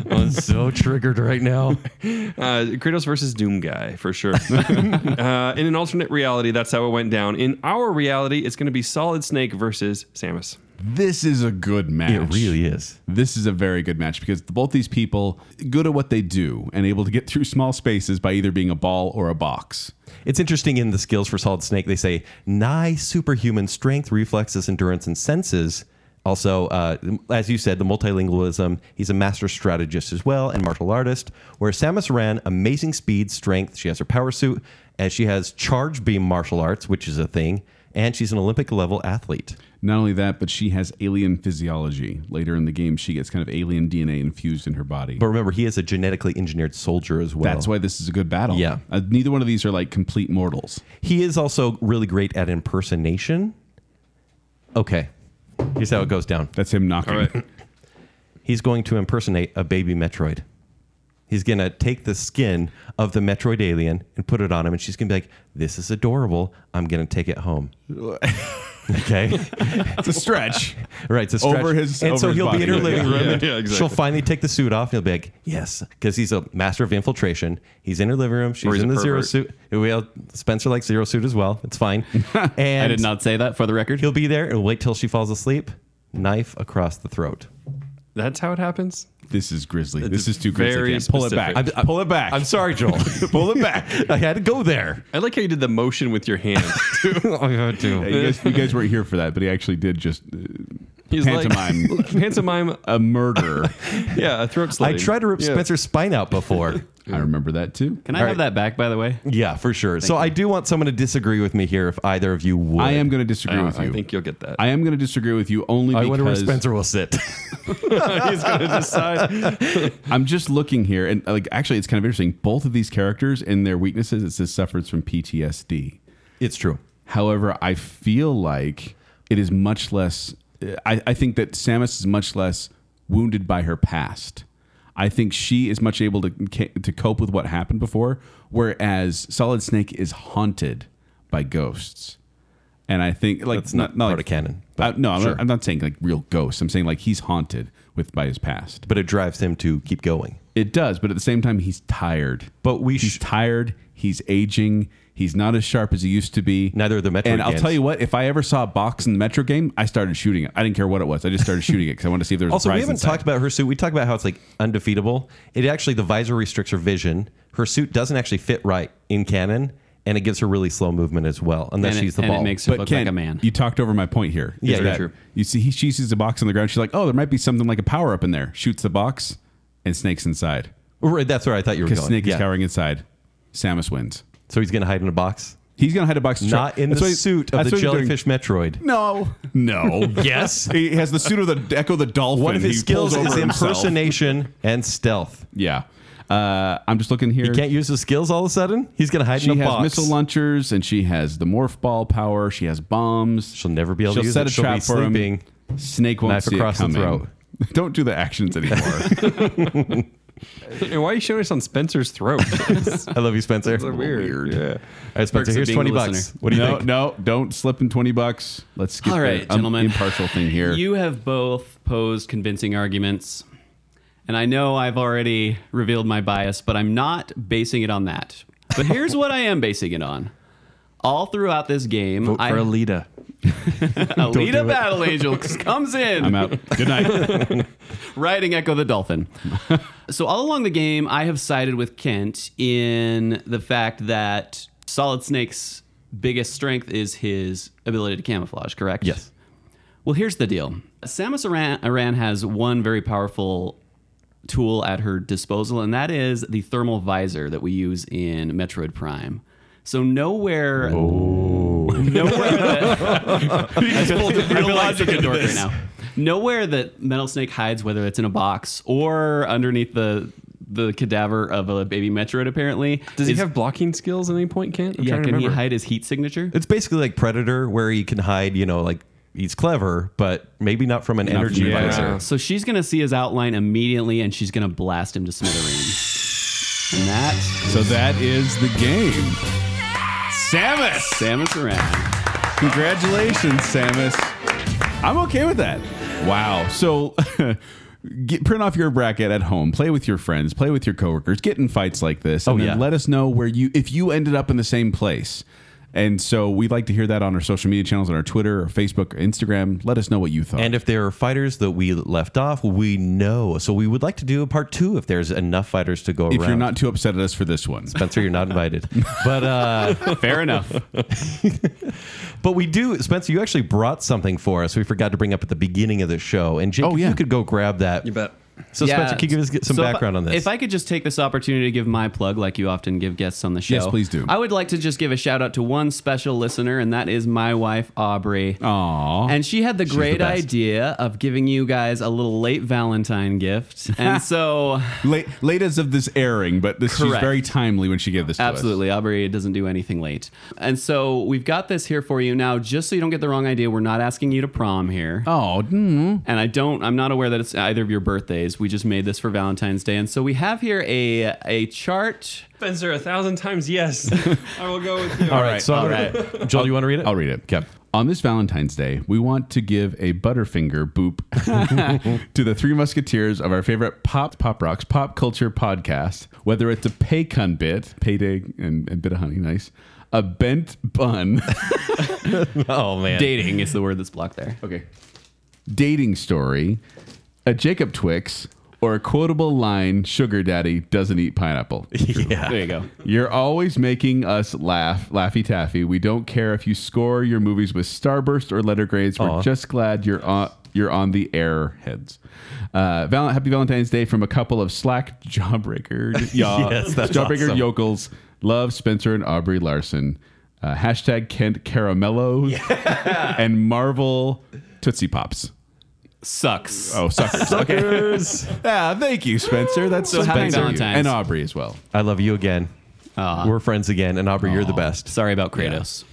(laughs) I'm so triggered right now.
Uh, Kratos versus Doom Guy
(laughs)
for sure. uh, in an alternate reality, that's how it went down. In our reality, it's going to be Solid Snake versus Samus.
This is a good match.
It really is.
This is a very good match because both these people good at what they do and able to get (laughs) through small spaces by either being a ball or a box.
It's interesting in the skills for Solid Snake. They say nigh superhuman strength, reflexes, endurance, and senses. Also, uh, as you said, the multilingualism. He's a master strategist as well and martial artist. Where Samus ran amazing speed, strength. She has her power suit, and she has charge beam martial arts, which is a thing. And she's an Olympic level athlete.
Not only that, but she has alien physiology. Later in the game, she gets kind of alien DNA infused in her body.
But remember, he is a genetically engineered soldier as well.
That's why this is a good battle.
Yeah.
Uh, neither one of these are like complete mortals.
He is also really great at impersonation. Okay. Here's how it goes down.
That's him knocking.
All right.
He's going to impersonate a baby Metroid. He's going to take the skin of the Metroid alien and put it on him. And she's going to be like, This is adorable. I'm going to take it home. okay.
It's a stretch.
Right. So
Over his-
And
over
so
his
he'll be in her
body.
living
Yeah,
room.
yeah,
and
yeah, exactly.
She'll finally take the suit off and he'll be like, Yes. Because he's a master of infiltration. He's in her living room. She's
he's
in
a
the zero
pervert.
suit. Well, Spencer likes zero suit as well. It's fine. And
I did not say that for the record.
He'll be there and wait till she falls asleep. Knife across the throat.
That's how it happens.
(laughs) This is grisly. this is too
very
grisly. Dan. Pull it
specific.
back. Pull it back.
I'm sorry, (laughs) Joel.
Pull it back.
(laughs) I had to go there.
I like how you did the motion with
(laughs)
your hand.
I had
Oh, Yeah,
to.
Uh, you, guys, you guys weren't here for that, but he actually did just uh,
(laughs) He's like-
pantomime
(laughs) pantomime. uh,
a murder.
Yeah, a throat
I
slitting.
tried to rip
Yeah.
Spencer's spine out before.
I remember that too.
Can I
All
have
right.
that back, by the way?
(laughs) yeah, for sure. so I do want someone to disagree with me here if either of you would.
I am going to disagree
Uh,
with you.
I think you'll get that.
I am going to disagree with you only
I
because
wonder where Spencer will sit.
He's going to decide.
I'm just looking here, and uh, like actually, it's kind of interesting. Both of these characters and their weaknesses, it says suffers from PTSD.
(laughs) it's true.
However, I feel like it is much less. I, I think that Samus is much less wounded by her past. I think she is much able to ca- to cope with what happened before, whereas Solid Snake is haunted by ghosts. And I think like
That's not part
like-
of canon,
I-
but
no, I'm,
sure.
not, I'm not saying like real ghosts. I'm saying like he's haunted with by his past.
But it drives him to keep going.
It does, but at the same time, he's tired.
But we
he's
sh-
tired. He's aging. He's not as sharp as he used to be.
Neither are the Metro
And I'll
games.
tell you what: if I ever saw a box in the Metro game, I started shooting it. I didn't care what it was. I just started shooting it because I wanted to see if there was.
Also,
a prize
we haven't
inside.
talked about her suit. We talk about how it's like undefeatable. It actually the visor restricts her vision. Her suit doesn't actually fit right in canon, and it gives her really slow movement as well, unless
and
she's
it,
the
and
ball.
it makes her look
Ken,
like a man.
You talked over my point here.
Yeah,
Is
yeah.
that
True.
You see, he, she sees the box on the ground. She's like, "Oh, there might be something like a power up in there." Shoots the box, and snakes inside
right, that's where I thought you were
because
going.
snake
yeah.
is cowering inside. Samus wins.
So he's gonna hide in a box,
He's gonna hide a box. to try-
not in
That's
the
what he-
suit of
that's
the
what he's doing.
jellyfish Metroid.
No, no.
Yes.
(laughs) he has the suit of the Echo the Dolphin.
One of his
He
skills
pulls
is
over himself.
impersonation and stealth.
Yeah. Uh, I'm just looking here.
He can't use his skills all of a sudden. He's gonna hide
she
in a
has
box.
missile launchers and she has the morph ball power. She has bombs.
She'll never be able to
She'll
use
set
it.
a
She'll
trap
be
for
sleeping.
him. Snake won't
Knife
see
across
it
the
coming.
throat.
(laughs) Don't do the actions anymore.
And why are you showing us on Spencer's throat? (laughs) That's
I love you, Spencer.
so weird. Yeah.
All right, Spencer.
Perks of
Here's
being
twenty
a
bucks.
listener.
(laughs) What do you
no,
think?
no, don't slip in twenty bucks. Let's get
All
the
right,
um,
gentlemen.
impartial thing here.
You have both posed convincing arguments, and I know I've already revealed my bias, but I'm not basing it on that. But here's what I am basing it on. All throughout this game,
Vote
I,
for Alita.
Alita Battle Angel comes in.
I'm
(laughs)
out. Good night.
riding Echo the Dolphin. so all along the game, I have sided with Kent in the fact that Solid Snake's biggest strength is his ability to camouflage. Correct?
Yes.
Well, here's the deal. Samus Aran, Aran has one very powerful tool at her disposal, and that is the thermal visor that we use in Metroid Prime. So nowhere, (laughs) nowhere
(laughs)
that I feel like such a dork right now. Nowhere that Metal Snake hides, whether it's in a box or underneath the the cadaver of a baby Metroid. Apparently,
Does he
is-
have blocking skills at any point, Kent? I'm
Yeah,
trying to
can he
remember.
hide his heat signature?
It's basically like Predator, where he can hide. You know, like he's clever, but maybe not from an
from
energy
the
Yeah.
visor.
So she's gonna see his outline immediately, and she's gonna blast him to smithereens. And that
so that is the game. Samus.
Samus Aran.
Congratulations, Samus. I'm okay with that. Wow. So (laughs) get, print off your bracket at home, play with your friends, play with your coworkers, get in fights like this, and
Oh,
then
yeah.
let us know where you if you ended up in the same place. And so we'd like to hear that on our social media channels, on our Twitter, or Facebook, or Instagram. Let us know what you thought.
And if there are fighters that we left off, we know. So we would like to do a part two if there's enough fighters to go
if
around.
you're not too upset at us for this one,
Spencer, you're not
(laughs)
invited. But uh,
Fair enough.
but we do, Spencer. You actually brought something for us. We forgot to bring up at the beginning of the show. And Jake,
Oh,
if
yeah.
you could go grab that.
You bet.
So Spencer, can you give us get some
So if I-
background on this?
If I could just take this opportunity to give my plug, like you often give guests on the show.
Yes, please do.
I would like to just give a shout out to one special listener, and that is my wife, Aubrey.
Aw.
And she had the great
best.
idea of giving you guys a little late
(laughs)
Valentine gift. And so,
late, late as of this airing, but this she's
Correct.
very timely when she gave this. To us.
absolutely, Aubrey doesn't do anything late. And so, we've got this here for you now, just so you don't get the wrong idea. We're not asking you to prom here.
Oh, mm.
and I don't I'm not aware that it's either of your birthdays. We just made this for Valentine's Day. And so we have here a a chart.
Spencer, a thousand times yes. I will go with you.
all right. So all right. Joel, you want to read it?
I'll read it. Okay. On this Valentine's Day, we want to give a Butterfinger boop (laughs) to the three musketeers of our favorite pop pop rocks pop culture podcast. Whether it's a paycun bit, payday and, and bit of honey, nice, a bent bun,
(laughs)
(laughs)
Oh man.
Dating is the word that's blocked there.
okay, dating story, a Jacob Twix, or a quotable line: "Sugar Daddy doesn't
(laughs)
eat pineapple."
(laughs) Yeah.
There you go.
You're always making us laugh, Laffy Taffy. We don't care if you score your movies with starburst or letter grades. We're
Aw.
just glad you're on you're on the air heads. Uh, Val- happy Valentine's Day from a couple of slack (laughs) jawbreaker yaw,
Yes, that's
jawbreaker
awesome.
yokels. Love Spencer and Aubrey Larson. Uh, hashtag Kent (laughs) Caramellos and Marvel Tootsie Pops.
Sucks. Ah,
Oh, (laughs) suckers.
Suckers.
yeah, thank you, Spencer. That's
So happy
Spencer
Valentine's.
and Aubrey as well.
I love you again. We're friends again, and Aubrey, you're the best.
Sorry about Kratos.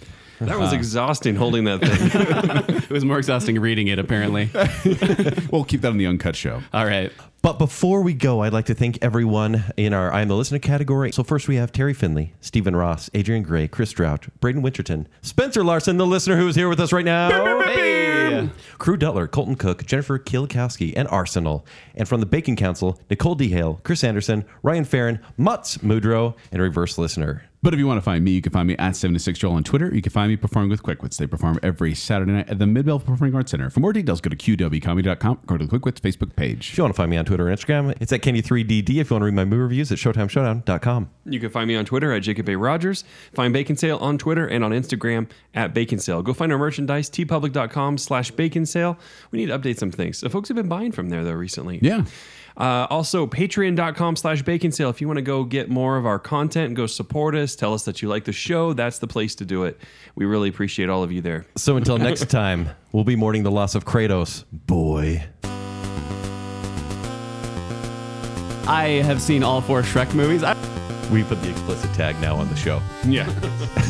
That was exhausting holding that thing.
It was more exhausting reading it apparently. (laughs)
We'll keep that on the Uncut Show.
All right.
But before we go, I'd like to thank everyone in our I'm the Listener category. So first we have Terry Finley, Stephen Ross, Adrian Gray, Chris Drought, Braden Winterton, Spencer Larson, the listener who is here with us right now.
Hey.
Crew Dutler, Colton Cook, Jennifer Kielikowski, and Arsenal. And from the Bacon Council, Nicole D. Hale, Chris Anderson, Ryan Farron, Mutz Mudrow, and Reverse Listener.
But if you want to find me, you can find me at 76Joel on Twitter. You can find me performing with Quickwits. They perform every Saturday night at the Midbell Performing Arts Center. For more details, go to qwcomedy.com or go to the Quickwits Facebook page.
If you want to find me on Twitter or Instagram, it's at Kenny3DD. If you want to read my movie reviews, it's ShowtimeShowdown.com.
You can find me on Twitter at Jacob A. Rogers. Find Bacon Sale on Twitter and on Instagram at Bacon Sale. Go find our merchandise, tpublic.com slash bacon sale. We need to update some things. So folks have been buying from there though recently.
Yeah.
Uh, also, patreon.com slash bacon sale. If you want to go get more of our content, go support us, tell us that you like the show. That's the place to do it. We really appreciate all of you there.
So until next time, we'll be mourning the loss of Kratos. Boy.
I have seen all four Shrek movies. I-
We put the explicit tag now on the show.
(laughs) Yeah.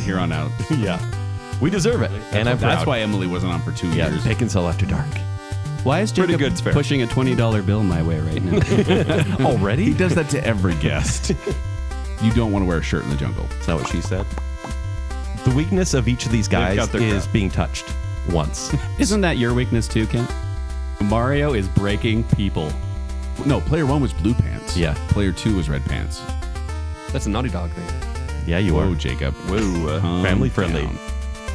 Here on out.
Yeah. We deserve it. and I'm
That's
proud.
why Emily wasn't on for two
Yeah,
years.
Bacon Cell After Dark.
Why is Jacob
good, it's fair.
pushing a twenty dollar bill my way right
(laughs)
(laughs)
now?
Already?
He does that to every
(laughs)
guest. you don't want to wear a shirt in the jungle.
That's not what she said. The weakness of each of these guys
got their
is
crap.
being touched
(laughs)
once.
Isn't that your weakness too, Kent? Mario is breaking people.
No, player one was blue pants.
Yeah.
Player two was red pants.
That's a naughty dog thing.
yeah, you
Whoa,
are.
Jacob.
Whoa.
Calm
uh, Family friendly.
down.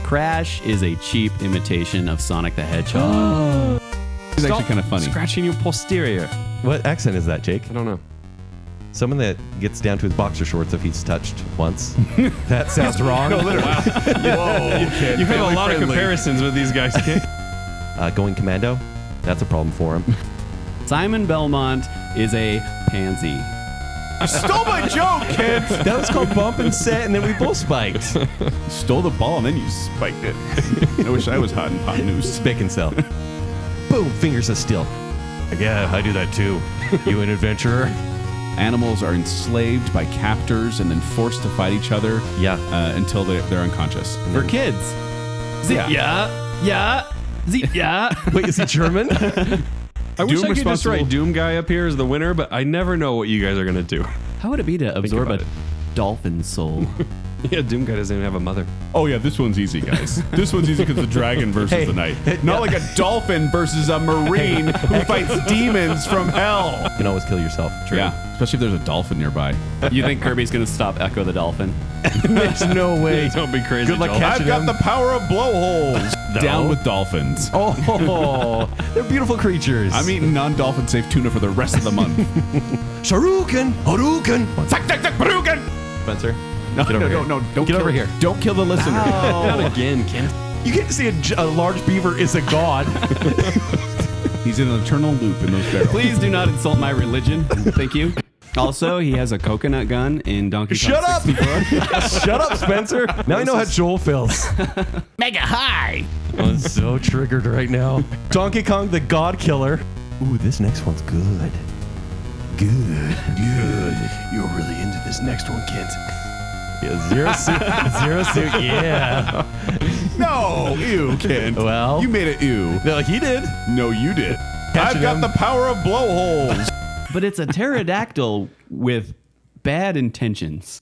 Crash is a cheap imitation of Sonic the Hedgehog.
It's actually kind of funny.
Scratching your posterior.
What accent is that, Jake?
I don't know.
Someone that gets down to his boxer shorts if he's touched once.
(laughs)
that sounds wrong.
You have a lot of comparisons with these guys. Kid.
Uh, going commando, that's a problem for
(laughs)
him.
Simon Belmont is a pansy.
Stole my joke, kid.
that was called bump and set, and then we both spiked.
(laughs) Stole the ball and then you spiked it. (laughs) I wish I was hot and pot news.
Bacon
(laughs)
cell. Boom, fingers are still. Yeah, I do that too. You an adventurer?
Animals are enslaved by captors and then forced to fight each other.
Yeah.
Uh, until they, they're unconscious.
For kids. Zip
Yeah.
yeah. Yeah. Zip (laughs) yeah.
Wait, is he German?
I wish
Doom
I could just
responsible-
write Doom guy up here as the winner, but I never know what you guys are gonna do. (laughs)
How would it be to absorb a
about it.
dolphin soul?
yeah, Doom guy doesn't even have a mother.
Oh yeah, this one's easy, (laughs) guys. this one's easy because the dragon versus
Hey.
the knight. (laughs) Not like a dolphin versus
(laughs)
a marine who fights demons from hell.
You can always kill yourself. True.
Yeah, especially if there's a dolphin (laughs) nearby.
(laughs) you think Kirby's gonna stop Echo the Dolphin?
There's no way.
Don't be crazy.
Good luck
Joel.
catching him.
power of
(laughs)
blowholes. Down with dolphins.
Oh, (laughs) they're beautiful creatures.
I'm eating non-dolphin safe tuna for the rest of the month. (laughs)
Sharukan, Harukan.
Zack, zack, zack, Barugan!
Spencer,
No,
get over
no,
here.
no, no, don't
get
kill,
over here.
Don't kill the (laughs) listener.
Not again, Kent.
You get to see a, j- a large beaver is a (laughs) god.
He's in an eternal loop in those barrels.
Please do not insult my religion. Thank you. Also, he has a coconut gun in Donkey Kong.
Shut up!
64. (laughs)
Shut up, Spencer. Now I know how Joel feels.
(laughs) Mega high!
I'm so triggered right now. Donkey Kong the God Killer. Ooh, this next one's good. Good. Good. You're really into this next one, Kent. Yeah, zero suit. (laughs) zero suit. Yeah.
No, Oh, ew,
(laughs)
Kent.
Well.
you made it ew.
No, he did.
No, you did.
Catching
I've got
him.
the power of blowholes.
but it's a pterodactyl with bad intentions.